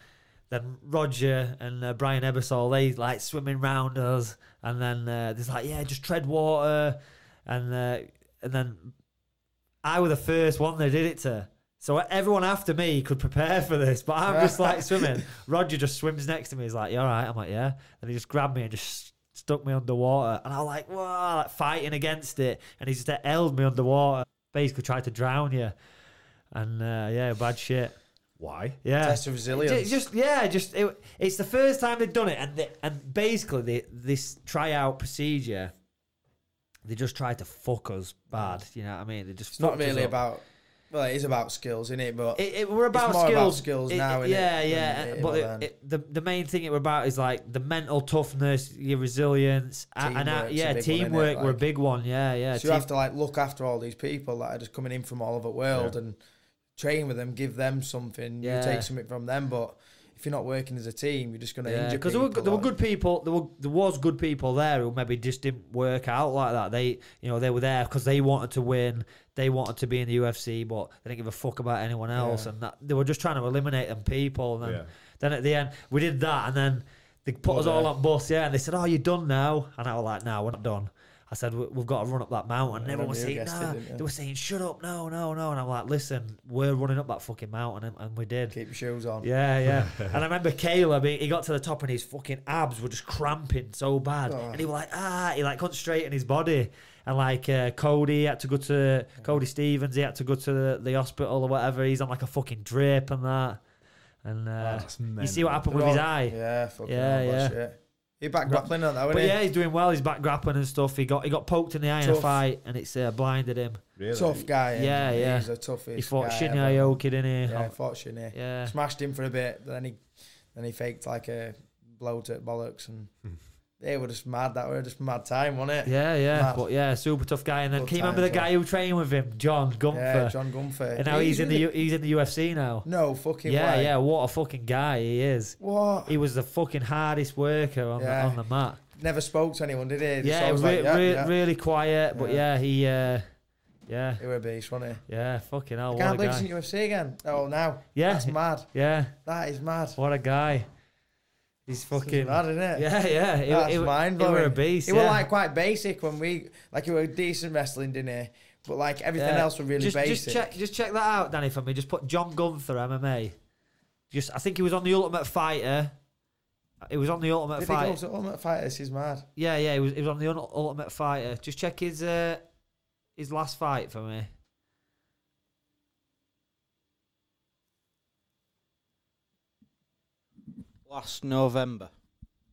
Speaker 2: then Roger and uh, Brian Ebersol they like swimming round us, and then uh, there's like yeah, just tread water, and uh, and then I was the first one they did it to. So everyone after me could prepare for this, but I'm just like swimming. Roger just swims next to me. He's like, "You all right?" I'm like, "Yeah." And he just grabbed me and just stuck me underwater, and I was like, "Whoa!" Like fighting against it, and he just held me underwater. Basically, tried to drown you, and uh, yeah, bad shit.
Speaker 1: Why?
Speaker 2: Yeah,
Speaker 4: Test of resilience.
Speaker 2: Ju- Just yeah, just it, it's the first time they've done it, and they, and basically the, this tryout procedure, they just tried to fuck us bad. You know what I mean? They just
Speaker 4: It's not
Speaker 2: fucked us
Speaker 4: really
Speaker 2: up.
Speaker 4: about. Well, it is about skills, isn't it? But
Speaker 2: It, it, we're about
Speaker 4: more about
Speaker 2: skills,
Speaker 4: skills
Speaker 2: It-
Speaker 4: now,
Speaker 2: it-
Speaker 4: innit,
Speaker 2: yeah,
Speaker 4: than
Speaker 2: yeah.
Speaker 4: it
Speaker 2: but
Speaker 4: was
Speaker 2: it,
Speaker 4: then.
Speaker 2: it, the the main thing it were about is like the mental toughness, your resilience, a- and a-
Speaker 4: Teamwork's a
Speaker 2: yeah,
Speaker 4: big one, innit,
Speaker 2: teamwork were a
Speaker 4: like-
Speaker 2: big one. Yeah, yeah.
Speaker 4: so you
Speaker 2: team-
Speaker 4: have to like look after all these people that are just coming in from all over the world and train with them, give them something.
Speaker 2: Yeah.
Speaker 4: You take something from them, but if you're not working as a team, you're just going to
Speaker 2: Yeah,
Speaker 4: injure people.
Speaker 2: because there were there were
Speaker 4: or-
Speaker 2: good people. There were there was good people there who maybe just didn't work out like that. They you know they were there because they wanted to win. They wanted to be in the UFC, but they didn't give a fuck about anyone else,
Speaker 4: Yeah.
Speaker 2: and that they were just trying to eliminate them people. And then,
Speaker 1: Yeah.
Speaker 2: then at the end, we did that, and then they put us all
Speaker 4: yeah.
Speaker 2: on bus. Yeah, and they said, "Oh, you're done now," and I was like, "No, we're not done." I said, "We- "We've got to run up that mountain." And
Speaker 4: Yeah,
Speaker 2: everyone was
Speaker 4: you
Speaker 2: saying,
Speaker 4: guessed it,
Speaker 2: "No,"
Speaker 4: didn't you?
Speaker 2: they were saying, "Shut up, no, no, no," and I'm like, "Listen, we're running up that fucking mountain," and, and we did.
Speaker 4: Keep your shoes on.
Speaker 2: Yeah, yeah. and I remember Caleb, he, he got to the top and his fucking abs were just cramping so bad.
Speaker 4: Oh.
Speaker 2: And he was like, ah, he like couldn't straighten his body. And like uh, Cody had to go to, Cody Stevens, he had to go to the, the hospital or whatever. He's on like a fucking drip and that. And
Speaker 4: Oh,
Speaker 2: uh,
Speaker 1: That's mental.
Speaker 2: you see what happened with
Speaker 4: They're
Speaker 2: his
Speaker 4: all-
Speaker 2: eye.
Speaker 4: Yeah, fucking
Speaker 2: Yeah,
Speaker 4: all
Speaker 2: yeah.
Speaker 4: that shit. You're back grappling on that,
Speaker 2: But
Speaker 4: wasn't
Speaker 2: yeah, he's doing well. He's back grappling and stuff. He got he got poked in the eye in a
Speaker 4: Tough.
Speaker 2: fight, and it's uh, blinded him.
Speaker 1: Really?
Speaker 4: Tough guy. isn't
Speaker 2: Yeah,
Speaker 4: he?
Speaker 2: yeah.
Speaker 4: He's the toughest.
Speaker 2: he fought
Speaker 4: guy
Speaker 2: Shinya
Speaker 4: ever.
Speaker 2: Aoki, didn't he?
Speaker 4: Yeah,
Speaker 2: Yeah,
Speaker 4: fought Shinya.
Speaker 2: yeah.
Speaker 4: Smashed him for a bit, but then he then he faked like a blow to bollocks and they were just mad. That were just mad time, wasn't it?
Speaker 2: Hmm. yeah, yeah.
Speaker 4: Mad.
Speaker 2: But yeah, super tough guy. And then
Speaker 4: Good
Speaker 2: can you remember the
Speaker 4: times,
Speaker 2: guy who trained with him, John Gunther?
Speaker 4: Yeah, John Gunther.
Speaker 2: And now he's in the U- he's in the UFC now.
Speaker 4: no fucking
Speaker 2: yeah,
Speaker 4: way.
Speaker 2: yeah. What a fucking guy he is.
Speaker 4: What?
Speaker 2: He was the fucking hardest worker on
Speaker 4: Yeah.
Speaker 2: the on the mat.
Speaker 4: Never spoke to anyone, did he? Just
Speaker 2: yeah,
Speaker 4: always
Speaker 2: re-
Speaker 4: like, yeah,
Speaker 2: re-
Speaker 4: yeah.
Speaker 2: really quiet, but yeah,
Speaker 4: Yeah.
Speaker 2: he, uh, yeah,
Speaker 4: He were a beast, wasn't he?
Speaker 2: yeah, fucking hell, Oh,
Speaker 4: I
Speaker 2: what a
Speaker 4: can't believe he's
Speaker 2: guy.
Speaker 4: in UFC again. Oh, now.
Speaker 2: Yeah.
Speaker 4: That's mad.
Speaker 2: Yeah,
Speaker 4: That is mad.
Speaker 2: what a guy. He's fucking.
Speaker 4: Fucking mad, isn't it?
Speaker 2: Yeah, yeah. He,
Speaker 4: That's
Speaker 2: he, he
Speaker 4: mind
Speaker 2: were a
Speaker 4: blowing.
Speaker 2: beast.
Speaker 4: He
Speaker 2: yeah.
Speaker 4: were like quite basic when we like he were decent wrestling, didn't he? But like everything
Speaker 2: Yeah.
Speaker 4: else was really
Speaker 2: just,
Speaker 4: basic.
Speaker 2: Just check, just check that out, Danny, for me. Just put John Gunther MMA. Just, I think he was on the Ultimate Fighter. It was on the Ultimate
Speaker 4: Did he
Speaker 2: Fighter.
Speaker 4: go to Ultimate Fighter? This is mad.
Speaker 2: Yeah, yeah, he was, he was on the Un- Ultimate Fighter. Just check his uh, his last fight for me.
Speaker 3: Last November.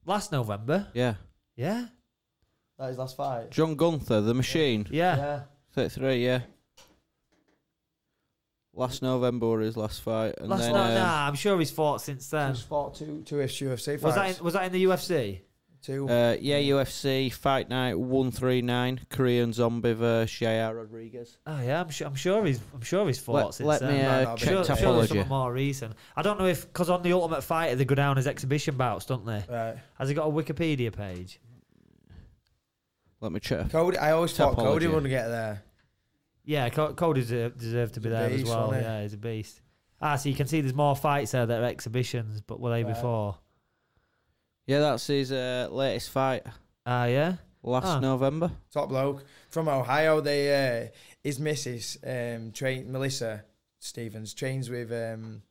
Speaker 2: Last November.
Speaker 3: Yeah.
Speaker 2: Yeah,
Speaker 4: That his last fight.
Speaker 3: John Gunther, The Machine.
Speaker 2: yeah.
Speaker 4: Yeah.
Speaker 3: 33, yeah. Last November was his last fight. And
Speaker 2: last
Speaker 3: then,
Speaker 2: no,
Speaker 3: um,
Speaker 2: nah, I'm sure he's fought since then.
Speaker 4: He's fought two two UFC fights.
Speaker 2: Was that in, was that in the UFC?
Speaker 4: two?
Speaker 3: Uh, yeah, UFC Fight Night 139, Korean Zombie versus Jair Rodriguez.
Speaker 2: Oh yeah, I'm sure. I'm sure he's. I'm sure he's fought
Speaker 3: Let,
Speaker 2: since
Speaker 3: let
Speaker 2: then.
Speaker 3: me
Speaker 4: No, no,
Speaker 3: uh,
Speaker 4: but-
Speaker 3: check
Speaker 2: sure,
Speaker 4: Check
Speaker 2: sure there's
Speaker 3: topology.
Speaker 2: something more recent. I don't know if because on the Ultimate Fighter they go down as exhibition bouts, don't they?
Speaker 4: right.
Speaker 2: Has he got a Wikipedia page?
Speaker 3: Let me check.
Speaker 4: Cody. I always thought Cody
Speaker 3: Topology.
Speaker 4: wouldn't get there.
Speaker 2: Yeah, Co- Cody deserve, deserved to be
Speaker 4: He's a
Speaker 2: there
Speaker 4: beast,
Speaker 2: as well.
Speaker 4: wasn't he?
Speaker 2: Yeah, he's a beast. Ah, so you can see there's more fights there that are exhibitions, but were they
Speaker 4: Right.
Speaker 2: before?
Speaker 3: Yeah, that's his uh, latest fight.
Speaker 2: Ah, yeah.
Speaker 3: Last
Speaker 2: Ah.
Speaker 3: November.
Speaker 4: Top bloke from Ohio. They uh, his missus um, train Melissa Stevens trains with um,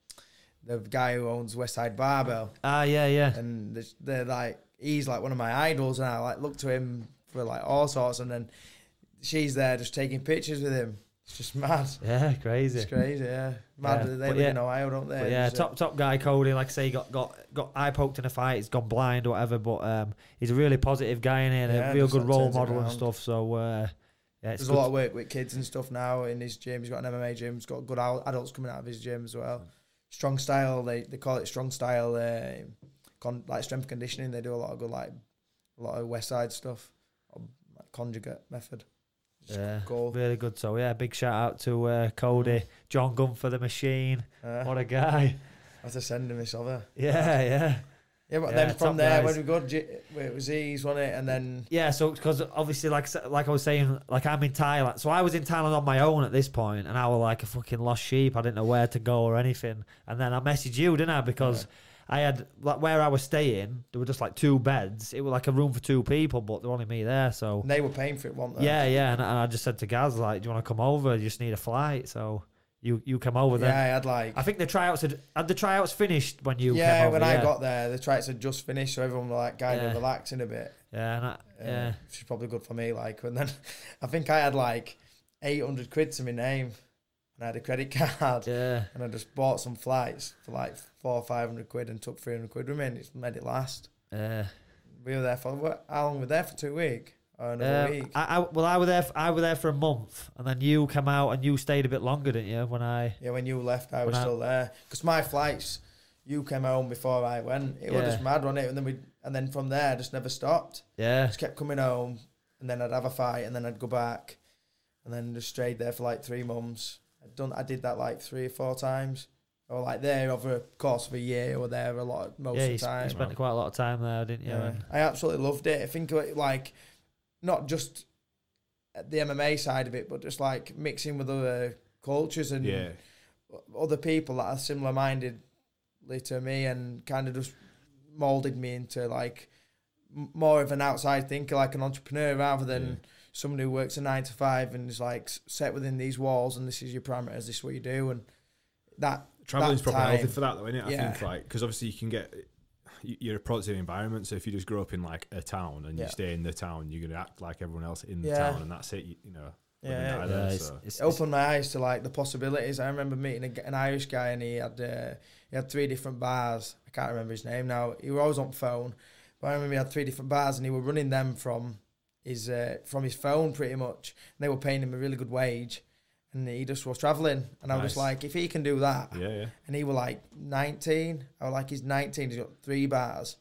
Speaker 4: the guy who owns Westside Barbell,
Speaker 2: Ah, yeah, yeah.
Speaker 4: and they're, they're like he's like one of my idols, and I like look to him for like all sorts, and then she's there just taking pictures with him. It's just mad.
Speaker 2: Yeah, crazy.
Speaker 4: It's crazy, yeah. Mad
Speaker 2: Yeah,
Speaker 4: that they
Speaker 2: but
Speaker 4: live
Speaker 2: yeah-
Speaker 4: in Ohio, don't they?
Speaker 2: But yeah,
Speaker 4: Just, uh,
Speaker 2: top top guy Cody, like I say, he got got got eye poked in a fight. He's gone blind or whatever, but um, he's a really positive guy in here, and
Speaker 4: Yeah,
Speaker 2: a real
Speaker 4: just,
Speaker 2: good
Speaker 4: like,
Speaker 2: role
Speaker 4: turns it
Speaker 2: model and
Speaker 4: around.
Speaker 2: stuff. So uh, yeah, it's
Speaker 4: There's
Speaker 2: good.
Speaker 4: a lot of work with kids and stuff now in his gym. He's got an MMA gym. He's got good al- adults coming out of his gym as well. Strong style, they, they call it strong style, uh, con- like strength conditioning. They do a lot of good, like a lot of West Side stuff, or, like conjugate method. Just
Speaker 2: Yeah,
Speaker 4: Cool.
Speaker 2: really good. So yeah, big shout out to uh, Cody,
Speaker 4: Mm.
Speaker 2: John Gunn for the machine.
Speaker 4: Uh,
Speaker 2: What a guy!
Speaker 4: I have to send him this other.
Speaker 2: Yeah, yeah,
Speaker 4: Yeah, but
Speaker 2: Yeah,
Speaker 4: then from
Speaker 2: top
Speaker 4: there,
Speaker 2: guys.
Speaker 4: when we go, to G- where it was he's won it, and then
Speaker 2: yeah. So because obviously, like I sa- like I was saying, like I'm in Thailand, so I was in Thailand on my own at this point, and I was like a fucking lost sheep. I didn't know where to go or anything. And then I messaged you, didn't I? Because I had like where I was staying, there were just like two beds. It was like a room for two people, but there were only me there. So
Speaker 4: they were paying for it, weren't they?
Speaker 2: yeah, yeah. And, and I just said to Gaz, like, do you want to come over? You just need a flight, so you you come over then.
Speaker 4: yeah, I had like
Speaker 2: I think the tryouts had, had the tryouts finished when you
Speaker 4: yeah,
Speaker 2: came over,
Speaker 4: when
Speaker 2: yeah.
Speaker 4: I got there, the tracks had just finished, so everyone were like kind
Speaker 2: Yeah.
Speaker 4: of relaxing a bit.
Speaker 2: yeah, and I,
Speaker 4: Uh,
Speaker 2: yeah.
Speaker 4: which is probably good for me. Like, and then I think I had like eight hundred quid to my name, and I had a credit card,
Speaker 2: Yeah,
Speaker 4: and I just bought some flights for like four or five hundred quid and took three hundred quid with me, and it's made it last.
Speaker 2: yeah.
Speaker 4: We were there for what, how long? We were there for two week or another
Speaker 2: Um,
Speaker 4: week.
Speaker 2: I, I, well, I were there. f I were there for a month, and then you come out and you stayed a bit longer, didn't you? When I
Speaker 4: Yeah, when you left, I was
Speaker 2: When I-
Speaker 4: still there because my flights. You came home before I went. It was
Speaker 2: Yeah.
Speaker 4: just mad on it, and then we and then from there I just never stopped.
Speaker 2: yeah,
Speaker 4: just kept coming home, and then I'd have a fight, and then I'd go back, and then just stayed there for like three months. I done, I did that like three or four times, or like there over the course of a year, or there a lot most
Speaker 2: yeah,
Speaker 4: of
Speaker 2: you,
Speaker 4: the
Speaker 2: sp- you
Speaker 4: time.
Speaker 2: spent quite a lot of time there, didn't you?
Speaker 4: Yeah.
Speaker 2: And-
Speaker 4: I absolutely loved it. I think it, like not just at the MMA side of it, but just like mixing with other cultures and
Speaker 1: Yeah.
Speaker 4: other people that are similar minded to me and kind of just molded me into like m- more of an outside thinker, like an entrepreneur rather than
Speaker 1: Yeah.
Speaker 4: someone who works a nine to five and is like s- set within these walls and this is your parameters, this is what you do. And that,
Speaker 1: Traveling's
Speaker 4: that
Speaker 1: probably healthy
Speaker 4: time.
Speaker 1: for that, though, isn't it? I
Speaker 4: Yeah.
Speaker 1: think, like, because obviously you can get, you- you're a product of the environment. So if you just grow up in, like, a town and
Speaker 4: Yeah.
Speaker 1: you stay in the town, you're going to act like everyone else in the
Speaker 4: Yeah.
Speaker 1: town, and that's it, you, you know. living
Speaker 4: Yeah,
Speaker 1: die
Speaker 2: yeah,
Speaker 1: there,
Speaker 2: it's,
Speaker 1: so.
Speaker 2: it's,
Speaker 4: it opened my eyes to like the possibilities. I remember meeting a g an Irish guy and he had uh, he had three different bars. I can't remember his name now. He was always on phone, but I remember he had three different bars and he were running them from his uh, from his phone pretty much. And they were paying him a really good wage, and he just was traveling. And I was just
Speaker 1: Nice.
Speaker 4: like, if he can do that,
Speaker 1: Yeah, yeah.
Speaker 4: and he were like 19. I was like, he's 19. He's got three bars,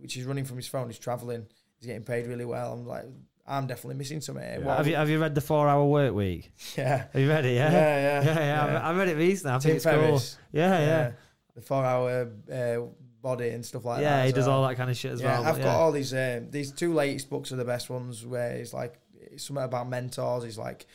Speaker 4: which he's running from his phone. He's traveling. He's getting paid really well. I'm like, I'm definitely missing something. here.
Speaker 1: Yeah.
Speaker 4: What-
Speaker 2: have you have you read the four hour work week?
Speaker 4: yeah.
Speaker 2: Have you read it?
Speaker 4: Yeah,
Speaker 2: Yeah,
Speaker 4: yeah,
Speaker 2: yeah. I, I read it recently. I think
Speaker 4: Tim
Speaker 2: it's cool.
Speaker 4: Ferriss.
Speaker 2: Yeah, yeah, yeah.
Speaker 4: yeah. The four hour uh, body and stuff like that.
Speaker 2: he
Speaker 4: as
Speaker 2: does
Speaker 4: well.
Speaker 2: all that kind of shit as
Speaker 4: yeah,
Speaker 2: well.
Speaker 4: I've
Speaker 2: but
Speaker 4: got all these um, these two latest books are the best ones where it's like it's something about mentors. It's like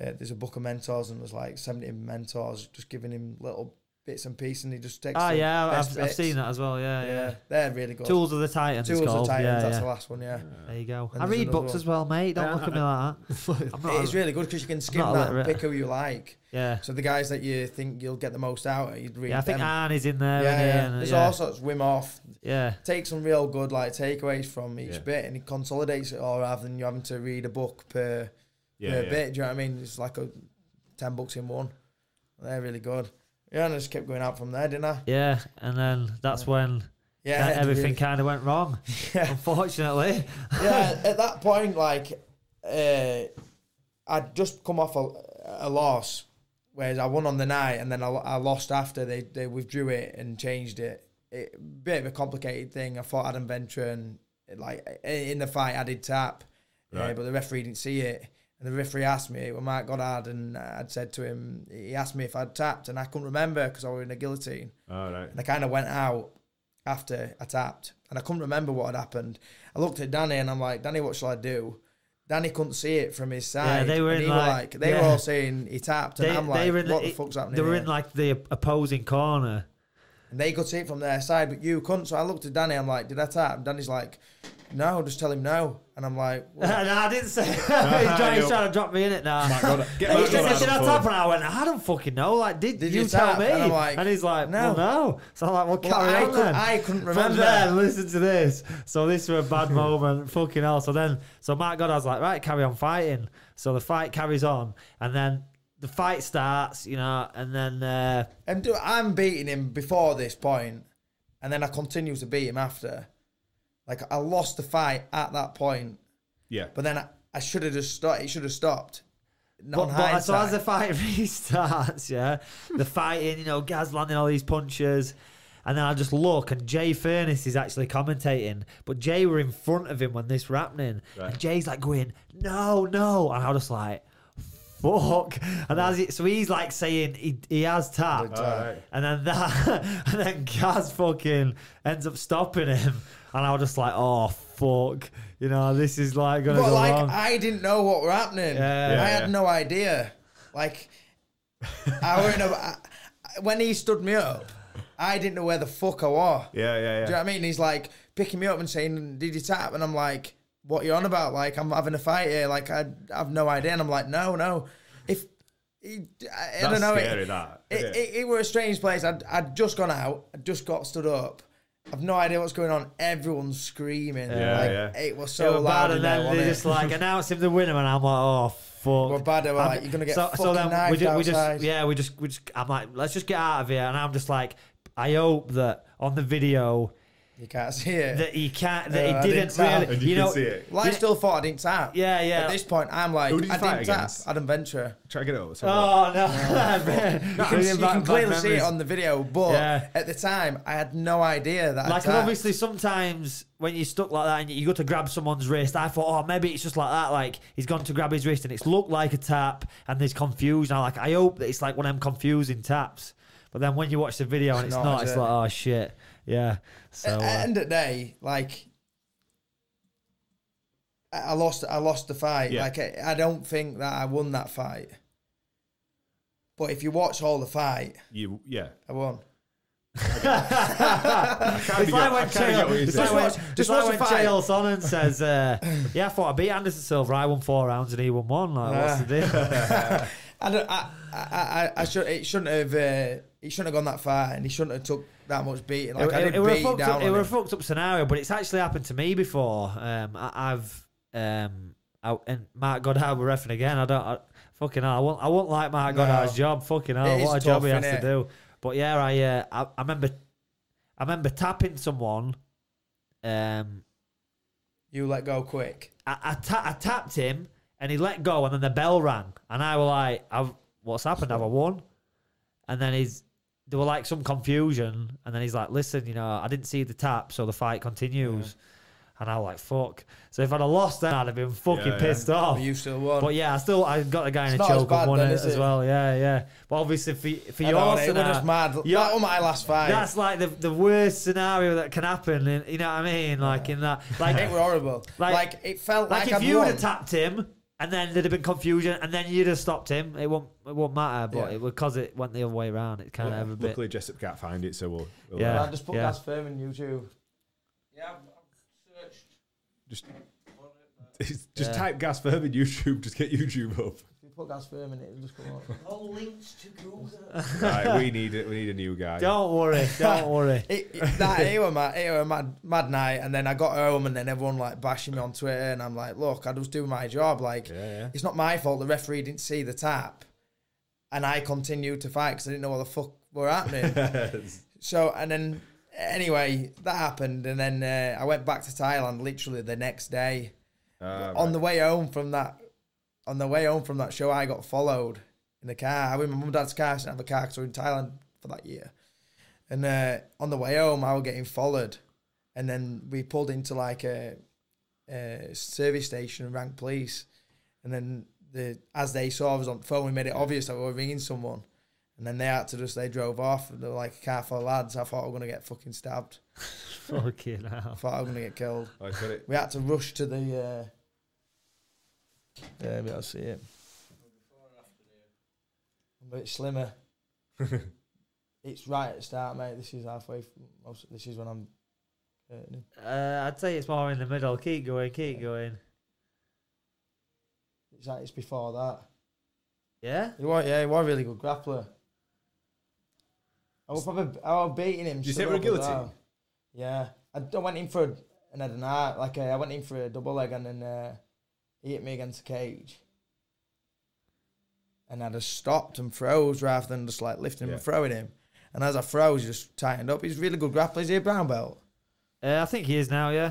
Speaker 4: uh, there's a book of mentors and there's like 70 mentors just giving him little bits and pieces, and he just takes.
Speaker 2: Ah,
Speaker 4: the
Speaker 2: yeah,
Speaker 4: best
Speaker 2: I've, I've
Speaker 4: bits.
Speaker 2: seen that as well. Yeah, yeah.
Speaker 4: they're really good.
Speaker 2: Tools of the Titans.
Speaker 4: Tools
Speaker 2: it's
Speaker 4: of
Speaker 2: called.
Speaker 4: Titans.
Speaker 2: yeah,
Speaker 4: that's
Speaker 2: yeah.
Speaker 4: the last one. Yeah,
Speaker 2: There you go.
Speaker 4: And
Speaker 2: I
Speaker 4: there's
Speaker 2: read
Speaker 4: another
Speaker 2: books
Speaker 4: one.
Speaker 2: as well, mate. Don't
Speaker 1: Yeah,
Speaker 2: look at
Speaker 1: I-
Speaker 2: me like that. I'm not.
Speaker 4: it's really good because you can skim
Speaker 2: not
Speaker 4: that, and
Speaker 2: illiterate.
Speaker 4: pick who you like.
Speaker 2: yeah.
Speaker 4: So the guys that you think you'll get the most out, of, you'd read.
Speaker 2: Yeah, I think
Speaker 4: them.
Speaker 2: Arnie's in there.
Speaker 4: yeah,
Speaker 2: isn't he?
Speaker 4: yeah.
Speaker 2: And,
Speaker 4: There's
Speaker 2: yeah.
Speaker 4: all sorts. Wim Hof
Speaker 2: yeah.
Speaker 4: take some real good like takeaways from each
Speaker 1: Yeah.
Speaker 4: bit, and it consolidates it all rather than you having to read a book per
Speaker 1: Yeah,
Speaker 4: per
Speaker 1: yeah.
Speaker 4: bit. Do you know what I mean? It's like a ten books in one. They're really good. Yeah, and I just kept going out from there, didn't I?
Speaker 2: Yeah, and then that's when
Speaker 4: Yeah,
Speaker 2: that- everything
Speaker 4: really-
Speaker 2: kind of went wrong.
Speaker 4: Yeah.
Speaker 2: Unfortunately,
Speaker 4: yeah, at that point, like, uh, I'd just come off a, a loss, whereas I won on the night and then I, I lost after they, they withdrew it and changed it. it. Bit of a complicated thing. I fought Adam Venture and, like, i- in the fight, I did tap, uh,
Speaker 1: Right.
Speaker 4: but the referee didn't see it. And the referee asked me, it was Mark Goddard, and I'd said to him, he asked me if I'd tapped, and I couldn't remember because I was in a guillotine.
Speaker 1: All right.
Speaker 4: And I kind of went out after I tapped, and I couldn't remember what had happened. I looked at Danny, and I'm like, Danny, what shall I do? Danny couldn't see it from his side.
Speaker 2: they were
Speaker 4: and
Speaker 2: in
Speaker 4: he
Speaker 2: like-
Speaker 4: they were
Speaker 2: yeah.
Speaker 4: all saying he tapped, and
Speaker 2: They-
Speaker 4: I'm
Speaker 2: they
Speaker 4: like,
Speaker 2: were in the-
Speaker 4: what the
Speaker 2: it-
Speaker 4: fuck's happening?
Speaker 2: they were in
Speaker 4: here?
Speaker 2: like the opposing corner.
Speaker 4: and they could see it from their side, but you couldn't. So I looked at Danny. I'm like, did I tap? And Danny's like, no, just tell him no. And I'm like, well,
Speaker 2: no, I didn't say. he's, trying, he's
Speaker 1: Yo.
Speaker 2: trying to drop me in it now.
Speaker 1: Mark Goddard- get
Speaker 2: And
Speaker 1: Mark
Speaker 2: he said,
Speaker 1: Goddard
Speaker 2: "Did I
Speaker 1: on the
Speaker 2: tap?"
Speaker 1: phone.
Speaker 2: And I went, "I don't fucking know. Like, did,
Speaker 4: Did
Speaker 2: you,
Speaker 4: you
Speaker 2: tell
Speaker 4: tap?
Speaker 2: me?"
Speaker 4: And I'm like,
Speaker 2: And he's like,
Speaker 4: "No."
Speaker 2: "No, no." So I'm like, "Well,
Speaker 4: Well,
Speaker 2: carry
Speaker 4: I
Speaker 2: on
Speaker 4: could-
Speaker 2: then."
Speaker 4: I couldn't
Speaker 2: From
Speaker 4: remember.
Speaker 2: there, listen to this. So this was a bad moment. Fucking hell. So then, so Mark Goddard's like, "Right, carry on fighting." So the fight carries on, and then the fight starts, you know, and then uh,
Speaker 4: and do, I'm beating him before this point, and then I continue to beat him after. Like I lost the fight at that point,
Speaker 1: Yeah.
Speaker 4: but then I, I should have just stopped. It should have stopped.
Speaker 2: But,
Speaker 4: Not on
Speaker 2: but so
Speaker 4: hindsight.
Speaker 2: as the fight restarts, yeah, the fighting, you know, Gaz landing all these punches, and then I just look, and Jay Furness is actually commentating, but Jay were in front of him when this were happening,
Speaker 1: Right.
Speaker 2: and Jay's like going, "No, no," and I was just like, "Fuck!" And as it, so he's like saying he, he has tapped,
Speaker 1: All right.
Speaker 2: and then that, and then Gaz fucking ends up stopping him, and I was just like, "Oh fuck," you know, this is like gonna
Speaker 4: But
Speaker 2: go
Speaker 4: like,
Speaker 2: wrong.
Speaker 4: I didn't know what were happening.
Speaker 2: Yeah.
Speaker 1: Yeah,
Speaker 4: I had
Speaker 1: yeah.
Speaker 4: no idea. Like, I were in a, I, when he stood me up, I didn't know where the fuck I was.
Speaker 1: Yeah, yeah, yeah.
Speaker 4: Do you know what I mean? He's like picking me up and saying, "Did you tap?" And I'm like, "What are you on about? Like, I'm having a fight here. Like, I, I have no idea." And I'm like, "No, no. If I, I
Speaker 1: That's
Speaker 4: don't know, it-
Speaker 1: scary, that.
Speaker 4: it, it, it were a strange place. I'd, I'd just gone out. I just got stood up. I've no idea what's going on. Everyone's screaming.
Speaker 1: Yeah,
Speaker 4: like,
Speaker 1: yeah.
Speaker 4: It was
Speaker 2: They
Speaker 4: so
Speaker 2: were
Speaker 4: loud.
Speaker 2: bad,
Speaker 4: in
Speaker 2: and
Speaker 4: there,
Speaker 2: then
Speaker 4: wasn't
Speaker 2: they
Speaker 4: it?
Speaker 2: just like announce him the winner, and I'm like, oh fuck.
Speaker 4: We're bad, they were
Speaker 2: I'm-
Speaker 4: like, "You're gonna get fucking
Speaker 2: we just, we
Speaker 4: knifed
Speaker 2: just,
Speaker 4: outside."
Speaker 2: yeah, we just, we just, I'm like, let's just get out of here, and I'm just like, I hope that on the video
Speaker 4: you can't see it.
Speaker 2: that he can't, that
Speaker 4: Yeah, I
Speaker 2: he
Speaker 4: didn't
Speaker 2: didn't
Speaker 4: tap.
Speaker 2: really,
Speaker 1: And
Speaker 2: you,
Speaker 1: you can
Speaker 2: know,
Speaker 1: see it.
Speaker 4: well, I still thought I didn't tap.
Speaker 2: yeah, yeah.
Speaker 4: At this point, I'm like,
Speaker 1: Who did you
Speaker 4: I
Speaker 1: fight
Speaker 4: didn't tap.
Speaker 1: against?
Speaker 4: Adam Ventura.
Speaker 1: Try to get it up. let's have a look.
Speaker 2: oh no,
Speaker 4: You can, you can clearly see it on the video, but
Speaker 2: Yeah.
Speaker 4: at the time, I had no idea that. I
Speaker 2: Like
Speaker 4: tapped.
Speaker 2: obviously, sometimes when you're stuck like that and you go to grab someone's wrist, I thought, oh, maybe it's just like that. Like he's gone to grab his wrist and it's looked like a tap, and he's confused. And I'm like, I hope that it's like one of them confusing taps. But then when you watch the video and it's
Speaker 4: not,
Speaker 2: not,
Speaker 4: is
Speaker 2: it's
Speaker 4: it?
Speaker 2: like, oh shit, yeah. So
Speaker 4: at, at
Speaker 2: uh,
Speaker 4: end of the day, like I I lost, I lost the fight.
Speaker 1: Yeah.
Speaker 4: Like I, I don't think that I won that fight. But if you watch all the fight,
Speaker 1: You, yeah.
Speaker 4: I won.
Speaker 1: Can't
Speaker 2: it's
Speaker 1: be-
Speaker 2: like
Speaker 1: I
Speaker 2: when
Speaker 1: can't get what
Speaker 2: Chael,
Speaker 1: you're
Speaker 2: it's like
Speaker 1: saying.
Speaker 2: when,
Speaker 4: Just watch-
Speaker 2: it's
Speaker 4: just
Speaker 2: like
Speaker 4: watch
Speaker 2: when
Speaker 4: the fight.
Speaker 2: Chael Sonnen says, uh, "Yeah, I thought I beat Anderson Silva. I won four rounds and he won one. Like, what's the deal?"
Speaker 4: I don't. I, I, I, I should. It shouldn't have. Uh, it shouldn't have gone that far, and he shouldn't have took that much beating. Like
Speaker 2: it,
Speaker 4: I
Speaker 2: it-
Speaker 4: did
Speaker 2: it were a
Speaker 4: beat
Speaker 2: fucked
Speaker 4: down.
Speaker 2: up, it
Speaker 4: on
Speaker 2: were a
Speaker 4: him.
Speaker 2: fucked up scenario, but it's actually happened to me before. Um, I, I've um, I, and Mark Goddard were refing again. I don't I, fucking hell. I won't. I won't like Mark
Speaker 4: No.
Speaker 2: Goddard's job. Fucking hell,
Speaker 4: It
Speaker 2: what a
Speaker 4: is
Speaker 2: job
Speaker 4: tough,
Speaker 2: he has
Speaker 4: innit?
Speaker 2: to do. But yeah, I, uh, I I remember I remember tapping someone. Um,
Speaker 4: You let go quick.
Speaker 2: I, I, ta- I tapped him and he let go and then the bell rang and I were like, I've, what's happened? Have I won? And then he's, there were like some confusion and then he's like, listen, you know, I didn't see the tap, so the fight continues. And I was like, fuck. So if I'd have lost then I'd have been fucking
Speaker 1: Yeah, yeah.
Speaker 2: pissed off.
Speaker 4: But you still won.
Speaker 2: Oh. But yeah, I still I got the guy in
Speaker 4: It's
Speaker 2: a
Speaker 4: not as
Speaker 2: choke
Speaker 4: bad
Speaker 2: and won
Speaker 4: then,
Speaker 2: it
Speaker 4: is
Speaker 2: as
Speaker 4: it?
Speaker 2: well. Yeah, yeah. But obviously for for
Speaker 4: I
Speaker 2: your
Speaker 4: know, it were just
Speaker 2: scenario,
Speaker 4: mad. That
Speaker 2: eh, your-
Speaker 4: was my last fight.
Speaker 2: that's like the the worst scenario that can happen. In, you know what I mean? Like in that, like
Speaker 4: it were horrible.
Speaker 2: Like-
Speaker 4: Like, it felt
Speaker 2: like,
Speaker 4: like,
Speaker 2: if
Speaker 4: I'd
Speaker 2: you would
Speaker 4: won.
Speaker 2: have tapped him and then there'd have been confusion, and then you'd have stopped him. It won't, it won't matter, but
Speaker 4: Yeah.
Speaker 2: it would cause it went the other way around. It kind of a bit.
Speaker 1: Luckily, Jessup can't find it, so we'll, we'll
Speaker 2: Yeah.
Speaker 4: I just put
Speaker 2: yeah.
Speaker 4: Gaz Firm in YouTube. Yeah, I've, I've searched.
Speaker 1: Just-
Speaker 4: for it, but
Speaker 1: It's- just
Speaker 2: Yeah.
Speaker 1: type Gas Firm in YouTube. Just get YouTube up.
Speaker 4: If you put Gaz Firm in it, it'll just come up.
Speaker 1: right, we need it. We need a new guy.
Speaker 2: Don't worry, don't worry.
Speaker 4: It, it- that it were mad, it were mad, mad night, and then I got home, and then everyone like bashing me on Twitter, and I'm like, look, I just do my job. Like,
Speaker 1: Yeah, yeah.
Speaker 4: it's not my fault. The referee didn't see the tap, and I continued to fight because I didn't know what the fuck were happening. So and then anyway, that happened, and then uh, I went back to Thailand literally the next day.
Speaker 1: Ah,
Speaker 4: on
Speaker 1: right.
Speaker 4: the way home from that, on the way home from that show, I got followed in the car. I was in my mum and dad's car. I didn't have a car because we were in Thailand for that year. And uh, on the way home, I was getting followed, and then we pulled into like a, a service station and rang police. And then the as they saw I was on the phone, we made it obvious that we were ringing someone. And then they had to just they drove off. And they were like a car full of lads. I thought I was gonna get fucking stabbed.
Speaker 2: Fucking
Speaker 4: I
Speaker 2: hell.
Speaker 4: thought I was gonna get killed.
Speaker 1: Oh, I got it.
Speaker 4: We had to rush to the. Uh, yeah, we will see it. I'm a bit slimmer. it's right at the start, mate. This is halfway. f- Most, this is when I'm. Hurting.
Speaker 2: Uh, I'd say it's more in the middle. Keep going, keep going.
Speaker 4: It's like it's before that.
Speaker 2: Yeah?
Speaker 4: He was, yeah, he was a really good grappler. I was probably I was beating him.
Speaker 1: Did you
Speaker 4: stood
Speaker 1: say it were a
Speaker 4: up and
Speaker 1: guillotine?
Speaker 4: down. Yeah, I, d- I went in for a, an head and heart. Like uh, I went in for a double leg, and then uh, he hit me against the cage. And I just stopped and froze rather than just like lifting him
Speaker 1: Yeah.
Speaker 4: and throwing him. And as I froze, he just tightened up. He's a really good grappler. Is he a brown belt?
Speaker 2: Uh, I think he is now, yeah?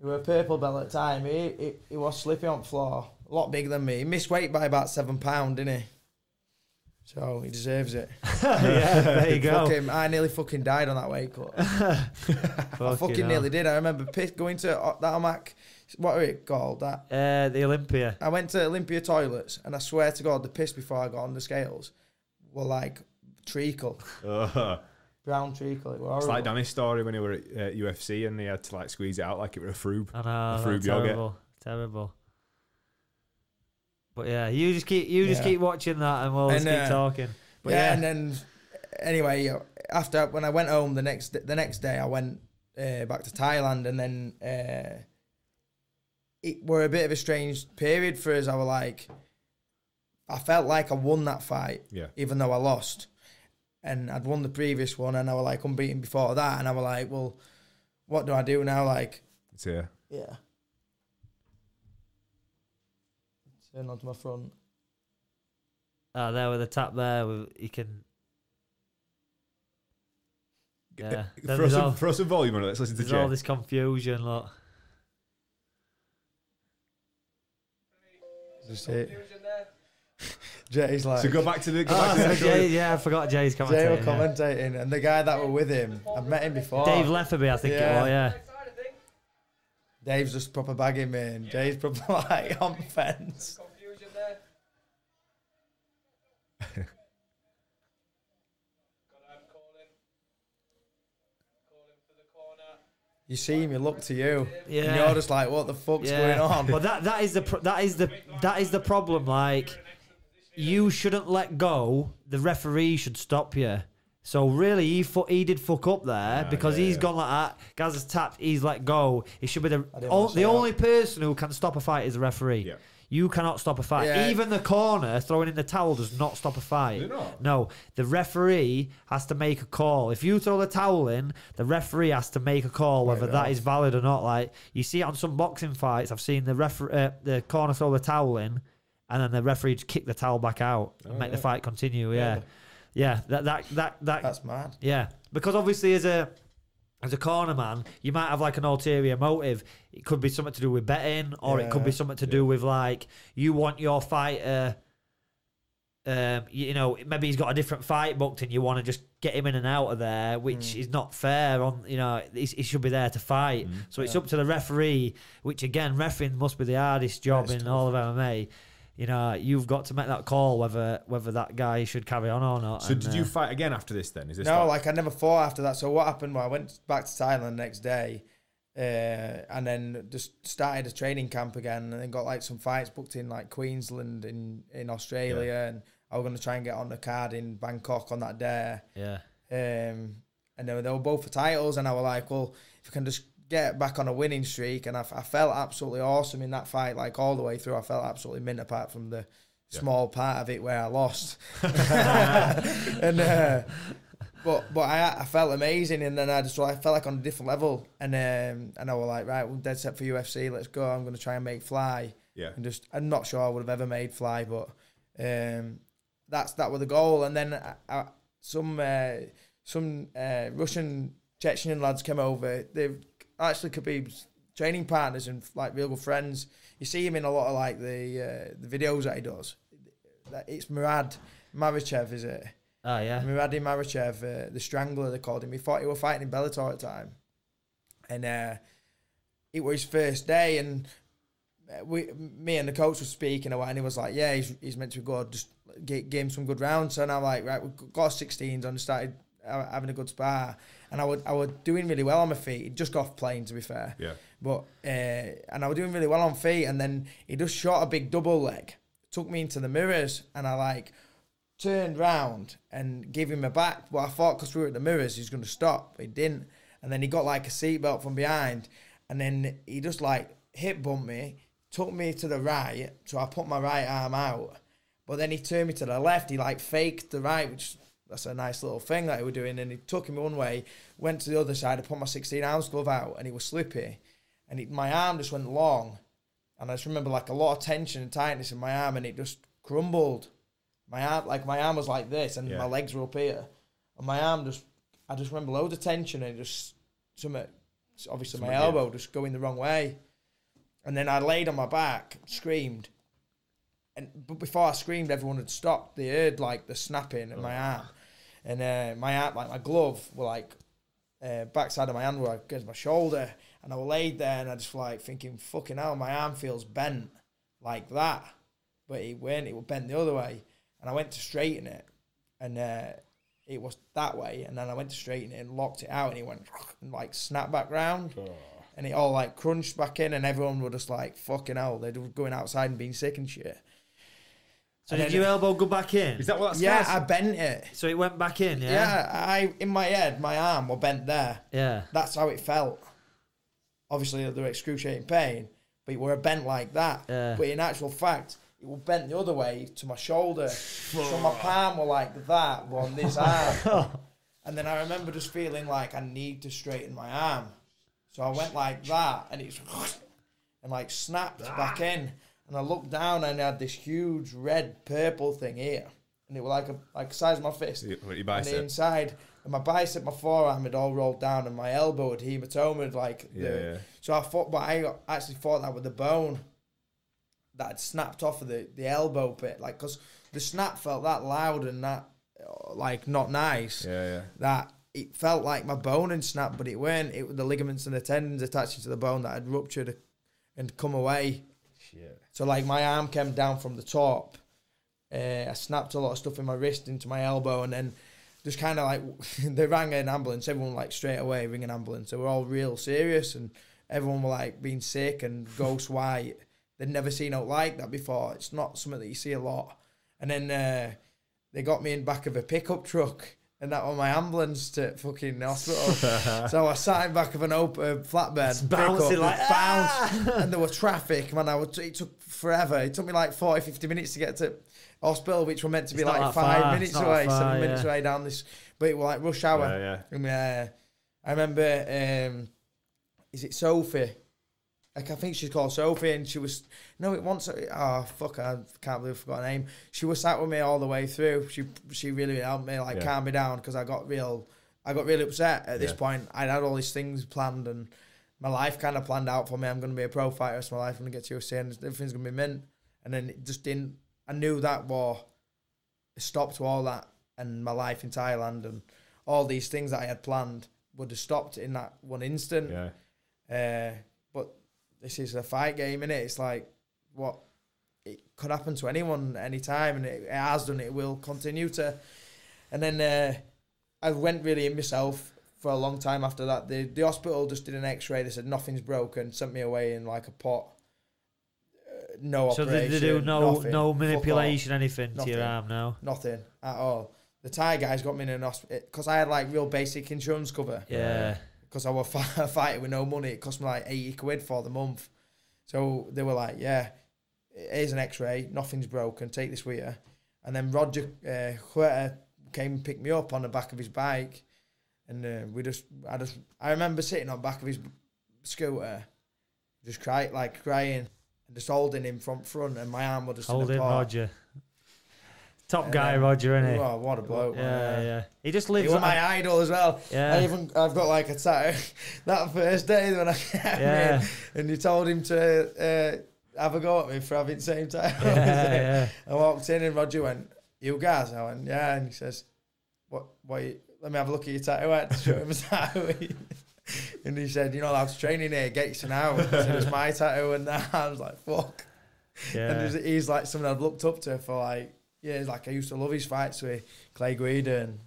Speaker 4: He was a purple belt at the time. He, he, he was slippy on the floor. A lot bigger than me. He missed weight by about seven pound, didn't he? So he deserves it.
Speaker 2: yeah, there you
Speaker 4: Fuck
Speaker 2: go.
Speaker 4: him. I nearly fucking died on that wake up. I fucking
Speaker 2: hell.
Speaker 4: nearly did. I remember piss going to uh, that Amac, what are it called? That
Speaker 2: Uh, the Olympia.
Speaker 4: I went to Olympia toilets, and I swear to God, the piss before I got on the scales were like treacle,
Speaker 1: Uh,
Speaker 4: brown treacle. It were
Speaker 1: it's
Speaker 4: horrible.
Speaker 1: like Danny's story when he were at uh, UFC and he had to like squeeze it out like it were a froob.
Speaker 2: I know.
Speaker 1: The
Speaker 2: that's
Speaker 1: Froob yogurt.
Speaker 2: terrible. Terrible. But yeah, you just keep you just
Speaker 4: Yeah.
Speaker 2: keep watching that, and we'll just
Speaker 4: And,
Speaker 2: keep
Speaker 4: uh,
Speaker 2: talking.
Speaker 4: But yeah, and then anyway, after when I went home the next the next day, I went uh, back to Thailand, and then uh, it were a bit of a strange period for us. I was like, I felt like I won that fight,
Speaker 1: Yeah.
Speaker 4: even though I lost, and I'd won the previous one, and I was like unbeaten before that, and I was like, well, what do I do now? Like,
Speaker 1: It's uh, here.
Speaker 4: yeah. Turn onto my front.
Speaker 2: Ah, there with the tap there, we- you can. Yeah, then
Speaker 1: Throw
Speaker 2: there's all,
Speaker 1: some, throw some volume on it. Let's listen to
Speaker 2: there's all
Speaker 1: Jay.
Speaker 2: this confusion. Look,
Speaker 4: Just it. Jetty's like.
Speaker 1: So go back to the. Go
Speaker 2: oh,
Speaker 1: back to the
Speaker 2: so
Speaker 1: actual-
Speaker 2: Jay, yeah, I forgot Jay's
Speaker 4: Jay were
Speaker 2: commentating. yeah.
Speaker 4: commentating, and the guy that were with him, I've met him before.
Speaker 2: Dave Lefferby, I think it
Speaker 4: Yeah.
Speaker 2: was. Yeah,
Speaker 4: Dave's just proper bagging me, and Jay's proper like on the fence. You see him, you look to you, and
Speaker 2: yeah.
Speaker 4: you're just like, "What the fuck's
Speaker 2: Yeah.
Speaker 4: going on?"
Speaker 2: But that that is the pro- that is the that is the problem. Like, you shouldn't let go. The referee should stop you. So really, he fu- he did fuck up there
Speaker 4: Ah,
Speaker 1: Yeah,
Speaker 2: because
Speaker 1: yeah,
Speaker 2: he's
Speaker 1: yeah.
Speaker 2: gone like that. Gaz has tapped. He's let go. It should be the
Speaker 4: I didn't
Speaker 2: o-
Speaker 4: wanna say
Speaker 2: the
Speaker 4: that.
Speaker 2: only person who can stop a fight is the referee.
Speaker 1: Yeah.
Speaker 2: You cannot stop a fight.
Speaker 4: Yeah.
Speaker 2: Even the corner throwing in the towel does not stop a fight.
Speaker 1: They're not.
Speaker 2: No, the referee has to make a call. If you throw the towel in, the referee has to make a call whether that is valid or not. Like you see it on some boxing fights, I've seen the refer- uh, the corner throw the towel in, and then the referee just kick the towel back out and make the fight continue. Yeah, yeah, that that that that
Speaker 4: That's mad.
Speaker 2: yeah, because obviously as a as a corner man, you might have like an ulterior motive. It could be something to do with betting, or it could be
Speaker 4: Yeah.
Speaker 2: something to do with like you want your fighter. Um, you, you know, maybe he's got a different fight booked, and you want to just get him in and out of there, which
Speaker 1: Hmm.
Speaker 2: is not fair. On you know, he, he should be there to fight.
Speaker 1: Mm-hmm.
Speaker 2: So it's up to the referee, which again, refereeing must be the hardest job in all of MMA. You know, you've got to make that call whether whether that guy should carry on or not.
Speaker 1: So
Speaker 2: and,
Speaker 1: did
Speaker 2: uh,
Speaker 1: you fight again after this? Then is this
Speaker 4: No,
Speaker 1: like-
Speaker 4: like I never fought after that. So what happened? Well, I went back to Thailand the next day. uh, and then just started a training camp again, and then got like some fights booked in like Queensland in in Australia, and I was gonna try and get on the card in Bangkok on that day.
Speaker 2: Yeah.
Speaker 4: Um, and they were, they were both for titles, and I was like, well, if I can just get back on a winning streak, and I, f- I felt absolutely awesome in that fight, like all the way through. I felt absolutely mint apart from the
Speaker 1: Yeah.
Speaker 4: small part of it where I lost. and uh, but but I, I felt amazing, and then I just I felt like on a different level, and um, and I was like, right, we're dead set for UFC. Let's go. I'm gonna try and make fly
Speaker 1: Yeah.
Speaker 4: and just I'm not sure I would have ever made fly, but um, that's that was the goal. And then I, I, some uh, some uh, Russian Chechen lads came over. They actually Khabib's training partners and like real good friends. You see him in a lot of like the uh, the videos that he does. That- It's Murad Marachev, is it?
Speaker 2: Oh yeah.
Speaker 4: Muradi Marachev, uh, the Strangler, they called him. He thought he was fighting in Bellator at the time, and uh, it was his first day. And uh, we, me and the coach were speaking, and he was like, "Yeah, he's, he's meant to be good. Just get, give him some good rounds." So now, like, right, we got our 16s on, and started uh, having a good spar, and I was I was doing really well on my feet. He'd just got off plane, to be fair,
Speaker 1: Yeah.
Speaker 4: but uh, and I was doing really well on feet, and then he just shot a big double leg, took me into the mirrors, and I like turned round and gave him a back. But I thought because we were at the mirrors, he was going to stop. He didn't, and then he got like a seatbelt from behind, and then he just like hip bumped me, took me to the right, so I put my right arm out, but then he turned me to the left. He like faked the right, which that's a nice little thing that he was doing, and he took him one way, went to the other side, I put my 16 ounce glove out, and it was slippy, and it, my arm just went long. And I just remember like a lot of tension and tightness in my arm, and it just crumbled. My arm, like my arm was like this, and
Speaker 1: Yeah.
Speaker 4: my legs were up here, and my arm just, I just remember loads of tension and just some, obviously my
Speaker 1: Something, yeah.
Speaker 4: elbow just going the wrong way, and then I laid on my back, screamed, and but before I screamed, everyone had stopped. They heard like the snapping in my arm, and uh, my arm, like my glove, were like uh, backside of my hand were against my shoulder, and I was laid there, and I just like thinking, fucking hell, my arm feels bent like that, but it went, it was bent the other way, and I went to straighten it, and uh, it was that way, and then I went to straighten it and locked it out, and it went and like snapped back round. And it all like crunched back in, and everyone were just like, fucking hell, they were going outside and being sick and shit.
Speaker 2: So
Speaker 4: And
Speaker 2: did
Speaker 4: then-
Speaker 2: your elbow go back in?
Speaker 1: Is that what that's
Speaker 4: Yeah, I bent it.
Speaker 2: so it went back in.
Speaker 4: Yeah.
Speaker 2: Yeah.
Speaker 4: I in my head, my arm were bent there.
Speaker 2: Yeah.
Speaker 4: That's how it felt. Obviously, they were excruciating pain, but it were bent like that.
Speaker 2: Yeah.
Speaker 4: But in actual fact, it was bent the other way to my shoulder, so my palm were like that on this
Speaker 2: Oh.
Speaker 4: arm. and then I remember just feeling like I need to straighten my arm, so I went like that, and it's and like snapped back in. And I looked down and I had this huge red purple thing here, and it was like a like the size of my fist
Speaker 1: What your
Speaker 4: on the
Speaker 1: bicep?
Speaker 4: inside. And my bicep, my forearm had all rolled down, and my elbow had hematoma. Like, the,
Speaker 1: Yeah, yeah.
Speaker 4: so I thought, but I actually thought that with the bone that had snapped off of the, the elbow bit, like, because the snap felt that loud and that, uh, like, not nice
Speaker 1: Yeah, yeah.
Speaker 4: that it felt like my bone had snapped, but it weren't. It was the ligaments and the tendons attaching to the bone that had ruptured and come away.
Speaker 1: Shit.
Speaker 4: So like my arm came down from the top. Uh, I snapped a lot of stuff in my wrist into my elbow, and then just kind of like they rang an ambulance. Everyone like straight away ring an ambulance. They were all real serious, and everyone were like being sick and ghost white. They'd never seen out like that before. It's not something that you see a lot. And then uh, they got me in back of a pickup truck, and that was my ambulance to fucking hospital. so I sat in back of an open uh, flatbed,
Speaker 2: It's bouncing
Speaker 4: pickup,
Speaker 2: like, ah!
Speaker 4: just bounced, and there was traffic. Man, I would, it took forever. It took me like 40, 50 minutes to get to hospital, which were meant to be
Speaker 2: It's not
Speaker 4: like
Speaker 2: that
Speaker 4: five
Speaker 2: far.
Speaker 4: minutes
Speaker 2: It's not that
Speaker 4: away,
Speaker 2: far,
Speaker 4: seven minutes
Speaker 2: yeah.
Speaker 4: away down this. But it was like rush hour.
Speaker 1: Yeah, yeah.
Speaker 4: And, uh, I remember, um, is it Sophie? Like, I think she's called Sophie, and she was no, it once. Oh fuck, I can't believe I forgot her name. She was sat with me all the way through. She she really helped me, like
Speaker 1: Yeah.
Speaker 4: calm me down because I got real, I got really upset at this
Speaker 1: Yeah.
Speaker 4: point. I had all these things planned and my life kind of planned out for me. I'm gonna be a pro fighter, it's my life. I'm gonna get to UFC, and everything's gonna be mint. And then it just didn't. I knew that war stopped to all that, and my life in Thailand and all these things that I had planned would have stopped in that one instant.
Speaker 1: Yeah.
Speaker 4: Uh, but this is a fight game, innit? It's like what it could happen to anyone at any time, and it, it has done. It will continue to. And then uh, I went really in myself for a long time after that. The the hospital just did an X-ray. They said nothing's broken. Sent me away in like a pot. Uh, no
Speaker 2: So they,
Speaker 4: operation.
Speaker 2: they do no
Speaker 4: nothing,
Speaker 2: no
Speaker 4: fuck all,
Speaker 2: manipulation, anything to your
Speaker 4: Nothing.
Speaker 2: arm now.
Speaker 4: Nothing at all. The Thai guys got me in an hospital because I had like real basic insurance cover
Speaker 2: Yeah.
Speaker 4: because I was fi- fighting with no money. It cost me like 80 quid for the month. So they were like, yeah, here's an x-ray. Nothing's broken. Take this with you. And then Roger uh, Huerta came and picked me up on the back of his bike. And uh, we just, I just, I remember sitting on the back of his b- scooter, just crying, like crying, and just holding him front front, and my arm was just
Speaker 2: Hold him,
Speaker 4: in a pot.
Speaker 2: Roger. Top
Speaker 4: And
Speaker 2: guy,
Speaker 4: then-
Speaker 2: Roger, isn't he?
Speaker 4: Oh, what a bloke!
Speaker 2: yeah,
Speaker 4: man.
Speaker 2: yeah. He just
Speaker 4: He
Speaker 2: lives.
Speaker 4: was my
Speaker 2: on-
Speaker 4: idol as well. I
Speaker 2: Yeah,
Speaker 4: even I've got like a tattoo. that first day when I came
Speaker 2: yeah,
Speaker 4: in, and you told him to uh, have a go at me for having the same tattoo.
Speaker 2: yeah, yeah.
Speaker 4: I walked in and Roger went, "You guys?" I went, "Yeah," and he says, "What? What? You, let me have a look at your tattoo." I had to show him a tattoo. and he said, "You're not allowed to train in here. Get you an hour." He said, "It's my tattoo," and that I was like, "Fuck." And
Speaker 2: yeah.
Speaker 4: he's, he's like someone I've looked up to for like years. Like I used to love his fights with Clay Guida, and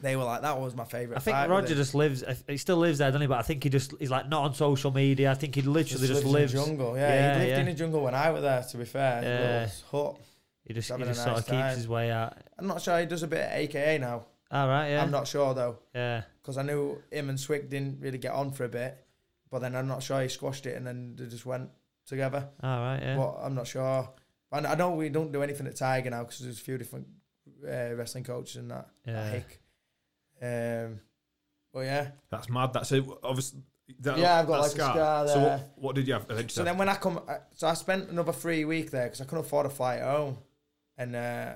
Speaker 4: they were like that was my favorite.
Speaker 2: I think
Speaker 4: fight with
Speaker 2: Roger
Speaker 4: him.
Speaker 2: just lives. He still lives there, doesn't he? But I think he just he's like not on social media. I think he literally just, lives.
Speaker 4: in the jungle. Yeah,
Speaker 2: Yeah,
Speaker 4: he lived
Speaker 2: yeah.
Speaker 4: in the jungle when I was there. To be fair,
Speaker 2: Yeah.
Speaker 4: yeah. hut.
Speaker 2: He just, he
Speaker 4: having a
Speaker 2: just sort
Speaker 4: nice
Speaker 2: of keeps
Speaker 4: time.
Speaker 2: his way out.
Speaker 4: I'm not sure he does a bit of AKA now.
Speaker 2: All right, yeah,
Speaker 4: I'm not sure though,
Speaker 2: yeah,
Speaker 4: because I knew him and Swick didn't really get on for a bit, but then I'm not sure he squashed it and then they just went together.
Speaker 2: all right, yeah.
Speaker 4: But I'm not sure. And I know we don't do anything at Tiger now because there's a few different uh, wrestling coaches and that.
Speaker 2: Yeah.
Speaker 4: that hick. Um, but yeah,
Speaker 1: That's mad. That's it. Obviously, that,
Speaker 4: Yeah, I've got
Speaker 1: that
Speaker 4: like a scar
Speaker 1: So
Speaker 4: there.
Speaker 1: what, what did you have? Uh,
Speaker 4: So then when I come, I- so I spent another three week there because I couldn't afford a flight home, and uh,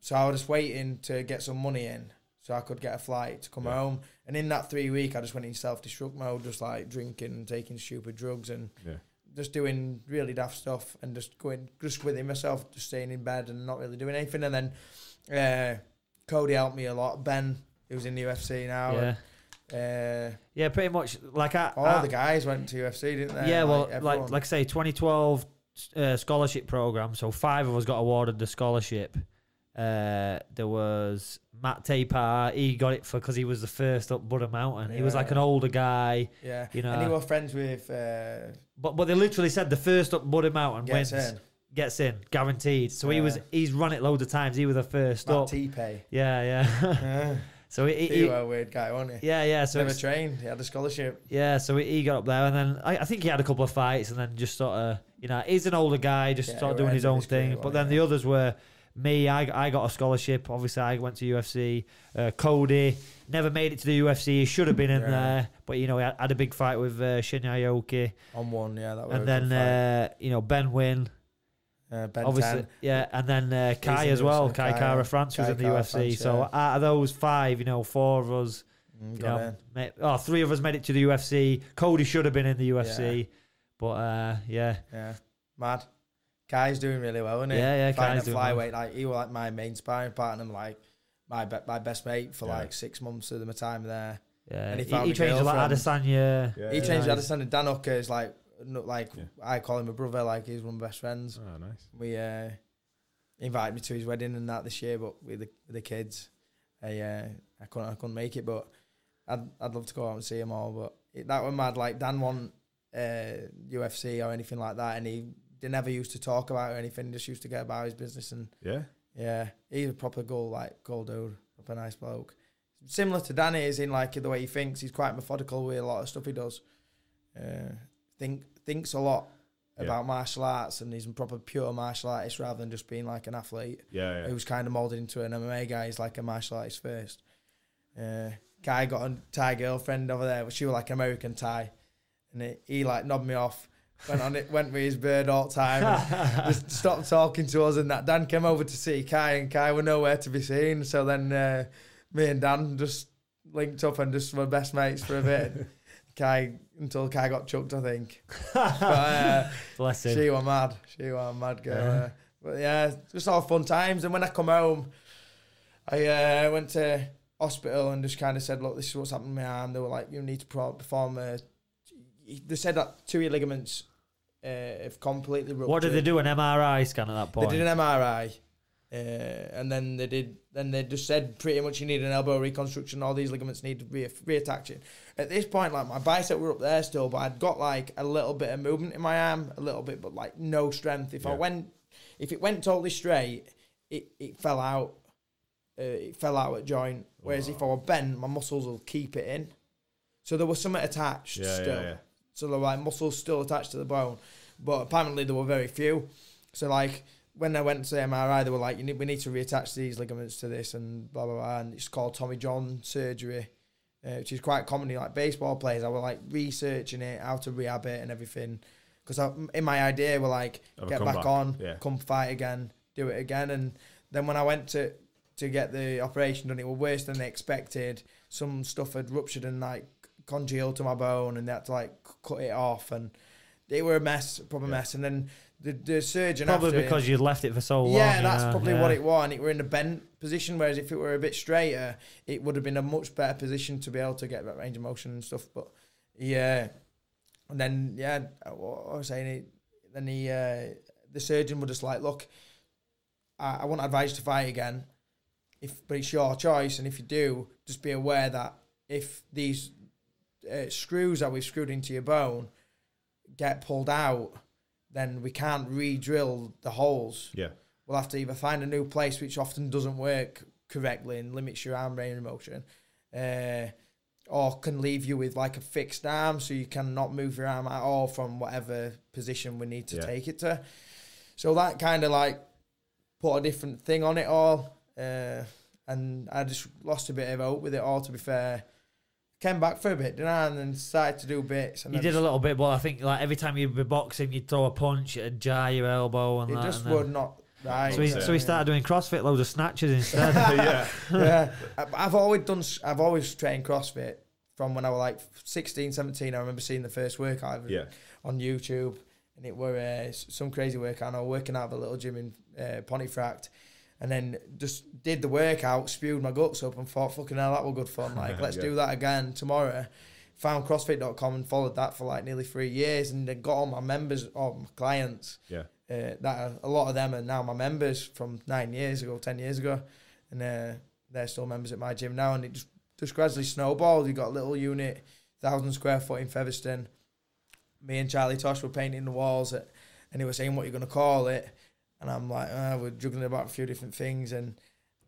Speaker 4: so I was just waiting to get some money in so I could get a flight to come
Speaker 1: Yeah.
Speaker 4: home. And in that three week, I just went in self destruct mode, just like drinking and taking stupid drugs and
Speaker 1: Yeah.
Speaker 4: just doing really daft stuff and just going just within myself, just staying in bed and not really doing anything. And then uh, Cody helped me a lot. Ben, who's in the UFC now,
Speaker 2: yeah,
Speaker 4: and, uh,
Speaker 2: yeah. Pretty much like I.
Speaker 4: all
Speaker 2: I-
Speaker 4: the guys went to UFC, didn't they?
Speaker 2: Ah. yeah, well,
Speaker 4: everyone.
Speaker 2: like like I say, 2012 uh, scholarship program. So five of us got awarded the scholarship. Uh, there was Matt Tapar. He got it for because he was the first up Buddha Mountain. He was like an
Speaker 4: Yeah.
Speaker 2: older guy,
Speaker 4: yeah.
Speaker 2: you
Speaker 4: And he
Speaker 2: know.
Speaker 4: was friends with uh,
Speaker 2: But but they literally said the first up Buddha Mountain
Speaker 4: Gets
Speaker 2: wins,
Speaker 4: in.
Speaker 2: gets in, guaranteed. So he was
Speaker 4: Yeah.
Speaker 2: he's run it loads of times. He was the first
Speaker 4: Matt
Speaker 2: up.
Speaker 4: Tipe.
Speaker 2: yeah, yeah.
Speaker 4: Yeah.
Speaker 2: so he, he,
Speaker 4: He
Speaker 2: he-
Speaker 4: was a weird guy, wasn't he?
Speaker 2: yeah, yeah. So
Speaker 4: Never
Speaker 2: it's-
Speaker 4: trained. He had a scholarship.
Speaker 2: Yeah, so he- he got up there, and then I, I think he had a couple of fights, and then just sort of, you know, he's an older guy, just
Speaker 4: Yeah,
Speaker 2: sort of
Speaker 4: he
Speaker 2: doing his
Speaker 4: ended
Speaker 2: own
Speaker 4: his career,
Speaker 2: thing. But
Speaker 4: wasn't
Speaker 2: then
Speaker 4: he?
Speaker 2: the others were me. I, I got a scholarship. Obviously, I went to UFC. Uh, Cody never made it to the UFC. He should have been in
Speaker 4: Yeah.
Speaker 2: there, but you know, he had, had a big fight with uh, Shinya Aoki,
Speaker 4: On one, yeah, that was.
Speaker 2: and then uh, you know Ben Wynn,
Speaker 4: uh, Ben
Speaker 2: obviously,
Speaker 4: 10.
Speaker 2: yeah, and then uh,
Speaker 4: in
Speaker 2: Kai
Speaker 4: the
Speaker 2: as well.
Speaker 4: UFC,
Speaker 2: Kai
Speaker 4: Kai,
Speaker 2: Kara
Speaker 4: yeah.
Speaker 2: France was
Speaker 4: Kai
Speaker 2: in the
Speaker 4: Kara
Speaker 2: UFC.
Speaker 4: France,
Speaker 2: so
Speaker 4: yeah.
Speaker 2: out of those five, you know, four of us
Speaker 4: Mm,
Speaker 2: you
Speaker 4: got
Speaker 2: know,
Speaker 4: in.
Speaker 2: mate, oh, three of us made it to the UFC. Cody should have been in the UFC, but uh, yeah,
Speaker 4: Yeah, mad. Kai's doing really well, isn't he?
Speaker 2: Yeah, yeah,
Speaker 4: Fighting
Speaker 2: Kai's
Speaker 4: at
Speaker 2: doing well.
Speaker 4: flyweight, like he was like my main sparring partner, like my be- my best mate for
Speaker 1: Yeah.
Speaker 4: like six months of my time there.
Speaker 2: yeah.
Speaker 4: And
Speaker 2: He, he,
Speaker 4: he found a
Speaker 2: trains a lot.
Speaker 4: girlfriend.
Speaker 2: Adesanya.
Speaker 1: Yeah,
Speaker 4: he
Speaker 1: yeah.
Speaker 4: changed
Speaker 2: yeah.
Speaker 4: the understanding. Dan Hooker is like, no, like
Speaker 1: Yeah.
Speaker 4: I call him a brother. Like he's one of my best friends.
Speaker 1: Oh, nice.
Speaker 4: We uh, he invited me to his wedding and that this year, but with the with the kids, I uh, I couldn't I couldn't make it. But I'd I'd love to go out and see them all. But it, that one mad like Dan won uh, UFC or anything like that, and he they never used to talk about it or anything. Just used to get about his business and
Speaker 1: Yeah.
Speaker 4: yeah, he's a proper goal like gold dude, proper nice bloke. Similar to Danny is in like the way he thinks. He's quite methodical with a lot of stuff he does. Uh, think thinks a lot
Speaker 1: Yeah.
Speaker 4: about martial arts and he's a proper pure martial artist rather than just being like an athlete
Speaker 1: Yeah.
Speaker 4: who
Speaker 1: Yeah.
Speaker 4: was kind of molded into an MMA guy. He's like a martial artist first. Uh, guy got a Thai girlfriend over there, but she was like American Thai, and he, he like nodded me off. Went on it, went with his bird all time. and just stopped talking to us, and that Dan came over to see Kai, and Kai were nowhere to be seen. So then uh, me and Dan just linked up and just were best mates for a bit. Kai until Kai got chucked, I think. But, uh,
Speaker 2: Bless him.
Speaker 4: she were mad. She were a mad girl.
Speaker 2: Yeah.
Speaker 4: yeah. But yeah, just all fun times. And when I come home, I uh, went to hospital and just kind of said, look, this is what's happened to my arm. They were like, you need to pro- perform a... They said that two of your ligaments uh, have completely ruptured.
Speaker 2: what did they do? An MRI scan at that
Speaker 4: They
Speaker 2: point.
Speaker 4: did an MRI. Uh, Uh, and then they did. Then they just said pretty much you need an elbow reconstruction. All these ligaments need to be reattaching. At this point, like my bicep were up there still, but I'd got like a little bit of movement in my arm, a little bit, but like no strength. If I
Speaker 1: Yeah.
Speaker 4: went, if it went totally straight, it, it fell out. Uh, it fell out at joint. Whereas if I were bent, my muscles will keep it in. So there was something attached
Speaker 1: Yeah,
Speaker 4: still.
Speaker 1: yeah, yeah.
Speaker 4: So the like muscles still attached to the bone, but apparently there were very few. So like when they went to the MRI, they were like, "You need, we need to reattach these ligaments to this," and blah blah blah. And it's called Tommy John surgery, uh, which is quite commonly like baseball players. I were like researching it, how to rehab it, and everything. Because in my idea, we're like,
Speaker 1: Have a
Speaker 4: get back
Speaker 1: comeback,
Speaker 4: on,
Speaker 1: yeah.
Speaker 4: come fight again, do it again. And then when I went to to get the operation done, it was worse than they expected. Some stuff had ruptured and like congealed to my bone, and they had to like c- cut it off, and they were a mess, proper
Speaker 1: Yeah.
Speaker 4: mess. And then the the surgeon
Speaker 2: Probably
Speaker 4: after it-
Speaker 2: because you left it for so long.
Speaker 4: yeah,
Speaker 2: you
Speaker 4: that's
Speaker 2: know,
Speaker 4: probably
Speaker 2: yeah.
Speaker 4: what it was. And it were in a bent position, whereas if it were a bit straighter, it would have been a much better position to be able to get that range of motion and stuff. But yeah, and then yeah, what I was saying, it, then he, uh, the surgeon would just like, look, I, I won't advise you to fight again, if but it's your choice, and if you do, just be aware that if these uh, screws that we've screwed into your bone get pulled out, then we can't re-drill the holes
Speaker 1: Yeah.
Speaker 4: we'll have to either find a new place, which often doesn't work correctly and limits your arm range of motion, uh, or can leave you with like a fixed arm so you cannot move your arm at all from whatever position we need to
Speaker 1: Yeah.
Speaker 4: take it to. So that kind of like put a different thing on it all, uh, and I just lost a bit of hope with it all. To be fair, came back for a bit, didn't I? And then started to do bits. And
Speaker 2: You
Speaker 4: then
Speaker 2: did a little bit, but I think like every time you'd be boxing, you'd throw a punch, it'd jar your elbow, and
Speaker 4: It
Speaker 2: that.
Speaker 4: just
Speaker 2: and then-
Speaker 4: would not. Right.
Speaker 2: So he,
Speaker 1: Yeah.
Speaker 2: so he started doing CrossFit, loads of snatches instead.
Speaker 1: yeah.
Speaker 4: yeah, I- I've always done. s- I've always trained CrossFit from when I was like 16, 17. I remember seeing the first workout of it
Speaker 1: Yeah.
Speaker 4: on YouTube, and it were uh, s- some crazy workout. And I was working out of a little gym in uh, Pontefract, and then just did the workout, spewed my guts up, and thought, "Fucking hell, that was good fun. Like, let's
Speaker 1: Yeah.
Speaker 4: do that again tomorrow." Found CrossFit.com and followed that for like nearly three years, and then got all my members, all my clients.
Speaker 1: Yeah.
Speaker 4: Uh, that a lot of them are now my members from nine years ago, ten years ago, and uh, they're still members at my gym now. And it just just gradually snowballed. You got a little unit, thousand square foot in Featherstone. Me and Charlie Tosh were painting the walls, at, and he was saying what you're gonna call it, and I'm like, uh, we're juggling about a few different things, and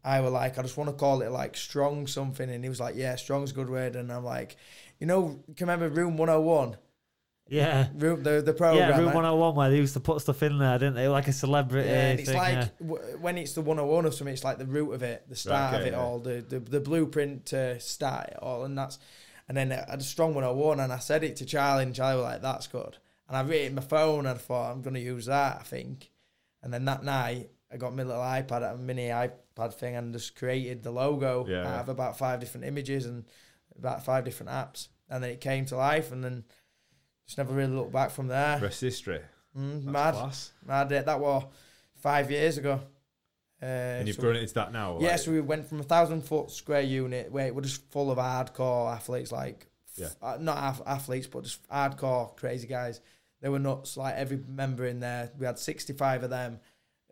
Speaker 4: I were like, I just want to call it like strong something, and he was like, yeah, strong's a good word, and I'm like, you know, can you remember room 101,
Speaker 2: yeah.
Speaker 4: room the the
Speaker 2: Yeah,
Speaker 4: program,
Speaker 2: Room
Speaker 1: eh?
Speaker 4: like-
Speaker 2: 101 where they used to put stuff in there, didn't they? Like a celebrity
Speaker 4: Yeah, and it's
Speaker 2: thing.
Speaker 4: like
Speaker 2: yeah.
Speaker 4: w- when it's the 101 or something, it's like the root of it, the start
Speaker 1: okay,
Speaker 4: of it
Speaker 1: yeah.
Speaker 4: all, the, the the blueprint to start it all, and that's. And then I had a strong 101, and I said it to Charlie, and Charlie was like, "That's good." And I wrote it in my phone, and I thought, "I'm gonna use that," I think. And then that night, I got my little iPad, a mini iPad thing, and just created the logo
Speaker 1: Yeah,
Speaker 4: out
Speaker 1: yeah.
Speaker 4: of about five different images and about five different apps, and then it came to life, and then just never really looked back from there.
Speaker 1: Rest history.
Speaker 4: Mm,
Speaker 1: That's
Speaker 4: mad.
Speaker 1: class.
Speaker 4: I did that was five years ago. Uh,
Speaker 1: And you've
Speaker 4: so-
Speaker 1: grown it into that now. like-
Speaker 4: yeah, so we went from a thousand foot square unit where it was just full of hardcore athletes, like
Speaker 1: Yeah.
Speaker 4: uh, not af- athletes, but just hardcore crazy guys. They were nuts. Like every member in there, we had sixty five of them,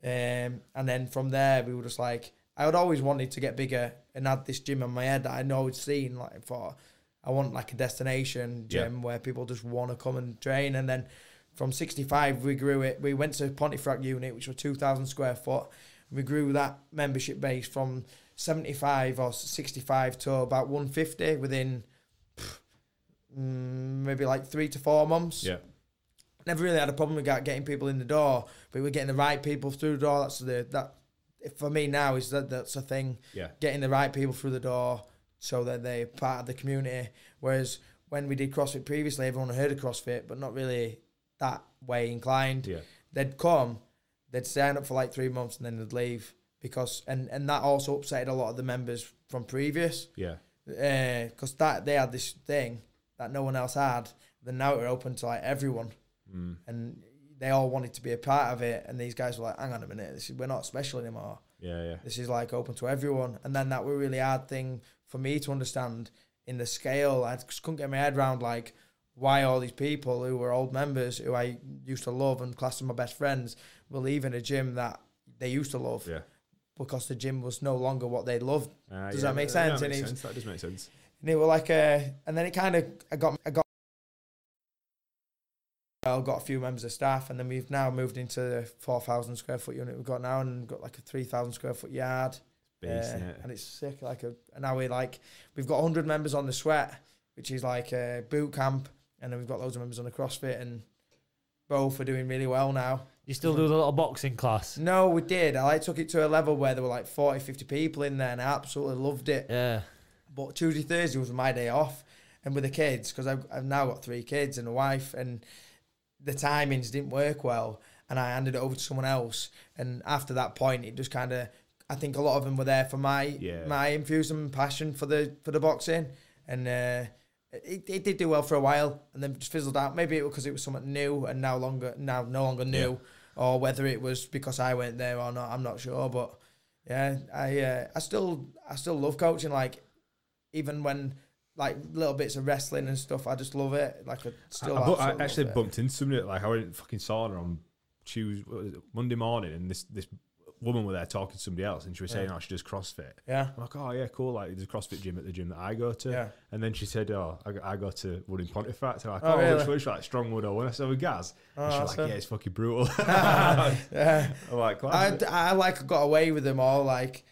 Speaker 4: um, and then from there we were just like, I had always wanted to get bigger and had this gym in my head that I know I'd seen like for. I want like a destination
Speaker 1: Yeah.
Speaker 4: gym where people just want to come and train, and then from 65 we grew it we went to Pontefract unit which was 2000 square foot we grew that membership base from 75 or 65 to about 150 within pff, mm, maybe like three to four months
Speaker 1: Yeah.
Speaker 4: never really had a problem with get- getting people in the door but we're getting the right people through the door that's the that for me now is that that's a thing
Speaker 1: Yeah.
Speaker 4: getting the right people through the door so that they're part of the community. Whereas when we did CrossFit previously, everyone heard of CrossFit, but not really that way inclined.
Speaker 1: Yeah.
Speaker 4: They'd come, they'd sign up for like three months and then they'd leave because, and, and that also upset a lot of the members from previous
Speaker 1: Yeah.
Speaker 4: because that they had this thing that no one else had. Then now it open to like everyone,
Speaker 1: Mm.
Speaker 4: and they all wanted to be a part of it. And these guys were like, "Hang on a minute, this is, we're not special anymore."
Speaker 1: Yeah. Yeah.
Speaker 4: this is like open to everyone. And then that were a really hard thing for me to understand in the scale. I just couldn't get my head around like why all these people who were old members who I used to love and classed as my best friends were leaving a gym that they used to love
Speaker 1: Yeah.
Speaker 4: because the gym was no longer what they loved.
Speaker 1: Uh,
Speaker 4: Does that make sense?
Speaker 1: That,
Speaker 4: And
Speaker 1: makes
Speaker 4: it's-
Speaker 1: sense. that does make sense.
Speaker 4: And they were like, uh, and then it kind of, I got, I got, well, got a few members of staff, and then we've now moved into the 4,000 square foot unit we've got now, and got like a 3,000 square foot yard.
Speaker 1: Based,
Speaker 4: uh,
Speaker 1: innit?
Speaker 4: and it's sick. Like, a, and now we like, we've got 100 members on the sweat, which is like a boot camp, and then we've got loads of members on the CrossFit, and both are doing really well now.
Speaker 2: You still do the little boxing class.
Speaker 4: No, we did. I like, took it to a level where there were like 40, 50 people in there, and I absolutely loved it.
Speaker 2: Yeah.
Speaker 4: But Tuesday, Thursday was my day off, and with the kids, because I've, I've now got three kids and a wife, and the timings didn't work well, and I handed it over to someone else. And after that point, it just kind of, I think a lot of them were there for my
Speaker 1: Yeah.
Speaker 4: my infusion and passion for the for the boxing, and uh, it, it did do well for a while, and then just fizzled out. Maybe it was because it was something new and now longer now no longer new, or whether it was because I went there or not, I'm not sure, but. Yeah, I uh, I still I still love coaching. Like even when like little bits of wrestling and stuff, I just love it. Like I still
Speaker 1: I, bu- I
Speaker 4: absolutely
Speaker 1: actually
Speaker 4: love it.
Speaker 1: bumped into somebody at, like I went in fucking sauna on Tuesday, what was it, Monday morning, and this this woman were there talking to somebody else, and she was saying, "Oh, she does CrossFit."
Speaker 4: Yeah,
Speaker 1: I'm like, "Oh yeah, cool." Like there's a CrossFit gym at the gym that I go to,
Speaker 4: Yeah.
Speaker 1: and then she said, "Oh, I, go- I go to Wood in Pontefract." So I'm like,
Speaker 4: Oh,
Speaker 1: "Oh, which
Speaker 4: really? Oh,
Speaker 1: one's like Strongwood or one?" I said, "With Gaz," and she was like,
Speaker 4: awesome.
Speaker 1: "Yeah, it's fucking brutal."
Speaker 4: yeah.
Speaker 1: I'm like,
Speaker 4: I,
Speaker 1: "Class."
Speaker 4: d- I, like got away with them all. Like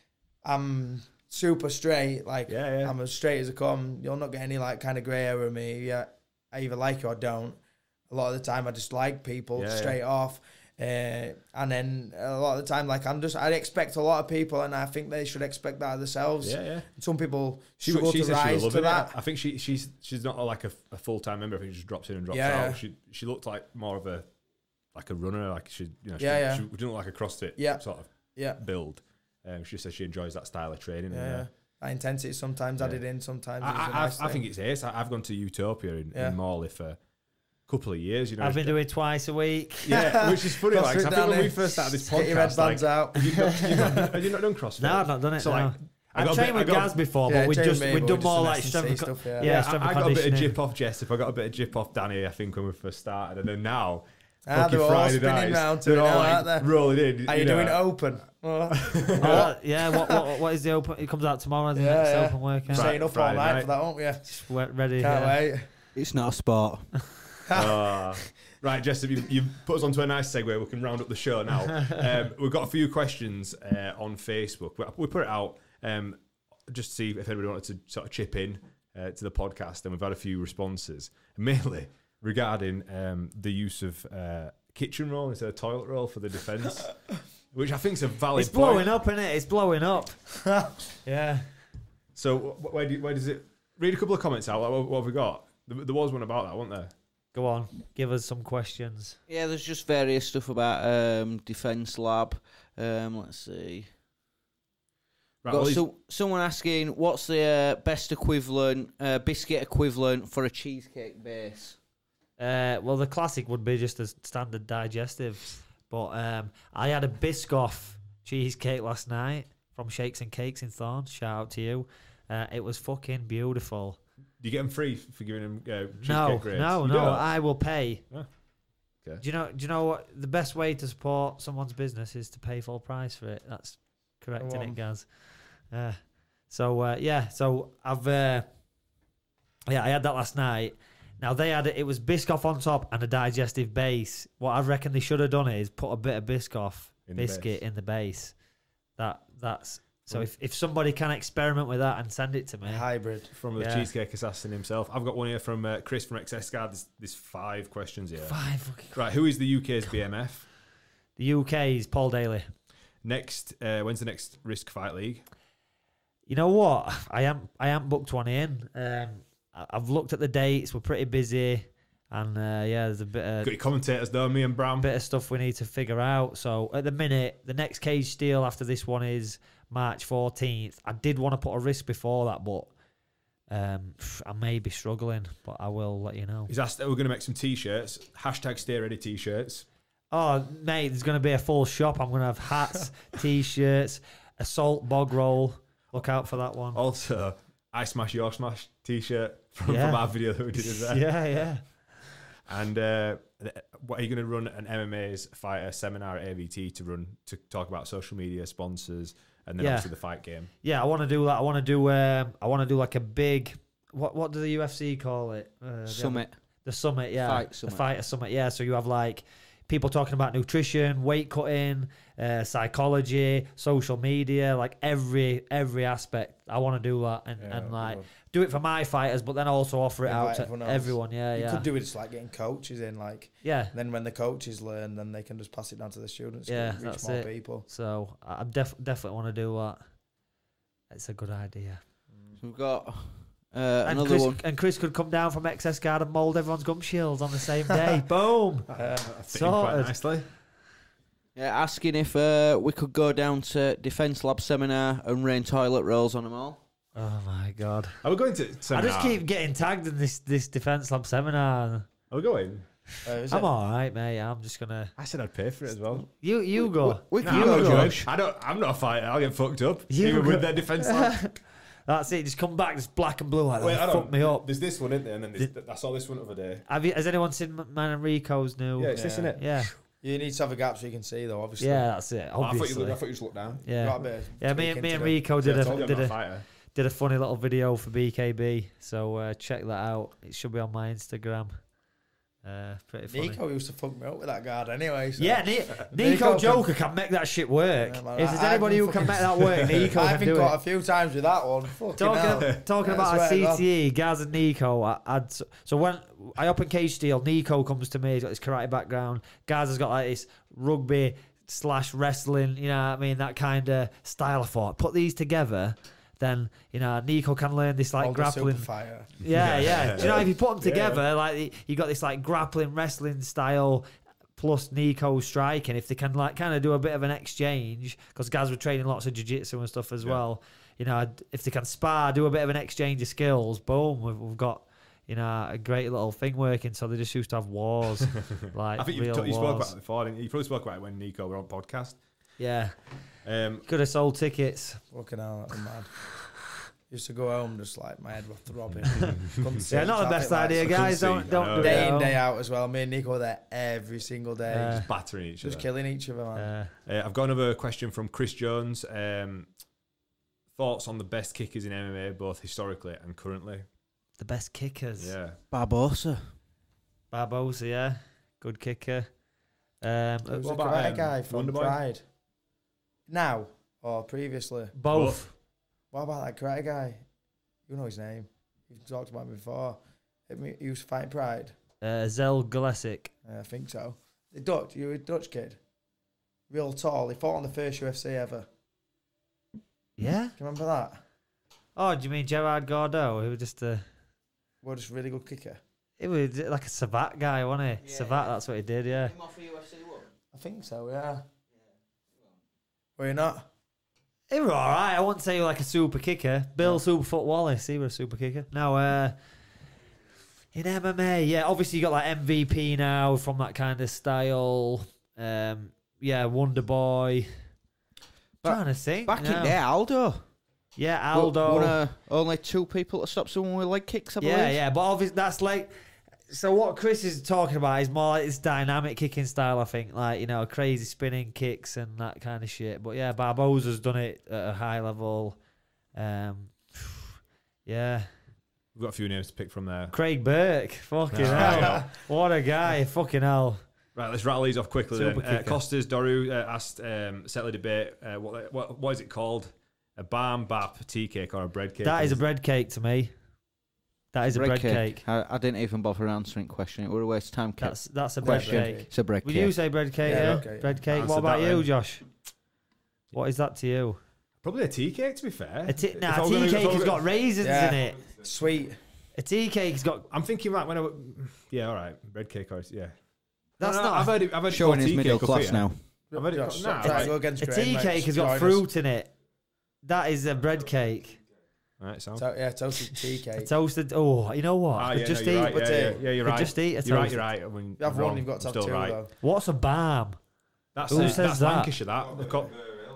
Speaker 4: I'm super straight. Like
Speaker 1: Yeah, yeah.
Speaker 4: I'm as straight as I come. You'll not get any like kind of grey area in me. Yeah, I either like you or don't. A lot of the time, I just like people
Speaker 1: Yeah, yeah.
Speaker 4: straight off. Uh, and then a lot of the time, like I'm just, I expect a lot of people, and I think they should expect that of themselves.
Speaker 1: Yeah, yeah.
Speaker 4: Some people
Speaker 1: She,
Speaker 4: struggle
Speaker 1: she
Speaker 4: to
Speaker 1: said she was
Speaker 4: rise to
Speaker 1: loving
Speaker 4: that.
Speaker 1: it. I think she she's she's not like a, a full time member. I think she just drops in and drops
Speaker 4: Yeah,
Speaker 1: out.
Speaker 4: yeah.
Speaker 1: She she looked like more of a like a runner. Like she you know she,
Speaker 4: Yeah, yeah.
Speaker 1: she didn't look like a CrossFit
Speaker 4: Yeah.
Speaker 1: sort of
Speaker 4: Yeah.
Speaker 1: build. Um, she says she enjoys that style of training. and,
Speaker 4: Yeah.
Speaker 1: uh,
Speaker 4: That intensity is sometimes
Speaker 1: Yeah.
Speaker 4: added in, sometimes.
Speaker 1: I,
Speaker 4: it's a
Speaker 1: I,
Speaker 4: nice
Speaker 1: I, I
Speaker 4: thing.
Speaker 1: think it's ace. I, I've gone to Utopia in,
Speaker 4: Yeah.
Speaker 1: in Morley for a couple of years. You know,
Speaker 2: I've been doing it twice a week.
Speaker 1: yeah, which is funny.
Speaker 4: Cross
Speaker 1: like, 'cause I
Speaker 4: it
Speaker 1: think
Speaker 4: down
Speaker 1: when we
Speaker 4: there.
Speaker 1: first started this
Speaker 4: Get
Speaker 1: podcast,
Speaker 4: your
Speaker 1: like,
Speaker 4: headbands out.
Speaker 1: you've not, you've not, have you not done CrossFit?
Speaker 2: No, I've not done it.
Speaker 1: So,
Speaker 2: no.
Speaker 1: like, I
Speaker 2: I've
Speaker 1: got a bit-
Speaker 2: trained
Speaker 1: I
Speaker 2: with
Speaker 1: got-
Speaker 2: Gaz before,
Speaker 4: Yeah,
Speaker 2: but we
Speaker 4: Jane
Speaker 2: just
Speaker 4: May,
Speaker 2: we've
Speaker 4: but
Speaker 2: done
Speaker 4: just
Speaker 2: more
Speaker 4: an
Speaker 2: like
Speaker 4: S&C
Speaker 2: strength. and co-
Speaker 4: stuff. Yeah.
Speaker 2: yeah,
Speaker 1: Yeah,
Speaker 2: strength
Speaker 1: I, I
Speaker 2: and
Speaker 1: got a bit of
Speaker 2: conditioning.
Speaker 1: jip off Jess. If I got a bit of jip off Danny, I think when we first started, and then now,
Speaker 4: Ah,
Speaker 1: fucking
Speaker 4: they're all
Speaker 1: Friday
Speaker 4: spinning
Speaker 1: nights,
Speaker 4: round to
Speaker 1: they're
Speaker 4: it
Speaker 1: all
Speaker 4: now,
Speaker 1: like
Speaker 4: aren't they?
Speaker 1: rolling in.
Speaker 4: Are you
Speaker 1: know.
Speaker 4: doing open? Well,
Speaker 2: Oh, yeah, what, what, what is the open? It comes out tomorrow, isn't
Speaker 4: Yeah,
Speaker 2: it? It's
Speaker 4: yeah.
Speaker 2: open workout.
Speaker 1: Right.
Speaker 4: staying up
Speaker 1: Friday
Speaker 4: all night,
Speaker 1: night.
Speaker 4: for that, aren't we? Can't
Speaker 2: Just wet- ready. yeah.
Speaker 4: wait.
Speaker 3: It's not a sport.
Speaker 1: Ah. right, Jess, you, you've put us onto a nice segue. We can round up the show now. Um, we've got a few questions uh, on Facebook. We, we put it out um, just to see if anybody wanted to sort of chip in uh, to the podcast, and we've had a few responses, mainly regarding um, the use of uh, kitchen roll instead of toilet roll for the defence, which I think is a valid
Speaker 2: It's blowing
Speaker 1: point.
Speaker 2: up, isn't it? It's blowing up. yeah.
Speaker 1: So wh- where, do, you- where does it... Read a couple of comments out. What, what have we got? There, there was one about that, wasn't there?
Speaker 2: Go on. Give us some questions.
Speaker 3: Yeah, there's just various stuff about um, defense lab. Um, let's see.
Speaker 1: Right,
Speaker 3: Got
Speaker 1: well, these-
Speaker 3: so, someone asking what's the uh, best equivalent, uh, biscuit equivalent for a cheesecake base.
Speaker 2: Uh, well, the classic would be just a standard digestive, but um, I had a Biscoff cheesecake last night from Shakes and Cakes in Thorns. Shout out to you. Uh, it was fucking beautiful.
Speaker 1: Do you get them free f- for giving them uh, cheesecake
Speaker 2: no,
Speaker 1: grades?
Speaker 2: no,
Speaker 1: You
Speaker 2: no.
Speaker 1: don't?
Speaker 2: I will pay.
Speaker 1: Yeah. Okay.
Speaker 2: Do you know? Do you know what the best way to support someone's business is to pay full price for it? That's correct,
Speaker 4: Go
Speaker 2: is
Speaker 4: on.
Speaker 2: it, Gaz? Uh, so uh, yeah, so I've uh, yeah, I had that last night. Now they had it, it was Biscoff on top and a digestive base. What I reckon they should have done is put a bit of Biscoff
Speaker 1: In the
Speaker 2: biscuit
Speaker 1: base.
Speaker 2: in the base. That that's so.
Speaker 1: Mm.
Speaker 2: If, if somebody can experiment with that and send it to me,
Speaker 4: Hybrid.
Speaker 1: from the
Speaker 2: Yeah.
Speaker 1: cheesecake assassin himself. I've got one here from uh, Chris from XS Guard. There's, there's five questions here.
Speaker 2: five fucking
Speaker 1: Right, who is the UK's BMF?
Speaker 2: the UK's Paul Daly.
Speaker 1: Next, uh, when's the next Risk Fight League?
Speaker 2: You know what? I am I am booked one in. Um, I- I've looked at the dates. We're pretty busy, and uh, yeah, there's a bit
Speaker 1: Got
Speaker 2: of,
Speaker 1: your commentators though, me and Bram.
Speaker 2: bit of stuff we need to figure out. So at the minute, the next cage steel after this one is March 14th. I did want to put a risk before that, but um, I may be struggling. But I will let you know.
Speaker 1: He's asked that we're going to make some t-shirts. Hashtag Stay Ready t-shirts.
Speaker 2: Oh, mate, there's going to be a full shop. I'm going to have hats, t-shirts, assault bog roll. Look out for that
Speaker 1: Oh,
Speaker 2: one.
Speaker 1: Also, I Smash Your Smash t-shirt from,
Speaker 2: Yeah.
Speaker 1: from our video that we did. There.
Speaker 2: yeah, yeah.
Speaker 1: And uh, th- what are you going to run an MMA's fighter seminar at AVT to run to talk about social media sponsors and then
Speaker 2: Yeah.
Speaker 1: obviously the fight game?
Speaker 2: Yeah, I want to do that. I want to do. Um, I want to do like a big. What what do the UFC call it? Uh, the-
Speaker 3: Summit.
Speaker 2: The summit. Yeah.
Speaker 3: Fight
Speaker 2: The
Speaker 3: summit.
Speaker 2: fighter summit. Yeah. So you have like people talking about nutrition, weight cutting, uh, psychology, social media, like every every aspect. I want to do that and,
Speaker 4: Yeah,
Speaker 2: and like
Speaker 4: good.
Speaker 2: do it for my fighters, but then also offer it
Speaker 4: Invite
Speaker 2: out to
Speaker 4: everyone else.
Speaker 2: everyone. Yeah.
Speaker 4: you
Speaker 2: yeah.
Speaker 4: could do it just like getting coaches in, like
Speaker 2: yeah.
Speaker 4: then when the coaches learn, then they can just pass it down to the students.
Speaker 2: Yeah,
Speaker 4: reach
Speaker 2: that's
Speaker 4: more
Speaker 2: it.
Speaker 4: people.
Speaker 2: So I I def- definitely want to do that. It's a good idea.
Speaker 3: We've got uh,
Speaker 2: and
Speaker 3: another
Speaker 2: Chris,
Speaker 3: one.
Speaker 2: And Chris could come down from excess guard and mould everyone's gum shields on the same day. Boom.
Speaker 4: Uh,
Speaker 1: Fitting quite
Speaker 2: Sorted.
Speaker 1: nicely.
Speaker 3: Yeah, asking if uh, we could go down to Defence Lab seminar and rain toilet rolls on them all.
Speaker 2: Oh my god!
Speaker 1: Are we going to seminar?
Speaker 2: I just keep getting tagged in this this defense lab seminar.
Speaker 1: Are we going?
Speaker 4: where is
Speaker 2: I'm
Speaker 4: it?
Speaker 2: all right, mate. I'm just gonna
Speaker 1: I said I'd pay for it as well.
Speaker 2: you you go.
Speaker 3: We
Speaker 1: No,
Speaker 3: can
Speaker 1: I'm
Speaker 3: go,
Speaker 1: not going.
Speaker 3: Josh.
Speaker 1: I don't. I'm not a fighter. I'll get fucked up.
Speaker 2: You
Speaker 1: even
Speaker 2: go.
Speaker 1: with their defense line.
Speaker 2: That's it. Just come back, just black and blue like that. Fuck me up.
Speaker 1: There's this one, isn't there? And then there's, I saw this one other day.
Speaker 2: Have you, has anyone seen M- Man Enrico's new?
Speaker 1: Yeah, it's this,
Speaker 4: Yeah.
Speaker 1: isn't it?
Speaker 2: Oh, yeah,
Speaker 4: You need to have a gap so you can see, though. Obviously,
Speaker 2: Yeah, that's it.
Speaker 1: Oh, I, thought
Speaker 2: Obviously,
Speaker 1: you, I thought you just looked down.
Speaker 2: yeah, yeah. Me and me and Rico did
Speaker 1: yeah, I told you I'm
Speaker 2: a did
Speaker 1: not a
Speaker 2: a
Speaker 1: fighter.
Speaker 2: did a funny little video for BKB. So uh, check that out. It should be on my Instagram. Uh, pretty funny.
Speaker 4: Nico used to fuck me up with that guard anyway. So.
Speaker 2: Yeah, Ni- Nico,
Speaker 4: Nico can-
Speaker 2: Joker can, make that shit work.
Speaker 4: Yeah,
Speaker 2: if
Speaker 4: man, I-
Speaker 2: there's
Speaker 4: I've
Speaker 2: anybody
Speaker 4: been
Speaker 2: who can
Speaker 4: fucking-
Speaker 2: make that work, Nico
Speaker 4: I've
Speaker 2: can
Speaker 4: been
Speaker 2: do
Speaker 4: caught
Speaker 2: it.
Speaker 4: a few times with that one. Fucking hell.
Speaker 2: Talking, talking
Speaker 4: Yeah,
Speaker 2: about our
Speaker 4: swear to God.
Speaker 2: CTE, E, Gaz and Nico, I, I'd, so when I open cage steel, Nico comes to me, he's got his karate background. Gaz has got like this rugby slash wrestling, you know what I mean, that kind of style of thought. Put these together, then, you know, Nico can learn this like
Speaker 4: All the
Speaker 2: grappling
Speaker 4: superfire.
Speaker 2: Yeah, yeah. Do you know if you put them
Speaker 1: Yeah.
Speaker 2: together, like you got this like grappling wrestling style plus Nico striking. If they can like kind of do a bit of an exchange, because guys were training lots of jiu-jitsu and stuff as
Speaker 1: Yeah.
Speaker 2: well. You know, I'd- if they can spar, do a bit of an exchange of skills. Boom, we've, we've got you know a great little thing working. So they just used to have wars, like
Speaker 1: I think
Speaker 2: real
Speaker 1: you've t- you spoke
Speaker 2: wars.
Speaker 1: about it before. Didn't you? you probably spoke about it when Nico were on podcast.
Speaker 2: yeah,
Speaker 1: Um,
Speaker 2: could have sold tickets.
Speaker 4: Fucking hell, that's mad. Used to go home just like my head was throbbing.
Speaker 2: Yeah, not the best idea,
Speaker 1: couldn't
Speaker 2: guys.
Speaker 1: see,
Speaker 2: Don't
Speaker 1: I
Speaker 2: don't
Speaker 1: know.
Speaker 2: do it.
Speaker 4: Day
Speaker 2: at
Speaker 4: in, day
Speaker 2: home.
Speaker 4: out as well. Me and Nico were there every single day,
Speaker 2: Yeah.
Speaker 1: just battering each
Speaker 4: just
Speaker 1: other.
Speaker 4: killing each other, man.
Speaker 2: Uh,
Speaker 1: Uh, I've got another question from Chris Jones. Um, thoughts on the best kickers in MMA, both historically and currently?
Speaker 2: the best kickers.
Speaker 1: Yeah.
Speaker 3: Barbosa.
Speaker 2: Barbosa, yeah, good kicker. Um,
Speaker 4: It was
Speaker 1: what
Speaker 4: a
Speaker 1: about,
Speaker 4: karate
Speaker 1: um,
Speaker 4: guy from
Speaker 1: Wonderboy?
Speaker 4: Pride. Now or previously?
Speaker 2: both.
Speaker 4: What about that karate guy? You know his name. You've talked about him before. I mean, He used to fight Pride.
Speaker 2: Uh, Zel Gillesic.
Speaker 4: Uh, I think so. The Dutch, you were a Dutch kid. Real tall. He fought on the first UFC ever.
Speaker 2: Yeah.
Speaker 4: Do you remember that?
Speaker 2: Oh, do you mean Gerard Gordeau? He was just a.
Speaker 4: What just really good kicker.
Speaker 2: He was like a Savat guy, wasn't he?
Speaker 3: Yeah,
Speaker 2: Savat,
Speaker 3: yeah.
Speaker 2: that's what he did. Yeah.
Speaker 3: off UFC one.
Speaker 4: I think so, yeah. Were you not?
Speaker 2: He was all right. I wouldn't say he was like a super kicker. Bill Superfoot Wallace, he was a super kicker. No, uh, in MMA, yeah. Obviously, you got like MVP now from that kind of style. Um, yeah, Wonder Boy.
Speaker 3: Ba-
Speaker 2: Trying to think.
Speaker 3: Back
Speaker 2: now.
Speaker 3: in there, Aldo.
Speaker 2: Yeah, Aldo.
Speaker 3: One, uh, only two people to stop someone with leg kicks, I believe.
Speaker 2: Yeah, yeah, but obviously that's like. So what Chris is talking about is more like this dynamic kicking style, I think, like you know, crazy spinning kicks and that kind of shit. But yeah, Barbosa's done it at a high level. Um, yeah,
Speaker 1: We've got a few names to pick from there.
Speaker 2: Craig Burke, fucking
Speaker 1: Yeah.
Speaker 2: hell, what a guy, fucking hell.
Speaker 1: Right, let's rattle these off quickly. Then.
Speaker 2: Super
Speaker 1: Uh,
Speaker 2: kicker.
Speaker 1: Costas Doru uh, asked um, settler debate. Uh, what, what what is it called? A barm bap tea cake or a bread cake?
Speaker 2: That is a bread cake to me. That is a bread cake.
Speaker 3: I, I didn't even bother answering question. It would a waste of time. Kit.
Speaker 2: That's that's a bread
Speaker 3: Question.
Speaker 2: cake.
Speaker 3: it's a bread
Speaker 2: Would
Speaker 3: cake.
Speaker 2: you say bread cake?
Speaker 4: Yeah,
Speaker 2: Yeah,
Speaker 4: bread cake.
Speaker 2: bread cake.
Speaker 1: Answered
Speaker 2: What about
Speaker 1: that
Speaker 2: you,
Speaker 1: then.
Speaker 2: Josh? What is that to you?
Speaker 1: probably a tea cake. To be fair,
Speaker 2: A t-
Speaker 1: If I
Speaker 2: nah,
Speaker 1: was
Speaker 2: tea
Speaker 1: gonna- if I
Speaker 2: cake
Speaker 1: was gonna-
Speaker 2: has got raisins
Speaker 4: Yeah.
Speaker 2: in it.
Speaker 4: Sweet.
Speaker 2: A tea cake's got.
Speaker 1: I'm thinking right when I. w- Yeah, all right, bread cake or yeah.
Speaker 2: That's
Speaker 1: No, no,
Speaker 2: not.
Speaker 1: I've heard it. I've heard it
Speaker 3: Showing
Speaker 1: called
Speaker 3: his
Speaker 1: tea
Speaker 3: middle
Speaker 1: cake up
Speaker 3: class
Speaker 1: here.
Speaker 3: now.
Speaker 1: I've heard it
Speaker 4: Josh,
Speaker 1: called-
Speaker 4: stop
Speaker 1: nah,
Speaker 4: trying to
Speaker 1: right.
Speaker 4: go against
Speaker 2: a
Speaker 4: Graham,
Speaker 2: tea
Speaker 4: mate.
Speaker 2: cake has
Speaker 4: Join
Speaker 2: got
Speaker 4: us.
Speaker 2: fruit in it. That is a bread cake.
Speaker 1: All right, so.
Speaker 4: To- yeah, toasted tea
Speaker 2: Oh. A
Speaker 4: cake.
Speaker 2: toasted. Oh, you know what?
Speaker 1: Ah,
Speaker 2: I
Speaker 1: yeah,
Speaker 2: could just
Speaker 1: no,
Speaker 2: eat.
Speaker 1: you're right,
Speaker 4: but,
Speaker 1: yeah,
Speaker 4: uh,
Speaker 1: yeah, yeah, you're
Speaker 2: could
Speaker 1: right.
Speaker 2: just eat a
Speaker 1: You're right.
Speaker 2: toast.
Speaker 1: You're right. I mean,
Speaker 4: You have
Speaker 1: I'm
Speaker 4: one,
Speaker 1: wrong.
Speaker 4: you've got
Speaker 1: I'm
Speaker 4: to have
Speaker 1: still
Speaker 4: two,
Speaker 1: right.
Speaker 4: though.
Speaker 2: What's a balm?
Speaker 1: That's,
Speaker 2: Who
Speaker 1: uh,
Speaker 2: says
Speaker 1: that's
Speaker 2: that?
Speaker 1: Lancashire. That they call,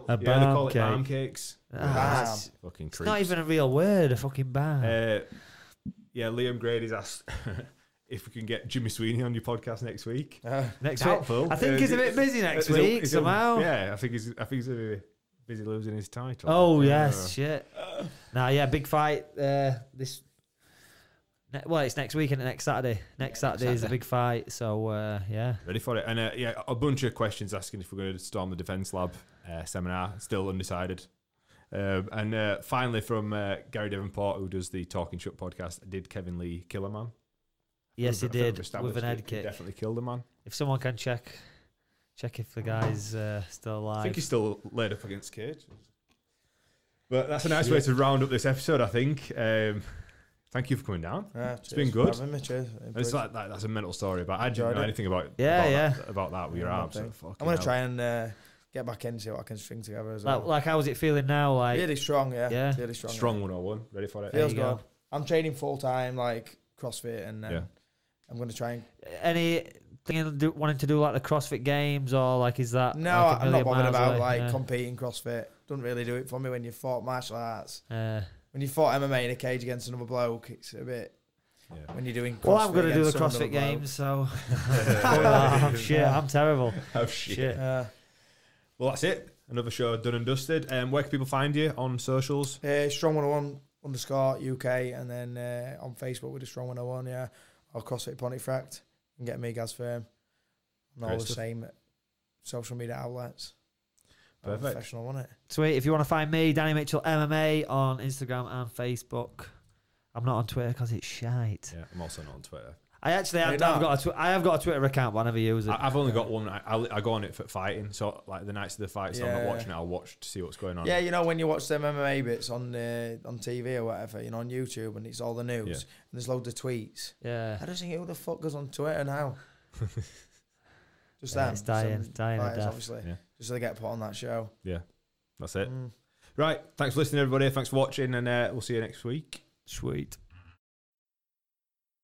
Speaker 2: A
Speaker 1: yeah, they
Speaker 2: balm
Speaker 1: call it
Speaker 2: cake.
Speaker 1: barm cakes.
Speaker 2: Ah, it's,
Speaker 1: Fucking
Speaker 2: it's
Speaker 1: creeps.
Speaker 2: not even a real word. A fucking balm.
Speaker 1: Uh, yeah, Liam Grady's asked if we can get Jimmy Sweeney on your podcast next week.
Speaker 4: Uh,
Speaker 2: Next week.
Speaker 1: Doubtful.
Speaker 2: I think
Speaker 1: Uh,
Speaker 2: he's a bit busy next
Speaker 1: is he-
Speaker 2: week
Speaker 1: is he-
Speaker 2: somehow.
Speaker 1: Yeah, I think he's. I think he's gonna be busy losing his title.
Speaker 2: Oh
Speaker 1: Uh,
Speaker 2: yes, shit. Nah, yeah, big fight. Uh, this. Ne- well, it's next weekend, next Saturday. Next Saturday, is a
Speaker 3: Saturday.
Speaker 2: big fight. So uh, yeah,
Speaker 1: Ready for it? And uh, yeah, a bunch of questions asking if we're going to storm the defense lab uh, seminar. Still undecided. Um, and uh, finally, from uh, Gary Davenport, who does the Talking Shut podcast, did Kevin Lee kill a man?
Speaker 2: yes, he
Speaker 1: I think we've
Speaker 2: did
Speaker 1: established
Speaker 2: with an
Speaker 1: that
Speaker 2: head
Speaker 1: he
Speaker 2: kick.
Speaker 1: Definitely killed a man.
Speaker 2: If someone can check, check if the guy's uh, still
Speaker 1: I think
Speaker 2: alive.
Speaker 1: he's still laid up against Cage. But that's a nice way to round up this episode. I think. Um, thank you for coming down.
Speaker 4: yeah, cheers
Speaker 1: been
Speaker 4: for
Speaker 1: good.
Speaker 4: having me, cheers.
Speaker 1: And It's like that, that's a mental story, but I didn't
Speaker 4: Enjoyed
Speaker 1: know
Speaker 4: it.
Speaker 1: anything about
Speaker 2: Yeah,
Speaker 1: about
Speaker 2: yeah.
Speaker 1: That, about that with your
Speaker 4: Yeah,
Speaker 1: arms.
Speaker 4: I
Speaker 1: So
Speaker 4: think.
Speaker 1: fucking
Speaker 4: I'm gonna
Speaker 1: hell.
Speaker 4: try and uh, get back in see what I can string together as well.
Speaker 2: like, like, how's it feeling now? Like,
Speaker 4: really strong, yeah.
Speaker 2: Yeah.
Speaker 4: Really strong.
Speaker 1: strong 101. Ready for it?
Speaker 2: There
Speaker 4: Feels
Speaker 2: you
Speaker 4: good.
Speaker 2: go.
Speaker 4: I'm training full time, like CrossFit, and then
Speaker 1: Yeah.
Speaker 4: I'm gonna try and.
Speaker 2: any thing do, wanting to do like the CrossFit Games or like is that?
Speaker 4: No,
Speaker 2: like a
Speaker 4: I'm not
Speaker 2: million
Speaker 4: bothered
Speaker 2: miles
Speaker 4: about
Speaker 2: away?
Speaker 4: like
Speaker 2: Yeah.
Speaker 4: competing CrossFit. Doesn't really do it for me when you fought martial arts.
Speaker 2: Uh,
Speaker 4: When you fought MMA in a cage against another bloke, it's a bit.
Speaker 1: Yeah.
Speaker 4: When you're doing. CrossFit
Speaker 2: well, I'm gonna do the
Speaker 4: against some other
Speaker 2: CrossFit
Speaker 4: bloke.
Speaker 2: Games, so Oh, shit, I'm terrible.
Speaker 1: Oh, shit.
Speaker 2: Shit.
Speaker 4: Uh,
Speaker 1: Well, that's it. Another show done and dusted. Um, where can people find you on socials?
Speaker 4: Uh, strong 101 underscore UK and then uh, on Facebook with the Strong 101, yeah. Or CrossFit Pontefract and get me Gaz Firm. And all
Speaker 1: Great
Speaker 4: the
Speaker 1: stuff.
Speaker 4: same social media outlets. I'm
Speaker 1: Perfect.
Speaker 4: Professional, wasn't it?
Speaker 2: Sweet. If you want to find me, Danny Mitchell MMA on Instagram and Facebook. I'm not on Twitter because it's shite.
Speaker 1: Yeah, I'm also not on Twitter.
Speaker 2: I actually
Speaker 4: You're
Speaker 2: have,
Speaker 4: not?
Speaker 2: I've got a tw- I have got a Twitter account, but I never use it.
Speaker 1: I, I've only got one. I, I, I go on it for fighting. So, like the nights of the fights, I'm
Speaker 4: Yeah.
Speaker 1: not watching it. I'll watch to see what's going on.
Speaker 4: Yeah, you know, when you watch them MMA bits on uh, on TV or whatever, you know, on YouTube and it's all the news
Speaker 1: Yeah.
Speaker 4: and there's loads of tweets.
Speaker 2: yeah.
Speaker 4: I just think who the fuck goes on Twitter now? just
Speaker 2: Yeah,
Speaker 4: them.
Speaker 2: it's dying-
Speaker 4: some
Speaker 2: dying a
Speaker 4: fighters,
Speaker 2: death.
Speaker 4: obviously.
Speaker 1: Yeah.
Speaker 4: Just so they get put on that show.
Speaker 1: That's it.
Speaker 4: Mm.
Speaker 1: Right. Thanks for listening, everybody. Thanks for watching, and uh, we'll see you next week.
Speaker 2: Sweet.